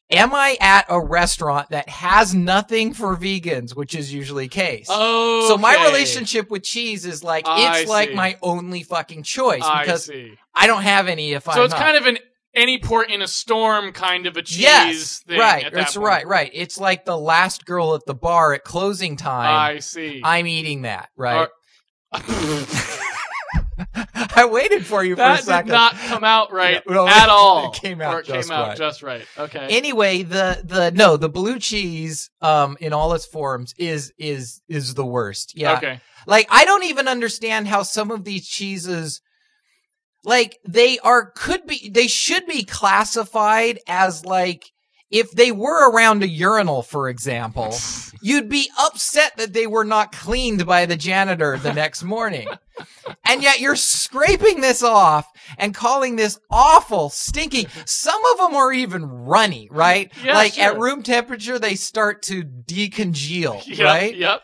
Speaker 1: am I at a restaurant that has nothing for vegans, which is usually case.
Speaker 2: Oh,
Speaker 1: So my relationship with cheese is like,
Speaker 2: I
Speaker 1: it's like
Speaker 2: see.
Speaker 1: my only fucking choice
Speaker 2: I
Speaker 1: because
Speaker 2: see.
Speaker 1: I don't have any if I'm
Speaker 2: So it's
Speaker 1: not.
Speaker 2: kind of an any port in a storm kind of a cheese
Speaker 1: Yes,
Speaker 2: thing.
Speaker 1: right.
Speaker 2: at that
Speaker 1: That's
Speaker 2: point.
Speaker 1: right, right. It's like the last girl at the bar at closing time.
Speaker 2: I see.
Speaker 1: I'm eating that, right?
Speaker 2: Are-
Speaker 1: [LAUGHS] I waited for you for a
Speaker 2: that did
Speaker 1: second.
Speaker 2: not come out right
Speaker 1: No, no,
Speaker 2: at
Speaker 1: it
Speaker 2: all.
Speaker 1: came out
Speaker 2: or it
Speaker 1: just
Speaker 2: came out
Speaker 1: right.
Speaker 2: just right. Okay.
Speaker 1: anyway, the the no, the blue cheese um in all its forms is is is the worst. Yeah.
Speaker 2: Okay.
Speaker 1: Like I don't even understand how some of these cheeses Like they are could be they should be classified as like if they were around a urinal, for
Speaker 2: [LAUGHS]
Speaker 1: example, you'd be upset that they were not cleaned by the janitor the next morning. And yet you're scraping this off and calling this awful, stinky. Some of them are even runny, right?
Speaker 2: Yeah,
Speaker 1: like at
Speaker 2: sure.
Speaker 1: room temperature, they start to
Speaker 2: [LAUGHS]
Speaker 1: decongeal,
Speaker 2: Yep,
Speaker 1: right?
Speaker 2: Yep.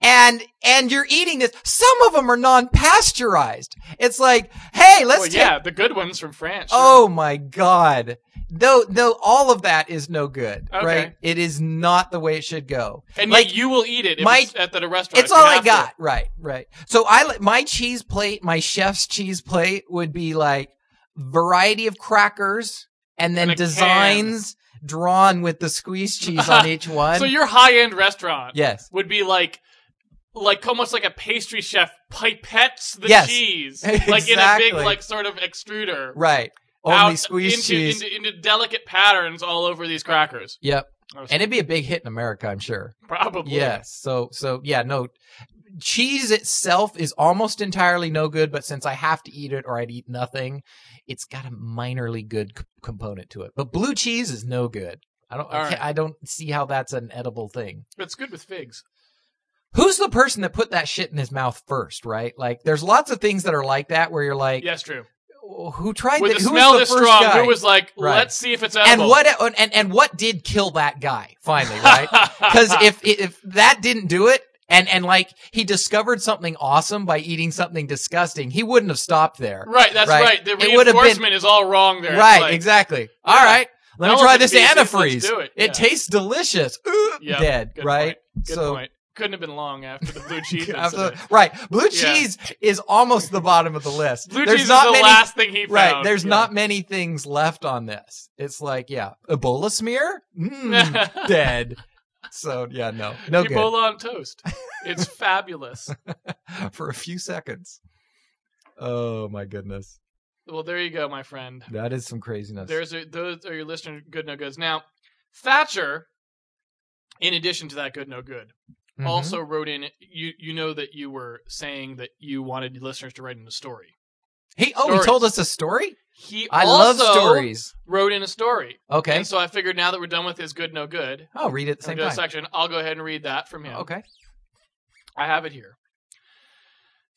Speaker 1: and and you're eating this. Some of them are non-pasteurized. It's like, hey, let's
Speaker 2: Well,
Speaker 1: take.
Speaker 2: yeah, the good ones from France. sure.
Speaker 1: Oh my god. Though though all of that is no good,
Speaker 2: Okay.
Speaker 1: right? It is not the way it should go.
Speaker 2: and
Speaker 1: like
Speaker 2: yet you will eat it if
Speaker 1: my-
Speaker 2: it's at the restaurant.
Speaker 1: it's
Speaker 2: You
Speaker 1: all I
Speaker 2: have to.
Speaker 1: got, right? Right. So I li- my cheese plate, my chef's cheese plate would be like variety of crackers and then
Speaker 2: And a can.
Speaker 1: designs drawn with the squeeze cheese
Speaker 2: [LAUGHS]
Speaker 1: on each one.
Speaker 2: So your high-end restaurant
Speaker 1: yes.
Speaker 2: would be like, like almost like a pastry chef pipettes the
Speaker 1: Yes. [LAUGHS]
Speaker 2: cheese, like in a big
Speaker 1: Exactly.
Speaker 2: like sort of extruder.
Speaker 1: Right. Only
Speaker 2: Out
Speaker 1: squeeze
Speaker 2: into,
Speaker 1: cheese.
Speaker 2: Into, into delicate patterns all over these crackers.
Speaker 1: Yep.
Speaker 2: Oh,
Speaker 1: And it'd be a big hit in America, I'm sure.
Speaker 2: Probably.
Speaker 1: Yes. So so yeah, no. Cheese itself is almost entirely no good, but since I have to eat it or I'd eat nothing, it's got a minorly good c- component to it. But blue cheese is no good. I don't. I,
Speaker 2: All
Speaker 1: can't- I don't see how that's an edible thing.
Speaker 2: It's good with figs.
Speaker 1: Who's the person that put that shit in his mouth first? Right? Like, there's lots of things that are like that where you're like,
Speaker 2: Yes, true.
Speaker 1: who tried
Speaker 2: With
Speaker 1: that?
Speaker 2: a
Speaker 1: Who was
Speaker 2: smell
Speaker 1: the
Speaker 2: this
Speaker 1: first
Speaker 2: strong,
Speaker 1: guy?
Speaker 2: who was like,
Speaker 1: Right.
Speaker 2: let's see if it's
Speaker 1: and
Speaker 2: edible.
Speaker 1: what and, and what did kill that guy finally
Speaker 2: [LAUGHS]
Speaker 1: right because if if that didn't do it and and like he discovered something awesome by eating something disgusting he wouldn't have stopped there
Speaker 2: Right, that's
Speaker 1: Right.
Speaker 2: right. The
Speaker 1: It would have been-
Speaker 2: reinforcement is all wrong there. It's
Speaker 1: right
Speaker 2: like-
Speaker 1: exactly all right let me
Speaker 2: Elephant
Speaker 1: try this
Speaker 2: pieces, let's
Speaker 1: antifreeze
Speaker 2: do it. Yeah.
Speaker 1: tastes delicious Ooh,
Speaker 2: Yeah,
Speaker 1: dead
Speaker 2: good
Speaker 1: right
Speaker 2: point. Good
Speaker 1: so [LAUGHS]
Speaker 2: point. Couldn't have been long after the blue cheese. [LAUGHS]
Speaker 1: Absolutely.
Speaker 2: incident.
Speaker 1: Right, blue
Speaker 2: Yeah.
Speaker 1: cheese is almost the bottom of the list.
Speaker 2: Blue
Speaker 1: There's
Speaker 2: cheese
Speaker 1: not
Speaker 2: is the
Speaker 1: many,
Speaker 2: last thing [LAUGHS] he found.
Speaker 1: Right, there's
Speaker 2: Yeah.
Speaker 1: not many things left on this. It's like, yeah, Ebola smear,
Speaker 2: [LAUGHS]
Speaker 1: Mm, dead. So yeah, no, no
Speaker 2: Ebola
Speaker 1: [LAUGHS]
Speaker 2: on toast. It's fabulous.
Speaker 1: good [LAUGHS] for a few seconds. Oh my goodness,
Speaker 2: Well, there you go, my friend.
Speaker 1: that is some craziness.
Speaker 2: There's a, those are your listener good no goods. Now, Thatcher, in addition to that good no good,
Speaker 1: Mhm.
Speaker 2: also wrote in. You you know that you were saying that you wanted listeners to write in a story.
Speaker 1: he oh
Speaker 2: stories.
Speaker 1: he told us a story.
Speaker 2: He
Speaker 1: I
Speaker 2: also
Speaker 1: love stories.
Speaker 2: wrote in a story,
Speaker 1: Okay,
Speaker 2: and so I figured now that we're done with his good no good,
Speaker 1: I'll read it at the same
Speaker 2: Go to
Speaker 1: time.
Speaker 2: section. I'll go ahead and read that from him.
Speaker 1: Okay, [LAUGHS]
Speaker 2: I have it here.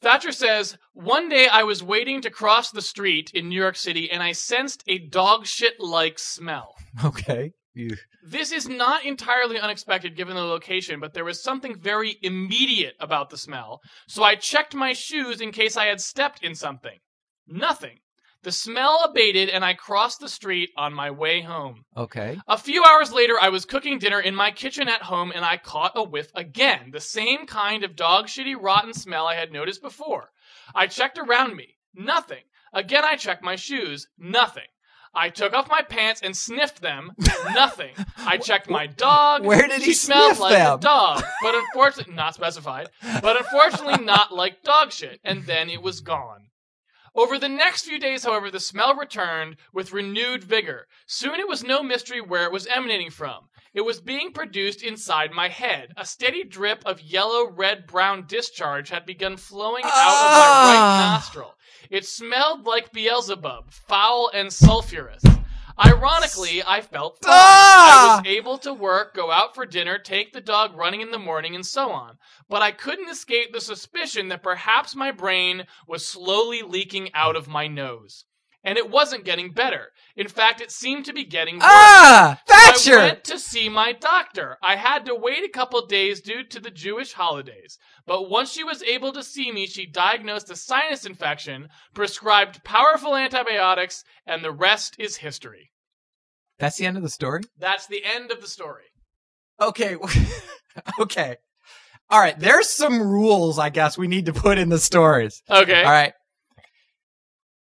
Speaker 2: Thatcher says, One day I was waiting to cross the street in New York City and I sensed a dog shit like smell.
Speaker 1: okay. You-
Speaker 2: This is not entirely unexpected given the location, but there was something very immediate about the smell, so I checked my shoes in case I had stepped in something. Nothing. The smell abated and I crossed the street on my way home.
Speaker 1: Okay.
Speaker 2: A few hours later, I was cooking dinner in my kitchen at home and I caught a whiff again, the same kind of dog shitty rotten smell I had noticed before. I checked around me. Nothing. Again, I checked my shoes. Nothing. I took off my pants and
Speaker 1: [LAUGHS]
Speaker 2: sniffed them. Nothing. I checked my dog.
Speaker 1: Where did he
Speaker 2: she smelled
Speaker 1: sniff
Speaker 2: like
Speaker 1: them?
Speaker 2: a dog, but
Speaker 1: [LAUGHS]
Speaker 2: unfortunately, not specified, but unfortunately not like dog shit. And then it was gone. Over the next few days, however, the smell returned with renewed vigor. Soon it was no mystery where it was emanating from. It was being produced inside my head. A steady drip of yellow, red, brown discharge had begun flowing out of my right
Speaker 1: Ah.
Speaker 2: nostril. It smelled like Beelzebub, foul and sulfurous. Ironically, I felt fine.
Speaker 1: Ah.
Speaker 2: I was able to work, go out for dinner, take the dog running in the morning, and so on. But I couldn't escape the suspicion that perhaps my brain was slowly leaking out of my nose. And it wasn't getting better. In fact, it seemed to be getting worse.
Speaker 1: Ah,
Speaker 2: I
Speaker 1: Thatcher.
Speaker 2: went to see my doctor. I had to wait a couple days due to the Jewish holidays. But once she was able to see me, she diagnosed a sinus infection, prescribed powerful antibiotics, and the rest is history.
Speaker 1: That's the end of the story.
Speaker 2: That's the end of the story.
Speaker 1: Okay. [LAUGHS] okay. All right. There's some rules, I guess, we need to put in the stories.
Speaker 2: Okay.
Speaker 1: All right.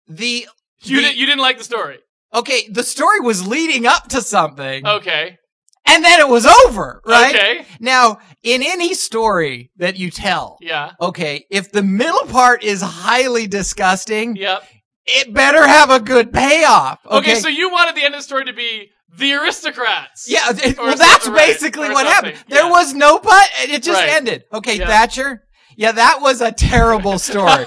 Speaker 1: The
Speaker 2: You,
Speaker 1: the-
Speaker 2: did, you didn't like the story.
Speaker 1: okay, the story was leading up to something,
Speaker 2: Okay.
Speaker 1: and then it was over, right?
Speaker 2: Oh. Okay.
Speaker 1: Now, in any story that you tell,
Speaker 2: Yeah.
Speaker 1: okay, if the middle part is highly disgusting,
Speaker 2: Yep.
Speaker 1: it better have a good payoff.
Speaker 2: Okay, so you wanted the end of the story to be the aristocrats.
Speaker 1: Yeah, it-
Speaker 2: Or
Speaker 1: well,
Speaker 2: something,
Speaker 1: that's
Speaker 2: right,
Speaker 1: basically
Speaker 2: or
Speaker 1: what
Speaker 2: something,
Speaker 1: happened. There
Speaker 2: yeah.
Speaker 1: was no but, and it just
Speaker 2: Right.
Speaker 1: ended. Okay,
Speaker 2: Yeah. [LAUGHS]
Speaker 1: Thatcher. Yeah, that was a terrible story.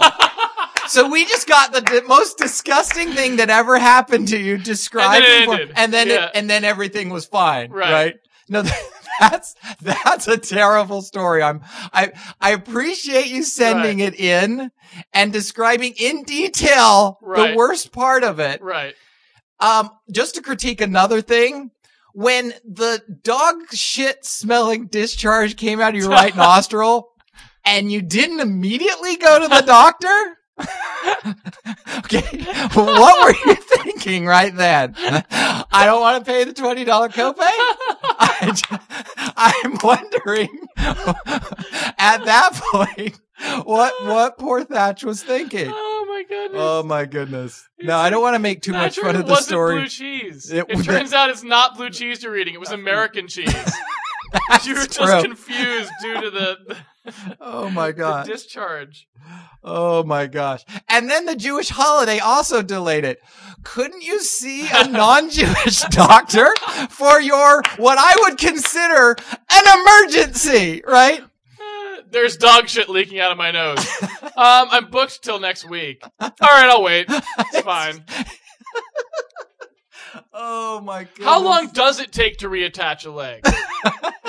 Speaker 1: So we just got the di- most disgusting thing that ever happened to you described,
Speaker 2: And then it
Speaker 1: before-
Speaker 2: ended.
Speaker 1: and then, it-
Speaker 2: Yeah.
Speaker 1: and then everything was fine,
Speaker 2: Right.
Speaker 1: right? No, [LAUGHS] that's that's a terrible story. I'm I I appreciate you sending it in and describing in detail
Speaker 2: Right.
Speaker 1: the worst part of it.
Speaker 2: Right.
Speaker 1: Um, just to critique another thing, when the dog shit smelling discharge came out of your
Speaker 2: [LAUGHS]
Speaker 1: right nostril and you didn't immediately go to the doctor? [LAUGHS] okay. What were
Speaker 2: [LAUGHS]
Speaker 1: you thinking right then? I don't want to pay the $20 copay. I ju- I'm wondering [LAUGHS] at that point what what poor Thatch was
Speaker 2: [LAUGHS]
Speaker 1: thinking.
Speaker 2: Oh my goodness.
Speaker 1: Oh my goodness. No, I don't want to make too
Speaker 2: No,
Speaker 1: much
Speaker 2: it
Speaker 1: fun
Speaker 2: turns-
Speaker 1: of the
Speaker 2: wasn't
Speaker 1: story.
Speaker 2: Blue cheese. It,
Speaker 1: It was-
Speaker 2: turns out it's not blue cheese you're eating. It was
Speaker 1: [LAUGHS]
Speaker 2: American cheese. [LAUGHS] you were just
Speaker 1: true.
Speaker 2: confused due to the, the-
Speaker 1: [LAUGHS] Oh my
Speaker 2: [LAUGHS] the
Speaker 1: god.
Speaker 2: discharge.
Speaker 1: Oh my gosh. And then the Jewish holiday also delayed it. Couldn't you see
Speaker 2: [LAUGHS]
Speaker 1: a non-Jewish doctor for your what I would consider an emergency, right?
Speaker 2: Uh, There's dog shit leaking out of my nose. um, I'm booked till next week. All right, I'll wait.
Speaker 1: [LAUGHS]
Speaker 2: It's fine.
Speaker 1: Oh my god.
Speaker 2: How long does it take to reattach
Speaker 1: [LAUGHS]
Speaker 2: a leg?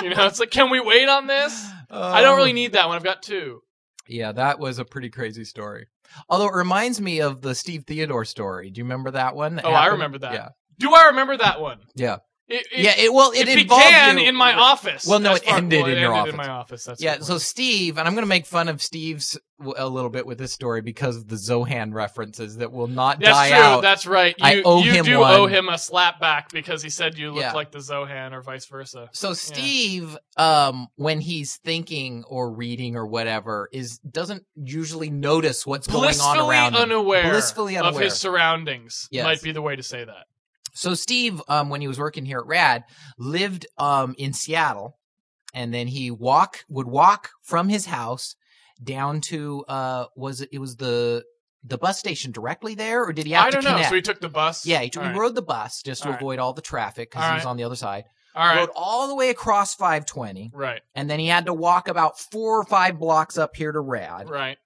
Speaker 2: you know, it's like, can we wait on this? I don't
Speaker 1: Um,
Speaker 2: really need that one. I've got two.
Speaker 1: Oh. Yeah, that was a pretty crazy story. Although it reminds me of the Steve Theodore story. Do you remember that one? It
Speaker 2: Oh, I
Speaker 1: happened-
Speaker 2: remember that.
Speaker 1: Yeah.
Speaker 2: Do I remember that one?
Speaker 1: Yeah.
Speaker 2: It, it,
Speaker 1: Yeah, it well it,
Speaker 2: it
Speaker 1: involved
Speaker 2: began
Speaker 1: you.
Speaker 2: in my office.
Speaker 1: Well, no,
Speaker 2: That's
Speaker 1: it
Speaker 2: far-
Speaker 1: ended
Speaker 2: well,
Speaker 1: in your
Speaker 2: ended in
Speaker 1: office.
Speaker 2: my office. That's
Speaker 1: Yeah,
Speaker 2: the
Speaker 1: so Steve, and I'm going to make fun of Steve's w- a little bit with this story because of the Zohan references that will not
Speaker 2: That's
Speaker 1: die
Speaker 2: true.
Speaker 1: out.
Speaker 2: That's right. You,
Speaker 1: I owe
Speaker 2: you
Speaker 1: him
Speaker 2: do
Speaker 1: one.
Speaker 2: owe him a slap back because he said you look
Speaker 1: Yeah.
Speaker 2: like the Zohan or vice versa.
Speaker 1: so Steve, um, when he's thinking or reading or whatever, is doesn't usually notice what's going
Speaker 2: Blissfully
Speaker 1: on around him.
Speaker 2: unaware,
Speaker 1: Blissfully
Speaker 2: of
Speaker 1: unaware.
Speaker 2: his surroundings
Speaker 1: Yes.
Speaker 2: might be the way to say that.
Speaker 1: So Steve, um, when he was working here at Rad, lived um in Seattle, and then he walk would walk from his house down to uh was it it was the the bus station directly there or did he have
Speaker 2: I
Speaker 1: to
Speaker 2: don't know.
Speaker 1: connect?
Speaker 2: So he took the bus.
Speaker 1: Yeah, he, took,
Speaker 2: All
Speaker 1: he
Speaker 2: right.
Speaker 1: rode the bus just to
Speaker 2: All right.
Speaker 1: avoid all the traffic because
Speaker 2: All
Speaker 1: he was
Speaker 2: right.
Speaker 1: on the other side.
Speaker 2: All right.
Speaker 1: Rode all the way across 520,
Speaker 2: Right.
Speaker 1: and then he had to walk about four or five blocks up here to Rad.
Speaker 2: Right.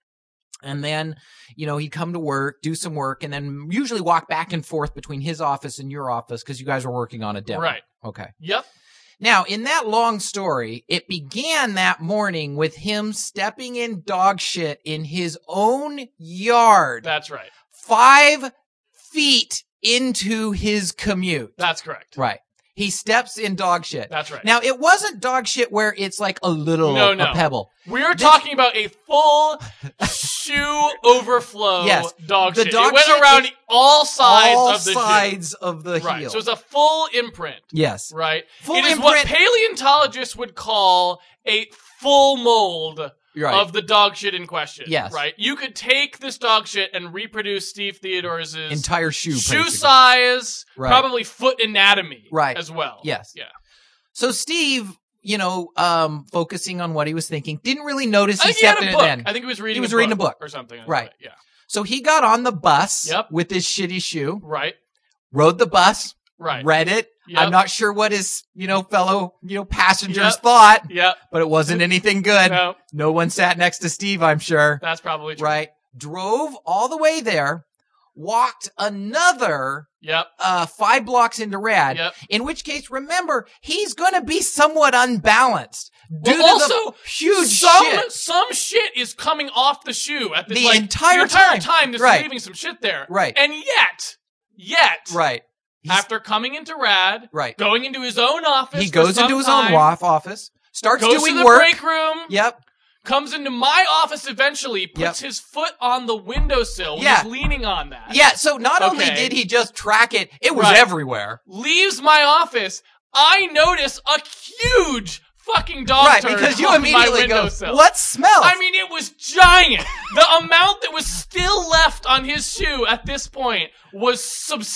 Speaker 1: And then, you know, he'd come to work, do some work, and then usually walk back and forth between his office and your office because you guys were working on a demo.
Speaker 2: Right.
Speaker 1: Okay.
Speaker 2: Yep.
Speaker 1: Now, in that long story, it began that morning with him stepping in dog shit in his own yard,
Speaker 2: That's right.
Speaker 1: five feet into his commute.
Speaker 2: That's correct.
Speaker 1: Right. He steps in dog shit.
Speaker 2: That's right.
Speaker 1: Now it wasn't dog shit where it's like a little
Speaker 2: No, no.
Speaker 1: a pebble.
Speaker 2: We're talking about a full shoe
Speaker 1: [LAUGHS]
Speaker 2: overflow
Speaker 1: Yes.
Speaker 2: dog
Speaker 1: The
Speaker 2: shit. it
Speaker 1: dog
Speaker 2: went
Speaker 1: shit
Speaker 2: around
Speaker 1: is
Speaker 2: all sides
Speaker 1: All
Speaker 2: of the shoe.
Speaker 1: sides of the
Speaker 2: Right.
Speaker 1: heel.
Speaker 2: So it's a full imprint.
Speaker 1: yes.
Speaker 2: Right.
Speaker 1: Full
Speaker 2: it is what
Speaker 1: imprint-
Speaker 2: paleontologists would call a full mold
Speaker 1: Right.
Speaker 2: of the dog shit in question.
Speaker 1: Yes.
Speaker 2: Right. You could take this dog shit and reproduce Steve Theodore's
Speaker 1: Entire shoe.
Speaker 2: shoe
Speaker 1: basically.
Speaker 2: size,
Speaker 1: Right.
Speaker 2: probably foot anatomy
Speaker 1: Right.
Speaker 2: as well.
Speaker 1: Yes.
Speaker 2: Yeah.
Speaker 1: So Steve, you know, um, focusing on what he was thinking, didn't really notice
Speaker 2: I
Speaker 1: he
Speaker 2: think he had
Speaker 1: stepped in
Speaker 2: a
Speaker 1: it
Speaker 2: book.
Speaker 1: then.
Speaker 2: I think he was reading
Speaker 1: He was
Speaker 2: a
Speaker 1: reading a book.
Speaker 2: or something. like
Speaker 1: Right.
Speaker 2: that. Yeah.
Speaker 1: so he got on the bus
Speaker 2: Yep.
Speaker 1: with his shitty shoe,
Speaker 2: Right.
Speaker 1: rode the bus,
Speaker 2: Right.
Speaker 1: read it.
Speaker 2: Yep.
Speaker 1: I'm not sure what his, you know, fellow, you know, passengers
Speaker 2: Yep.
Speaker 1: thought,
Speaker 2: Yeah.
Speaker 1: but it wasn't anything good.
Speaker 2: No,
Speaker 1: no one sat next to Steve, I'm sure.
Speaker 2: that's probably true.
Speaker 1: right? Drove all the way there, walked another
Speaker 2: Yep.
Speaker 1: uh, five blocks into Rad.
Speaker 2: Yep.
Speaker 1: In which case, remember, he's going to be somewhat unbalanced due
Speaker 2: Well,
Speaker 1: to
Speaker 2: also,
Speaker 1: the huge
Speaker 2: some
Speaker 1: shit.
Speaker 2: some shit is coming off the shoe at this,
Speaker 1: The
Speaker 2: like,
Speaker 1: entire
Speaker 2: entire
Speaker 1: time.
Speaker 2: time. There's
Speaker 1: Right.
Speaker 2: leaving some shit there.
Speaker 1: Right.
Speaker 2: And yet, yet,
Speaker 1: Right. He's-
Speaker 2: after coming into Rad,
Speaker 1: right.
Speaker 2: going into his own office,
Speaker 1: He
Speaker 2: for
Speaker 1: goes
Speaker 2: some
Speaker 1: into his
Speaker 2: time,
Speaker 1: own WAF office, starts
Speaker 2: goes
Speaker 1: doing
Speaker 2: to the
Speaker 1: work.
Speaker 2: break room,
Speaker 1: Yep.
Speaker 2: comes into my office eventually, puts his foot on the windowsill,
Speaker 1: Yeah.
Speaker 2: he's leaning on that,
Speaker 1: Yeah. So not only
Speaker 2: Okay.
Speaker 1: did he just track it, it was
Speaker 2: Right.
Speaker 1: everywhere.
Speaker 2: leaves my office. I notice a huge fucking dog
Speaker 1: right.
Speaker 2: turd
Speaker 1: Because you
Speaker 2: on [LAUGHS] my
Speaker 1: immediately go,
Speaker 2: windowsill.
Speaker 1: what smell?
Speaker 2: I mean, it was giant. The amount that was still left on his shoe at this point was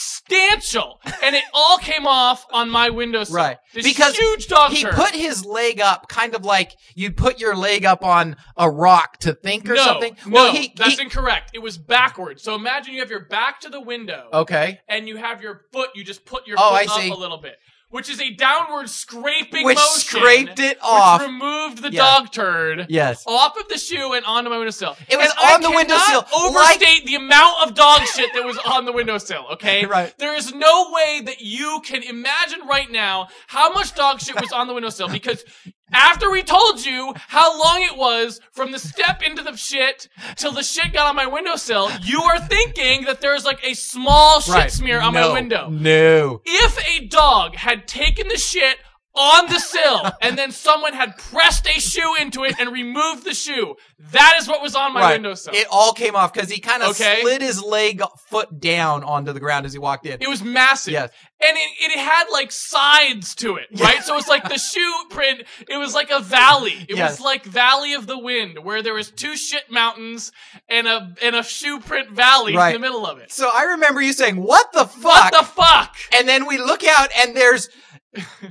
Speaker 2: substantial, and it all came off on my windowsill.
Speaker 1: Right.
Speaker 2: This
Speaker 1: because
Speaker 2: huge dog
Speaker 1: he
Speaker 2: turd.
Speaker 1: put his leg up kind of like you'd put your leg up on a rock to think or
Speaker 2: no,
Speaker 1: something.
Speaker 2: no,
Speaker 1: he,
Speaker 2: that's
Speaker 1: he-
Speaker 2: incorrect. It was backwards. So imagine you have your back to the window,
Speaker 1: Okay.
Speaker 2: and you have your foot. You just put your
Speaker 1: Oh,
Speaker 2: foot
Speaker 1: I
Speaker 2: up
Speaker 1: see.
Speaker 2: a little bit. which is a downward scraping
Speaker 1: Which
Speaker 2: motion,
Speaker 1: scraped it
Speaker 2: which
Speaker 1: off.
Speaker 2: removed the
Speaker 1: Yeah.
Speaker 2: dog turd
Speaker 1: Yes.
Speaker 2: off of the shoe and onto my windowsill.
Speaker 1: It was
Speaker 2: And I
Speaker 1: on the
Speaker 2: cannot
Speaker 1: windowsill, like-
Speaker 2: Overstate the amount of dog shit that was on the windowsill.
Speaker 1: [LAUGHS]
Speaker 2: Okay,
Speaker 1: Right.
Speaker 2: There is no way that you can imagine right now how much dog shit was on the windowsill because. After we told you how long it was from the step into the shit till the shit got on my windowsill, you are thinking that there's like a small shit
Speaker 1: Right.
Speaker 2: smear on
Speaker 1: No.
Speaker 2: my window
Speaker 1: No.
Speaker 2: if a dog had taken the shit on
Speaker 1: [LAUGHS]
Speaker 2: the sill and then someone had pressed a shoe into it and removed the shoe, that is what was on my
Speaker 1: right.
Speaker 2: windowsill.
Speaker 1: It all came off because he kind of
Speaker 2: Okay.
Speaker 1: slid his leg foot down onto the ground as he walked in.
Speaker 2: It was massive.
Speaker 1: Yes.
Speaker 2: And it, it had like sides to it, right? So it's like the shoe print, it was like a valley. It
Speaker 1: Yes.
Speaker 2: was like Valley of the Wind, where there was two shit mountains and a and a shoe print valley
Speaker 1: Right.
Speaker 2: in the middle of it.
Speaker 1: so I remember you saying, "What the fuck?"
Speaker 2: What the fuck?
Speaker 1: and then we look out and
Speaker 2: [LAUGHS]
Speaker 1: there's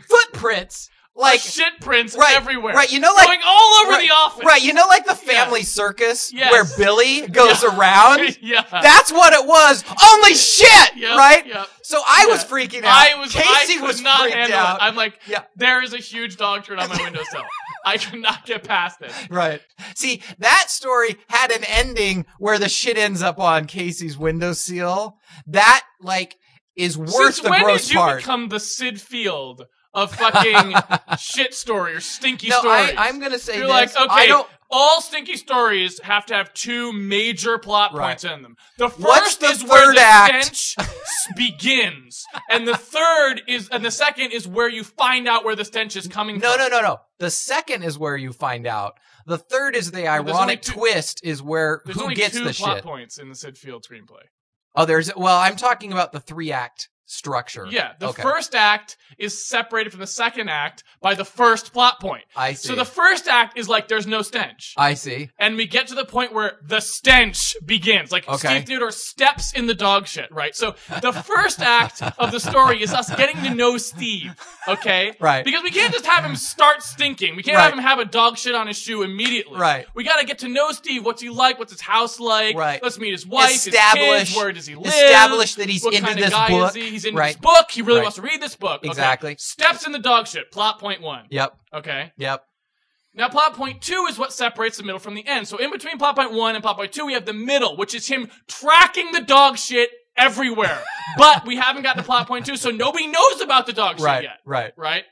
Speaker 1: footprints like
Speaker 2: shit prints
Speaker 1: right,
Speaker 2: everywhere.
Speaker 1: right, you know, like-
Speaker 2: going all over
Speaker 1: right,
Speaker 2: the office.
Speaker 1: Right, you know, like the family circus
Speaker 2: Yes.
Speaker 1: where Billy goes
Speaker 2: [LAUGHS]
Speaker 1: around.
Speaker 2: yeah.
Speaker 1: That's what it was. Only shit,
Speaker 2: Yep,
Speaker 1: right?
Speaker 2: yep.
Speaker 1: So I was
Speaker 2: Yeah.
Speaker 1: freaking out.
Speaker 2: I was.
Speaker 1: Casey
Speaker 2: I could
Speaker 1: was
Speaker 2: not
Speaker 1: freaked
Speaker 2: handle
Speaker 1: out.
Speaker 2: It. I'm like,
Speaker 1: Yeah.
Speaker 2: there is a huge dog turd on my windowsill. I could not get
Speaker 1: [LAUGHS]
Speaker 2: past it.
Speaker 1: Right. See, that story had an ending where the shit ends up on Casey's windowsill. That like is worth
Speaker 2: Since
Speaker 1: the
Speaker 2: when
Speaker 1: gross
Speaker 2: did you
Speaker 1: part.
Speaker 2: become the Sid Field
Speaker 1: [LAUGHS]
Speaker 2: of fucking shit story or stinky
Speaker 1: no,
Speaker 2: stories?
Speaker 1: I, I'm gonna say
Speaker 2: You're
Speaker 1: this.
Speaker 2: like, okay,
Speaker 1: I don't.
Speaker 2: all stinky stories have to have two major plot points in them. The first
Speaker 1: What's the
Speaker 2: is where
Speaker 1: third
Speaker 2: the
Speaker 1: act?
Speaker 2: stench s- [LAUGHS] begins, and the third is, and the second is where you find out where the stench is coming
Speaker 1: No,
Speaker 2: from.
Speaker 1: no, no, no. The second is where you find out. The third is the
Speaker 2: only
Speaker 1: ironic
Speaker 2: two-
Speaker 1: twist is where
Speaker 2: There's
Speaker 1: who
Speaker 2: only
Speaker 1: gets
Speaker 2: two
Speaker 1: the
Speaker 2: plot
Speaker 1: shit.
Speaker 2: points in the Sid Field screenplay.
Speaker 1: Oh, there's. Well, I'm talking about the three act structure.
Speaker 2: Yeah, the
Speaker 1: okay.
Speaker 2: first act is separated from the second act by the first plot point.
Speaker 1: I see.
Speaker 2: So the first act is like there's no stench.
Speaker 1: I see.
Speaker 2: and we get to the point where the stench begins. Like
Speaker 1: Okay.
Speaker 2: Steve Theodore steps in the dog shit, right? So the first act of the story is us getting to know Steve, okay?
Speaker 1: Right.
Speaker 2: Because we can't just have him start stinking. We can't
Speaker 1: Right.
Speaker 2: have him have a dog shit on his shoe immediately.
Speaker 1: Right.
Speaker 2: We gotta get to know Steve. What's he like? What's his house like?
Speaker 1: Right.
Speaker 2: Let's meet his wife. his
Speaker 1: Establish-
Speaker 2: kids, where does he live?
Speaker 1: establish that he's
Speaker 2: what
Speaker 1: into
Speaker 2: kind of
Speaker 1: this
Speaker 2: guy
Speaker 1: book.
Speaker 2: Is he? He's into
Speaker 1: Right.
Speaker 2: this book. He really
Speaker 1: Right.
Speaker 2: wants to read this book. Okay.
Speaker 1: Exactly.
Speaker 2: Steps in the dog shit. Plot point one.
Speaker 1: Yep.
Speaker 2: Okay.
Speaker 1: Yep.
Speaker 2: Now, plot point two is what separates the middle from the end. So, in between plot point one and plot point two, we have the middle, which is him tracking the dog shit
Speaker 1: [LAUGHS]
Speaker 2: everywhere. but we haven't gotten to plot point two, so nobody knows about the dog shit
Speaker 1: Right.
Speaker 2: yet.
Speaker 1: Right.
Speaker 2: Right?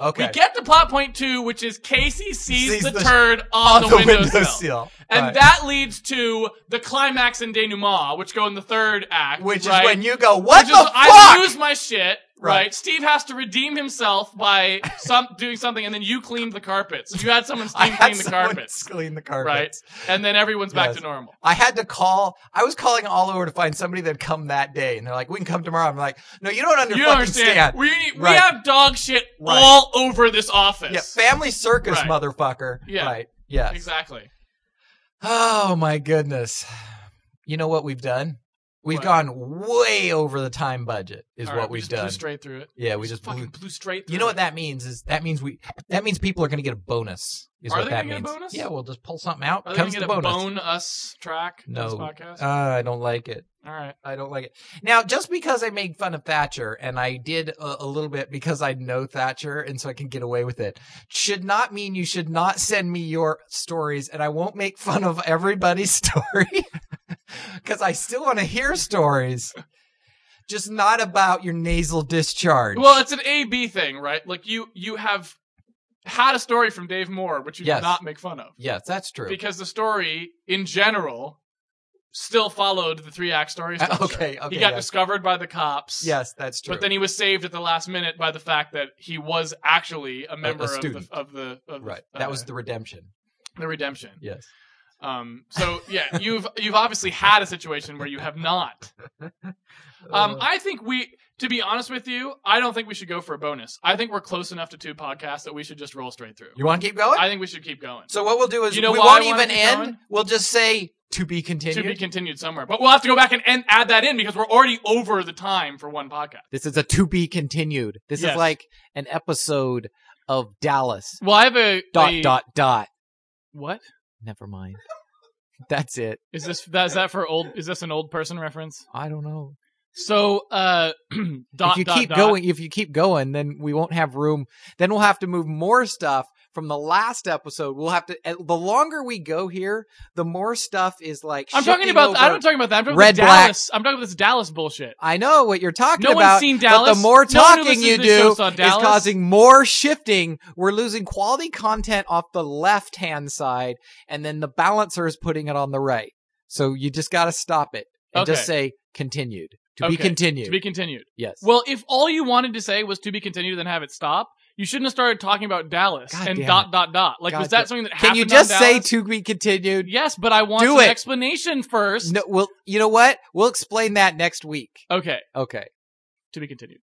Speaker 1: Okay.
Speaker 2: We get to plot point two, which is Casey sees,
Speaker 1: Sees
Speaker 2: the,
Speaker 1: the- [LAUGHS]
Speaker 2: turd on, the, windowsill. And
Speaker 1: Right.
Speaker 2: that leads to the climax and denouement, which go in the third act.
Speaker 1: which
Speaker 2: right?
Speaker 1: is when you go, what
Speaker 2: Which
Speaker 1: the
Speaker 2: is,
Speaker 1: fuck?
Speaker 2: I lose my shit. Right.
Speaker 1: Right.
Speaker 2: Steve has to redeem himself by some doing something, and then you cleaned the carpets. You had
Speaker 1: [LAUGHS]
Speaker 2: someone
Speaker 1: [LAUGHS] I
Speaker 2: steam
Speaker 1: had
Speaker 2: clean the
Speaker 1: someone
Speaker 2: carpets,
Speaker 1: Clean the
Speaker 2: right?
Speaker 1: carpets.
Speaker 2: And then everyone's back
Speaker 1: Yes.
Speaker 2: to normal.
Speaker 1: I had to call. I was calling all over to find somebody that'd come that day, and they're like, "We can come tomorrow." I'm like, "No, you don't under-
Speaker 2: You don't
Speaker 1: fucking
Speaker 2: understand?
Speaker 1: stand.
Speaker 2: We need, we
Speaker 1: Right.
Speaker 2: have dog shit
Speaker 1: Right.
Speaker 2: all over this
Speaker 1: yeah,
Speaker 2: office.
Speaker 1: family circus,
Speaker 2: Right.
Speaker 1: motherfucker.
Speaker 2: Yeah.
Speaker 1: Right? Yes.
Speaker 2: exactly.
Speaker 1: Oh my goodness. You know what we've done? We've
Speaker 2: What?
Speaker 1: gone way over the time budget. Is
Speaker 2: All
Speaker 1: what
Speaker 2: right, we
Speaker 1: we've
Speaker 2: just
Speaker 1: done.
Speaker 2: Blew straight through it.
Speaker 1: Yeah, we
Speaker 2: We
Speaker 1: just
Speaker 2: just
Speaker 1: blew.
Speaker 2: fucking blew straight. through
Speaker 1: You know what
Speaker 2: it.
Speaker 1: that means is that means we that means people are going to get a bonus. Is
Speaker 2: Are
Speaker 1: what
Speaker 2: they
Speaker 1: that
Speaker 2: gonna
Speaker 1: means.
Speaker 2: get a bonus?
Speaker 1: Yeah, we'll just pull something out.
Speaker 2: Are they
Speaker 1: comes
Speaker 2: gonna
Speaker 1: the
Speaker 2: get a
Speaker 1: bonus.
Speaker 2: bone us track? in This
Speaker 1: no,
Speaker 2: podcast.
Speaker 1: uh, I don't like it.
Speaker 2: all right.
Speaker 1: I don't like it. Now, just because I made fun of Thatcher, and I did a, a little bit because I know Thatcher, and so I can get away with it, should not mean you should not send me your stories, and I won't make fun of everybody's [LAUGHS] story because I still want to hear stories, just not about your nasal discharge.
Speaker 2: Well, it's an A B thing, right? Like you you have had a story from Dave Moore, which you
Speaker 1: Yes.
Speaker 2: did not make fun of.
Speaker 1: yes, that's true.
Speaker 2: because the story in general still followed the three
Speaker 1: [LAUGHS]
Speaker 2: act story.
Speaker 1: Uh,
Speaker 2: structure.
Speaker 1: okay, okay,
Speaker 2: He got
Speaker 1: yeah.
Speaker 2: discovered by the cops.
Speaker 1: yes, that's true.
Speaker 2: But then he was saved at the last minute by the fact that he was actually a member of the
Speaker 1: student.
Speaker 2: of the of
Speaker 1: right,
Speaker 2: the,
Speaker 1: that
Speaker 2: uh,
Speaker 1: was the redemption.
Speaker 2: the redemption.
Speaker 1: Yes.
Speaker 2: Um. So yeah, you've you've obviously had a situation where you
Speaker 1: [LAUGHS]
Speaker 2: have not.
Speaker 1: Uh.
Speaker 2: Um. I think we, to be honest with you, I don't think we should go for a bonus. I think we're close enough to two podcasts that we should just roll straight through.
Speaker 1: You want to keep going?
Speaker 2: I think we should keep going.
Speaker 1: so what we'll do is
Speaker 2: You know
Speaker 1: we
Speaker 2: why
Speaker 1: won't
Speaker 2: I wanna
Speaker 1: even
Speaker 2: keep
Speaker 1: end.
Speaker 2: going?
Speaker 1: We'll just say to be continued.
Speaker 2: to be continued somewhere. But we'll have to go back and, and add that in because we're already over the time for one podcast.
Speaker 9: This is a to be continued. This
Speaker 2: Yes.
Speaker 9: is like an episode of Dallas.
Speaker 2: Well, I have a
Speaker 9: Dot
Speaker 2: a-
Speaker 9: dot dot.
Speaker 2: What
Speaker 9: Never mind. That's it.
Speaker 2: is this? That, is that for old? Is this an old person reference?
Speaker 9: I don't know.
Speaker 2: So, uh, [CLEARS THROAT] dot,
Speaker 1: if you
Speaker 2: dot,
Speaker 1: keep
Speaker 2: dot.
Speaker 1: going, if you keep going, then we won't have room. Then we'll have to move more stuff from the last episode. We'll have to. uh, The longer we go here, the more stuff is like.
Speaker 2: I'm talking
Speaker 1: shifting
Speaker 2: about.
Speaker 1: Over.
Speaker 2: I'm not talking about that. I'm talking
Speaker 1: Red,
Speaker 2: about
Speaker 1: black.
Speaker 2: Dallas. I'm talking about this Dallas bullshit.
Speaker 1: I know what you're talking
Speaker 2: No
Speaker 1: about.
Speaker 2: one's seen
Speaker 1: But
Speaker 2: Dallas.
Speaker 1: the more
Speaker 2: No one who
Speaker 1: talking
Speaker 2: listens
Speaker 1: you
Speaker 2: to this show
Speaker 1: do
Speaker 2: saw
Speaker 1: is
Speaker 2: Dallas.
Speaker 1: causing more shifting. We're losing quality content off the left hand side, and then the balancer is putting it on the right. So you just got to stop it and just say continued to be
Speaker 2: Okay.
Speaker 1: continued.
Speaker 2: To be continued.
Speaker 1: yes.
Speaker 2: Well, if all you wanted to say was to be continued, then have it stop. You shouldn't have started talking about Dallas
Speaker 1: God
Speaker 2: and
Speaker 1: damn
Speaker 2: dot dot dot. Like,
Speaker 1: God
Speaker 2: was
Speaker 1: damn-
Speaker 2: that something that
Speaker 1: Can
Speaker 2: happened?
Speaker 1: you
Speaker 2: on
Speaker 1: just say
Speaker 2: Dallas?
Speaker 1: to be continued?
Speaker 2: Yes, but I want
Speaker 1: Do
Speaker 2: some
Speaker 1: it.
Speaker 2: explanation first.
Speaker 1: No, well, you know what? We'll explain that next week.
Speaker 2: Okay,
Speaker 1: Okay.
Speaker 2: to be continued.